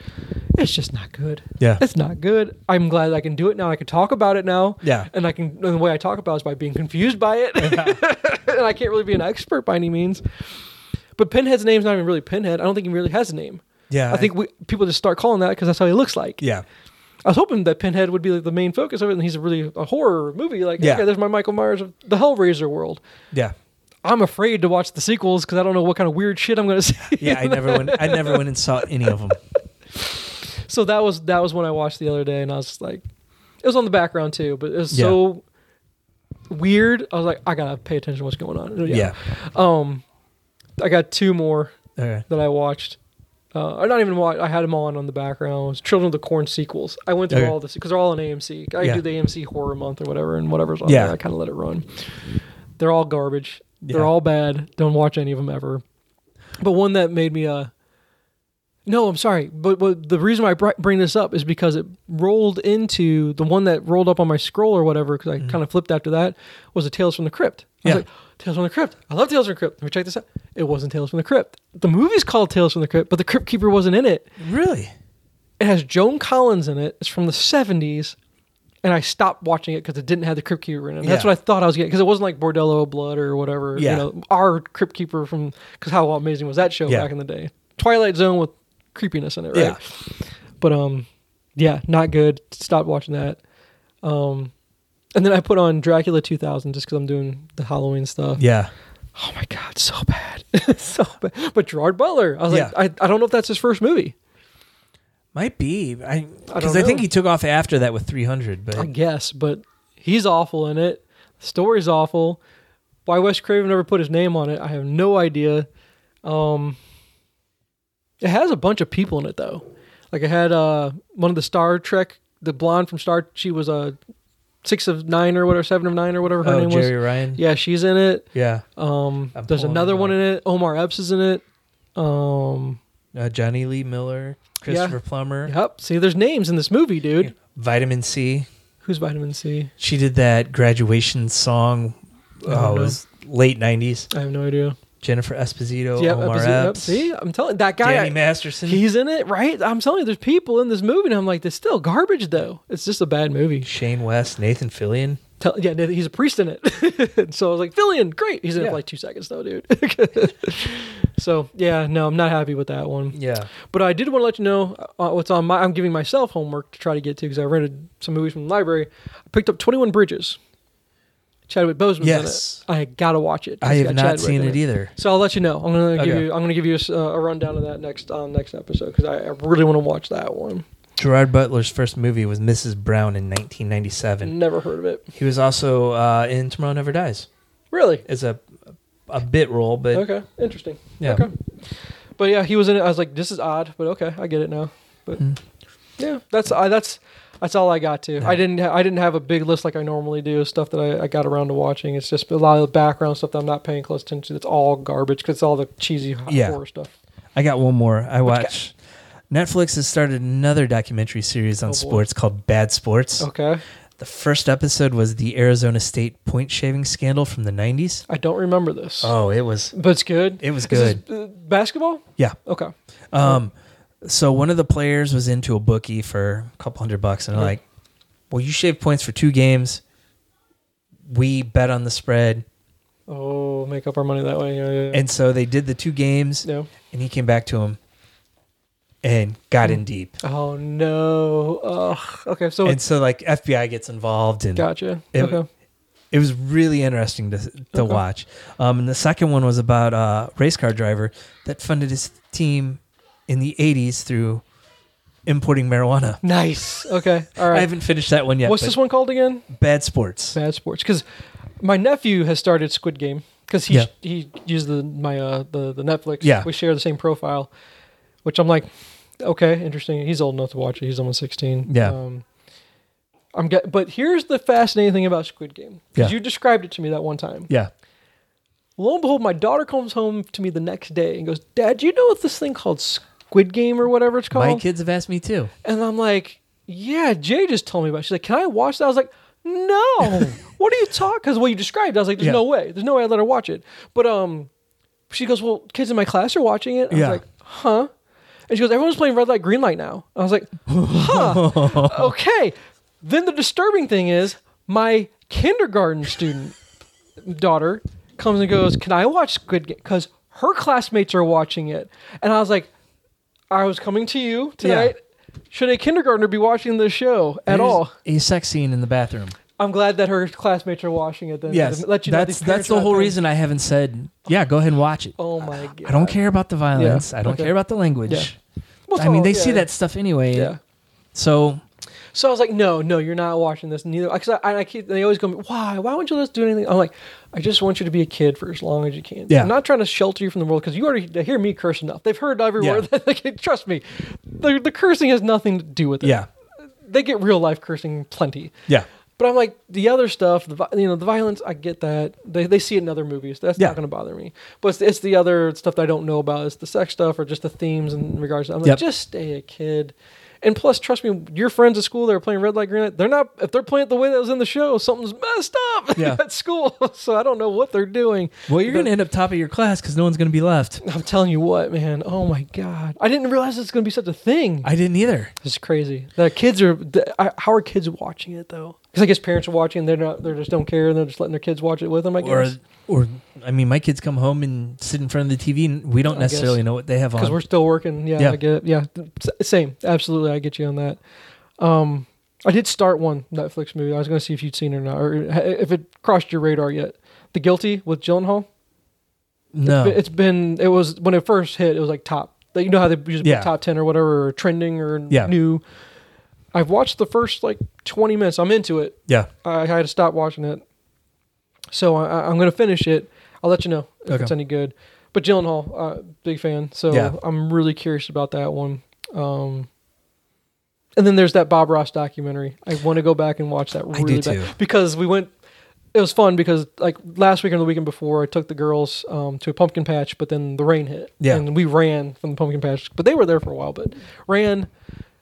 Speaker 1: It's just not good.
Speaker 2: Yeah.
Speaker 1: It's not good. I'm glad I can do it now. I can talk about it now.
Speaker 2: Yeah.
Speaker 1: And I can. And the way I talk about it is by being confused by it. and I can't really be an expert by any means. But Pinhead's name's not even really Pinhead. I don't think he really has a name.
Speaker 2: Yeah.
Speaker 1: I think we, people just start calling that because that's how he looks like.
Speaker 2: Yeah.
Speaker 1: I was hoping that Pinhead would be like the main focus of it, and he's really a horror movie. Like,
Speaker 2: Yeah.
Speaker 1: okay, there's my Michael Myers of the Hellraiser world.
Speaker 2: Yeah.
Speaker 1: I'm afraid to watch the sequels because I don't know what kind of weird shit I'm going to see.
Speaker 2: Yeah. I never went. I never went and saw any of them.
Speaker 1: so that was that was when I watched the other day, and I was just like, it was on the background too, but it was so weird. I was like, I gotta pay attention to what's going on.
Speaker 2: Yeah.
Speaker 1: Um, I got two more
Speaker 2: Okay.
Speaker 1: that I watched. Uh, I not even watch. I had them on on the background. It was Children of the Corn sequels. I went through
Speaker 2: Okay.
Speaker 1: all this because they're all on AMC. I
Speaker 2: Yeah.
Speaker 1: do the AMC horror month or whatever, and whatever's on
Speaker 2: Yeah.
Speaker 1: there, I kind of let it run. They're all garbage. They're
Speaker 2: Yeah.
Speaker 1: all bad. Don't watch any of them ever. But one that made me uh, no, I'm sorry, but, but the reason why I br- bring this up is because it rolled into the one that rolled up on my scroll or whatever because I kind of flipped after that was a Tales from the Crypt. I
Speaker 2: Yeah.
Speaker 1: was like, Tales from the Crypt. I love Tales from the Crypt. Let me check this out. It wasn't Tales from the Crypt. The movie's called Tales from the Crypt, but the Crypt Keeper wasn't in it.
Speaker 2: Really?
Speaker 1: It has Joan Collins in it. It's from the 70s, and I stopped watching it because it didn't have the Crypt Keeper in it. That's
Speaker 2: Yeah.
Speaker 1: what I thought I was getting because it wasn't like Bordello of Blood or whatever.
Speaker 2: Yeah.
Speaker 1: You know, our Crypt Keeper from because how amazing was that show
Speaker 2: Yeah.
Speaker 1: back in the day? Twilight Zone with creepiness in it, right?
Speaker 2: Yeah.
Speaker 1: But um, yeah, not good. Stop watching that. Um, and then I put on Dracula 2000 just because I'm doing the Halloween stuff.
Speaker 2: Yeah.
Speaker 1: Oh my god, so bad, so bad. But Gerard Butler, I was
Speaker 2: Yeah.
Speaker 1: like, I, I don't know if that's his first movie.
Speaker 2: Might be. I because
Speaker 1: don't
Speaker 2: I,
Speaker 1: know.
Speaker 2: think he took off after that with 300. But
Speaker 1: I guess, but he's awful in it. The story's awful. Why Wes Craven never put his name on it, I have no idea. Um, it has a bunch of people in it though. Like it had uh, one of the Star Trek, the blonde from Star. She was a uh, six of nine or whatever, seven of nine or whatever her
Speaker 2: oh,
Speaker 1: name
Speaker 2: Jerry
Speaker 1: was.
Speaker 2: Ryan.
Speaker 1: Yeah, she's in it.
Speaker 2: Yeah.
Speaker 1: Um,
Speaker 2: I'm
Speaker 1: there's
Speaker 2: pulling
Speaker 1: another
Speaker 2: it
Speaker 1: one
Speaker 2: up.
Speaker 1: in it. Omar Epps is in it. Um,
Speaker 2: Uh, Johnny Lee Miller, Christopher Plummer,
Speaker 1: yep. See, there's names in this movie, dude.
Speaker 2: Vitamin C.
Speaker 1: Who's Vitamin C?
Speaker 2: She did that graduation song.
Speaker 1: I
Speaker 2: Oh,
Speaker 1: don't
Speaker 2: it
Speaker 1: know.
Speaker 2: was late 90s.
Speaker 1: I have no idea.
Speaker 2: Jennifer Esposito,
Speaker 1: Yep,
Speaker 2: Oh, Omar
Speaker 1: episode- yep,
Speaker 2: Epps,
Speaker 1: See, I'm telling that guy.
Speaker 2: Danny
Speaker 1: I-
Speaker 2: Masterson.
Speaker 1: He's in it, right? I'm telling you, there's people in this movie, and I'm like, it's still garbage, though. It's just a bad movie.
Speaker 2: Shane West, Nathan Fillion.
Speaker 1: Tell, yeah, he's a priest in it. so I was like, Fillion, great. He's in it
Speaker 2: Yeah.
Speaker 1: for like two seconds, though, dude. so, yeah, no, I'm not happy with that one.
Speaker 2: Yeah.
Speaker 1: But I did want to let you know uh, what's on my. I'm giving myself homework to try to get to because I rented some movies from the library. I picked up 21 Bridges. Chadwick Boseman's
Speaker 2: Yes.
Speaker 1: in it. I gotta watch it.
Speaker 2: I
Speaker 1: It's got
Speaker 2: have not
Speaker 1: Chadwick
Speaker 2: seen
Speaker 1: in
Speaker 2: it either.
Speaker 1: So I'll let you know. I'm gonna give
Speaker 2: Okay.
Speaker 1: you. I'm gonna give you a, s- uh, a rundown of that next on next episode because I, I really want to watch that one.
Speaker 2: Gerard Butler's first movie was Mrs. Brown in 1997.
Speaker 1: Never heard of it.
Speaker 2: He was also uh, in Tomorrow Never Dies
Speaker 1: Really?
Speaker 2: as a a bit role, but
Speaker 1: Okay. Interesting.
Speaker 2: yeah.
Speaker 1: Okay. But yeah, he was in it. I was like, this is odd, but okay, I get it now. But
Speaker 2: Hmm.
Speaker 1: yeah, that's I, that's that's all I got to. I didn't ha- I didn't have a big list like I normally do. Stuff that I, I got around to watching. It's just a lot of the background stuff that I'm not paying close attention. to. It's all garbage because it's all the cheesy ho-
Speaker 2: Yeah.
Speaker 1: horror stuff.
Speaker 2: I got one more. I watch. Netflix has started another documentary series on
Speaker 1: Oh, boy. Oh.
Speaker 2: sports called Bad Sports.
Speaker 1: Okay,
Speaker 2: The first episode was the Arizona State point shaving scandal from the 90s.
Speaker 1: I don't remember this,
Speaker 2: Oh, it was
Speaker 1: but it's good.
Speaker 2: it was
Speaker 1: Is this,
Speaker 2: good.
Speaker 1: uh, basketball?
Speaker 2: Yeah.
Speaker 1: Okay.
Speaker 2: Um so one of the players was into a bookie for a couple hundred bucks and they're like, "Well, you shaved points for two games. We bet on the spread."
Speaker 1: Oh, make up our money that way. Yeah, yeah.
Speaker 2: And so they did the two games
Speaker 1: yeah. no.
Speaker 2: and he came back to him and got in deep.
Speaker 1: Oh no. Ugh. Okay. So
Speaker 2: And so like FBI gets involved and
Speaker 1: gotcha.
Speaker 2: It-
Speaker 1: okay.
Speaker 2: it was really interesting to to
Speaker 1: Okay.
Speaker 2: watch. Um, and the second one was about a race car driver that funded his team in the '80s through importing marijuana.
Speaker 1: Nice. Okay. All right.
Speaker 2: I haven't finished that one yet.
Speaker 1: What's this one called again?
Speaker 2: one? Bad sports.
Speaker 1: Bad Sports. Because my nephew has started Squid Game because he
Speaker 2: Yeah.
Speaker 1: he used the my uh the the Netflix.
Speaker 2: Yeah.
Speaker 1: We share the same profile, which I'm like, okay, interesting. He's old enough to watch it. He's almost 16.
Speaker 2: Yeah.
Speaker 1: Um, I'm get, but here's the fascinating thing about Squid Game because
Speaker 2: Yeah.
Speaker 1: you described it to me that one time.
Speaker 2: Yeah,
Speaker 1: Lo and behold, my daughter comes home to me the next day and goes, "Dad, do you know what this thing called Squid Game or whatever it's called?"
Speaker 2: My kids have asked me too.
Speaker 1: And I'm like, yeah, Jay just told me about. it." She's like, can I watch that? I was like, no. what are you talking? Because what you described, I was like, there's
Speaker 2: Yeah.
Speaker 1: no way. There's no way I'd let her watch it. But um, she goes, well, kids in my class are watching it. I
Speaker 2: Yeah.
Speaker 1: was like, huh? And she goes, everyone's playing red light, green light now. I was like, huh? okay. Then the disturbing thing is my kindergarten student daughter comes and goes, "Can I watch Squid Game?" Because her classmates are watching it, and I was like, "I was coming to you tonight. Should a kindergartner be watching this show at
Speaker 2: There's
Speaker 1: all?"
Speaker 2: A sex scene in the bathroom.
Speaker 1: I'm glad that her classmates are watching it. Then
Speaker 2: Yes,
Speaker 1: to let you know
Speaker 2: that's
Speaker 1: these
Speaker 2: that's
Speaker 1: parents are
Speaker 2: the
Speaker 1: not
Speaker 2: whole
Speaker 1: paying-
Speaker 2: reason I haven't said, yeah, go ahead and watch it.
Speaker 1: Oh my god!
Speaker 2: I don't care about the violence. I don't
Speaker 1: Okay.
Speaker 2: care about the language.
Speaker 1: Well,
Speaker 2: I mean,
Speaker 1: so-
Speaker 2: they
Speaker 1: yeah,
Speaker 2: see
Speaker 1: yeah.
Speaker 2: that stuff anyway.
Speaker 1: Yeah.
Speaker 2: So
Speaker 1: So I was like, "No, no, you're not watching this." Neither. Because I, I keep they always go, "Why? Why won't you let us do anything?" I'm like, "I just want you to be a kid for as long as you can."
Speaker 2: Yeah.
Speaker 1: I'm not trying to shelter you from the world because you already they hear me curse enough. They've heard every
Speaker 2: Yeah.
Speaker 1: word. That they can, trust me, the, the cursing has nothing to do with it.
Speaker 2: yeah,
Speaker 1: they get real life cursing plenty.
Speaker 2: yeah,
Speaker 1: But I'm like the other stuff, the vi- you know, the violence. I get that they, they see it in other movies. That's
Speaker 2: Yeah.
Speaker 1: not going to bother me. But it's, it's the other stuff that I don't know about. It's the sex stuff or just the themes in regards. To, I'm like,
Speaker 2: Yep.
Speaker 1: just stay a kid. And plus, trust me, your friends at school they were playing red light, green light. They're not if they're playing it the way that was in the show. Something's messed up
Speaker 2: Yeah.
Speaker 1: at school. So I don't know what they're doing.
Speaker 2: Well, you're
Speaker 1: But-
Speaker 2: gonna end up top of your class because no one's gonna be left.
Speaker 1: I'm telling you what, man. Oh my god, I didn't realize it's going to be such a thing.
Speaker 2: I didn't either.
Speaker 1: It's crazy. The kids are. The, I- how are kids watching it though? Because I guess parents are watching. They're not. They just don't care, and they're just letting their kids watch it with them. I
Speaker 2: Or,
Speaker 1: guess
Speaker 2: or I mean, my kids come home and sit in front of the TV, and we don't
Speaker 1: I guess.
Speaker 2: necessarily know what they have
Speaker 1: because
Speaker 2: on.
Speaker 1: we're still working. Yeah,
Speaker 2: Yeah.
Speaker 1: I get it. Yeah, S- same. Absolutely, I get you on that. Um, I did start one Netflix movie. I was going to see if you'd seen it or not, or if it crossed your radar yet. The Guilty with Gyllenhaal.
Speaker 2: no,
Speaker 1: It's been. It was when it first hit. It was like top. Like, you know how they just
Speaker 2: Yeah.
Speaker 1: put top ten or whatever, or trending or
Speaker 2: Yeah.
Speaker 1: new. I've watched the first like twenty minutes. I'm into it.
Speaker 2: yeah,
Speaker 1: I had to stop watching it. So I- I, I'm going to finish it. I'll let you know if
Speaker 2: Okay.
Speaker 1: it's any good. But Gyllenhaal, uh, big fan. So
Speaker 2: Yeah.
Speaker 1: I'm really curious about that one. Um, and then there's that Bob Ross documentary. I want to go back and watch that
Speaker 2: do
Speaker 1: really bad
Speaker 2: too.
Speaker 1: because we went. It was fun because like last weekend or the weekend before, I took the girls um, to a pumpkin patch, but then the rain hit.
Speaker 2: Yeah.
Speaker 1: and we ran from the pumpkin patch, but they were there for a while. But ran,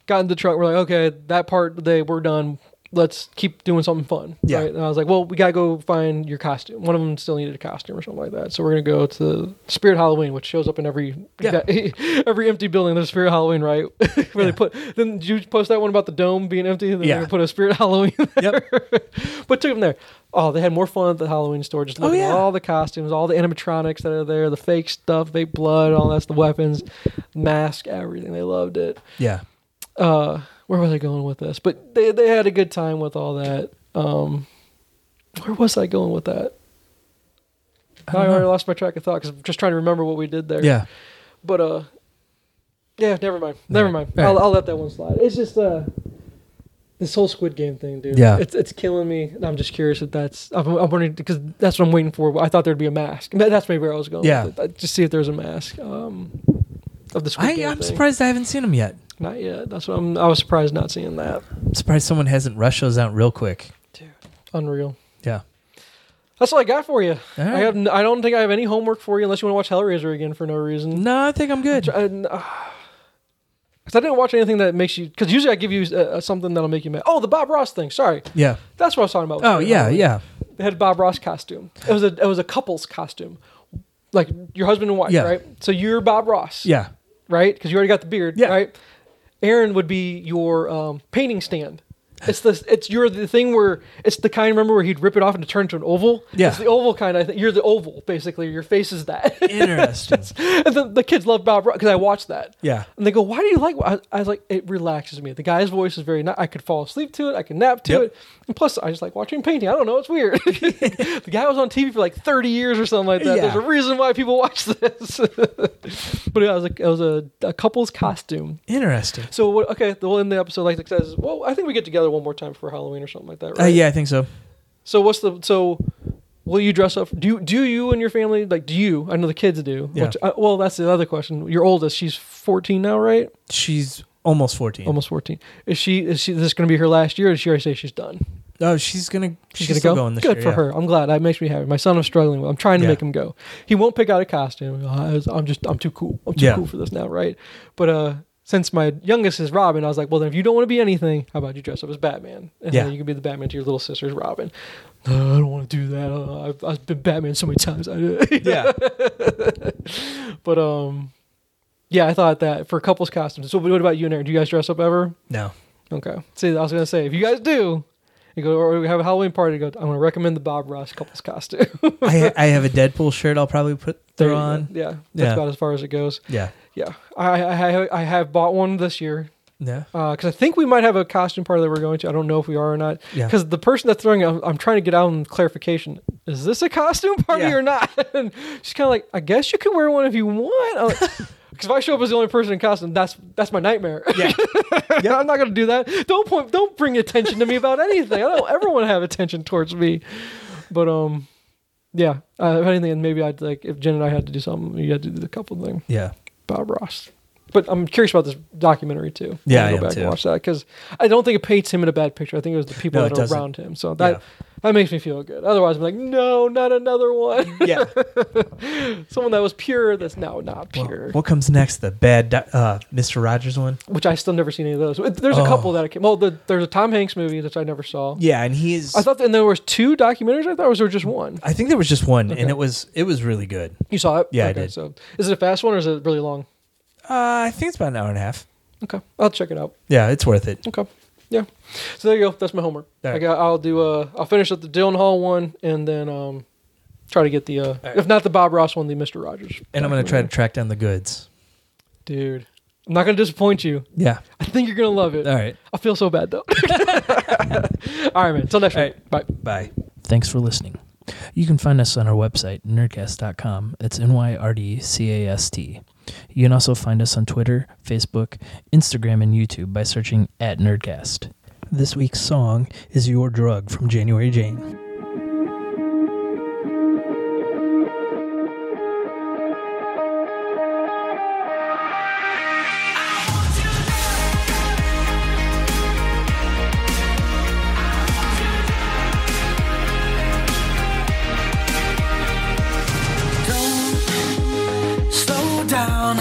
Speaker 1: got in the truck. We're like, okay, that part of the day we're done. Let's keep doing something fun.
Speaker 2: Yeah.
Speaker 1: And I was like, well, we gotta go find your costume. One of them still needed a costume or something like that. So we're gonna go to Spirit Halloween, which shows up in every
Speaker 2: Yeah.
Speaker 1: every empty building. There's Spirit Halloween, right? Where
Speaker 2: Yeah.
Speaker 1: they put. Then did you post that one about the dome being empty. Then
Speaker 2: Yeah.
Speaker 1: yeah. They put a Spirit Halloween.
Speaker 2: yep,
Speaker 1: but took them there. Oh, they had more fun at the Halloween store. Just
Speaker 2: Oh,
Speaker 1: looking
Speaker 2: yeah.
Speaker 1: at all the costumes, all the animatronics that are there, the fake stuff, fake blood, all that's the weapons, mask, everything. They loved it
Speaker 2: yeah.
Speaker 1: uh where was I going with this? But they they had a good time with all that. Um where was I going with that? I,
Speaker 2: I don't
Speaker 1: already
Speaker 2: know.
Speaker 1: lost my track of thought because I'm just trying to remember what we did there.
Speaker 2: Yeah,
Speaker 1: But uh yeah, never mind. Never mind.
Speaker 2: All right.
Speaker 1: I'll, I'll let that one slide. It's just uh this whole Squid Game thing, dude.
Speaker 2: Yeah.
Speaker 1: It's it's killing me. And I'm just curious if that's I'm, I'm wondering because that's what I'm waiting for. I thought there'd be a mask. That- That's maybe where I was going.
Speaker 2: Yeah.
Speaker 1: With it. I- Just see if there's a mask. Um of the Squid
Speaker 2: I,
Speaker 1: Game
Speaker 2: I'm
Speaker 1: thing.
Speaker 2: surprised I haven't seen them yet.
Speaker 1: Not yet. That's what I'm. I was surprised not seeing that.
Speaker 2: I'm surprised someone hasn't rushed those out real quick.
Speaker 1: Unreal.
Speaker 2: Yeah.
Speaker 1: That's all I got for you.
Speaker 2: All right.
Speaker 1: I have. n- I don't think I have any homework for you unless you want to watch Hellraiser again for no reason.
Speaker 2: no, I think I'm good.
Speaker 1: Because uh, I didn't watch anything that makes you. Because usually I give you uh, something that'll make you mad. Oh, the Bob Ross thing. Sorry,
Speaker 2: Yeah.
Speaker 1: that's what I was talking about. Uh,
Speaker 2: Oh yeah, yeah,
Speaker 1: They had a Bob Ross costume. It was a. It was a couple's costume, like your husband and wife,
Speaker 2: Yeah.
Speaker 1: right? So you're Bob Ross,
Speaker 2: yeah.
Speaker 1: right? Because you already got the beard,
Speaker 2: Yeah.
Speaker 1: right? Aaron would be your um, painting stand. It's the it's you're the thing where it's the kind remember where he'd rip it off and turn it to an oval.
Speaker 2: Yeah.
Speaker 1: it's the oval kind. I think you're the oval basically. Your face is that.
Speaker 2: Interesting.
Speaker 1: and the, the kids love Bob because I watched that.
Speaker 2: yeah.
Speaker 1: And they go, "Why do you like?" I, I was like, "It relaxes me." The guy's voice is very. Ni- I could fall asleep to it. I could nap to
Speaker 2: Yep.
Speaker 1: it. And plus, I just like watching painting. I don't know. It's weird. the guy was on TV for like thirty years or something like that.
Speaker 2: Yeah.
Speaker 1: There's a reason why people watch this. but yeah, it was a, it was a, a couple's costume.
Speaker 2: Interesting.
Speaker 1: So what, okay, the will end the episode like it says. Well, I think we get together one more time for Halloween or something like that, right?
Speaker 2: Uh, yeah, I think so.
Speaker 1: So what's the so? Will you dress up? Do you, do you and your family like? Do you? I know the kids do.
Speaker 2: Yeah.
Speaker 1: Which, uh, well, that's the other question. Your oldest, she's fourteen now, right?
Speaker 2: She's almost 14.
Speaker 1: Oh, almost 14 is she is she this going to be her last year or did she already say she's done
Speaker 2: Oh, she's gonna she's,
Speaker 1: She's gonna
Speaker 2: still
Speaker 1: go.
Speaker 2: going this
Speaker 1: Good
Speaker 2: year,
Speaker 1: for
Speaker 2: yeah.
Speaker 1: her. I'm glad. That makes me happy. My son, I'm struggling with. I'm trying to
Speaker 2: Yeah.
Speaker 1: make him go. He won't pick out a costume. I was- I'm just. I'm too cool. I'm too
Speaker 2: Yeah.
Speaker 1: cool for this now, right? But uh, since my youngest is Robin, I was like, well, then if you don't want to be anything, how about you dress up as Batman? And
Speaker 2: Yeah.
Speaker 1: then you can be the Batman to your little sister's Robin. No, I don't want to do that. Uh, I've, I've been Batman so many times. I,
Speaker 2: Yeah,
Speaker 1: but um, yeah, I thought that for couples costumes. So what about you and Aaron? Do you guys dress up ever?
Speaker 2: no,
Speaker 1: Okay. See, I was gonna say if you guys do, you go or we have a Halloween party. Go. I'm gonna recommend the Bob Ross couples costume.
Speaker 2: I I have a Deadpool shirt. I'll probably put
Speaker 1: There you
Speaker 2: throw
Speaker 1: go.
Speaker 2: on.
Speaker 1: Yeah, that's
Speaker 2: Yeah.
Speaker 1: about as far as it goes.
Speaker 2: Yeah,
Speaker 1: Yeah, I I, I- I have bought one this year
Speaker 2: yeah,
Speaker 1: because I think we might have a costume party that we're going to. I don't know if we are or not.
Speaker 2: Yeah.
Speaker 1: Because the person that's throwing, it, I'm, I'm trying to get out on clarification. Is this a costume party
Speaker 2: Yeah.
Speaker 1: or not? And she's kind of like, I guess you can wear one if you want. Because if I show up as the only person in costume, that's that's my nightmare.
Speaker 2: yeah.
Speaker 1: Yeah, I'm not gonna do that. Don't point. Don't bring attention to me about anything. I don't ever want to have attention towards me. But um, yeah. Uh, if anything, maybe I'd like if Jen and I had to do something, you had to do the couple thing,
Speaker 2: yeah.
Speaker 1: Bob Ross. But I'm curious about this documentary too. I'm gonna
Speaker 2: Yeah, I am
Speaker 1: go back and
Speaker 2: too.
Speaker 1: watch that because I don't think it paints him in a bad picture. I think it was the people
Speaker 2: No,
Speaker 1: that
Speaker 2: it
Speaker 1: are
Speaker 2: doesn't.
Speaker 1: around him. So that
Speaker 2: Yeah.
Speaker 1: that makes me feel good. Otherwise, I'm like, no, not another one.
Speaker 2: yeah.
Speaker 1: Someone that was pure that's now not pure.
Speaker 2: What comes next? The bad doc- uh, Mr. Rogers one.
Speaker 1: which I still never seen any of those. There's a
Speaker 2: Oh.
Speaker 1: couple that I came. Well, the, there's a Tom Hanks movie that I never saw.
Speaker 2: Yeah, and he is.
Speaker 1: I thought, and there was two documentaries. I thought, or was there just one?
Speaker 2: I think there was just one,
Speaker 1: Okay.
Speaker 2: and it was it was really good.
Speaker 1: You saw it?
Speaker 2: Yeah, I
Speaker 1: Okay,
Speaker 2: did.
Speaker 1: So, is it a fast one or is it really long?
Speaker 2: Uh, I think it's about an hour and a half.
Speaker 1: Okay, I'll check it out.
Speaker 2: Yeah, it's worth it.
Speaker 1: Okay, yeah. So there you go. That's my homework.
Speaker 2: All right.
Speaker 1: I got. I'll do. Uh, I'll finish up the Dylan Hall one, and then um, try to get the. Uh,
Speaker 2: right.
Speaker 1: If not the Bob Ross one, the Mister Rogers.
Speaker 2: And I'm gonna try to
Speaker 1: documentary.
Speaker 2: track down the goods.
Speaker 1: Dude, I'm not gonna disappoint you.
Speaker 2: Yeah.
Speaker 1: I think you're gonna love it.
Speaker 2: All right.
Speaker 1: I feel so bad though. All right, man. Until next
Speaker 2: All
Speaker 1: week. Bye.
Speaker 2: Bye.
Speaker 3: Thanks for listening. You can find us on our website, nerdcast.com. It's N Y R D C A S T. You can also find us on Twitter, Facebook, Instagram, and YouTube by searching at Nerdcast.
Speaker 2: This week's song is Your Drug from January Jane.
Speaker 4: Don't slow down.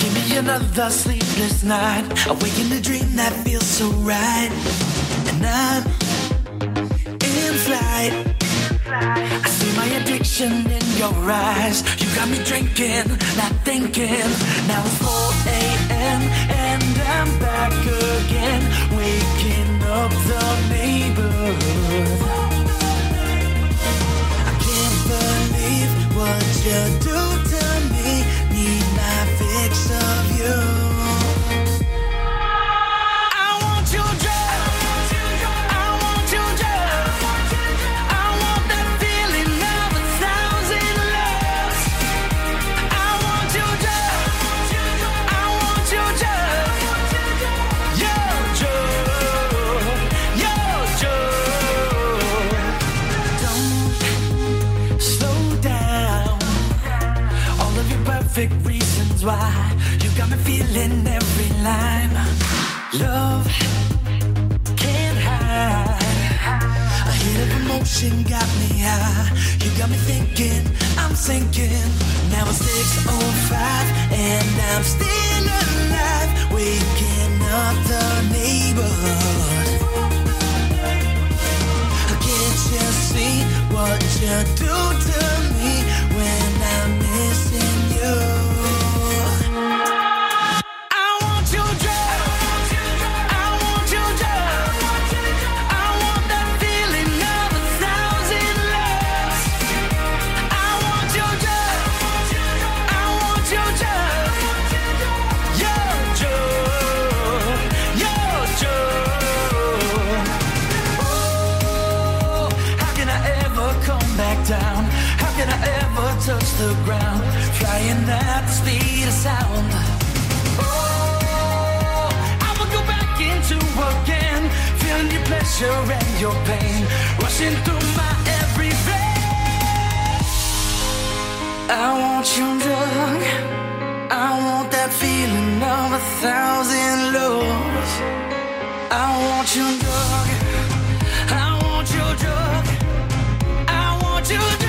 Speaker 4: Give me another sleepless night. I wake in a dream that feels so right. And I'm in flight. I see my addiction in your eyes. You got me drinking, not thinking. Now it's 4 a.m. and I'm back again. Waking up the neighborhood. I can't believe what you do to me. Need my fix of you. I want you dead. I want you dead. I want that feeling of a thousand loves. I want you dead. I want you dead. You're Don't slow down. All of your perfect reasons why you got me feeling every line. Love can't hide. A hit of emotion got me high. You got me thinking, I'm sinking. Now it's 6:05 and I'm still alive, waking up the neighborhood. Can't you see what you do to me when I'm missing you? I want you dead. I want you dead. I want that feeling of a thousand loves. I want you dead. I want you dead. You're true. You're true. Oh, how can I ever come back down? How can I ever touch the ground? Flying at the speed of sound. Oh, I will go back into again, feeling your pleasure and your pain, rushing through my every vein. I want you, dog. I want that feeling of a thousand loves. I want you, dog. what you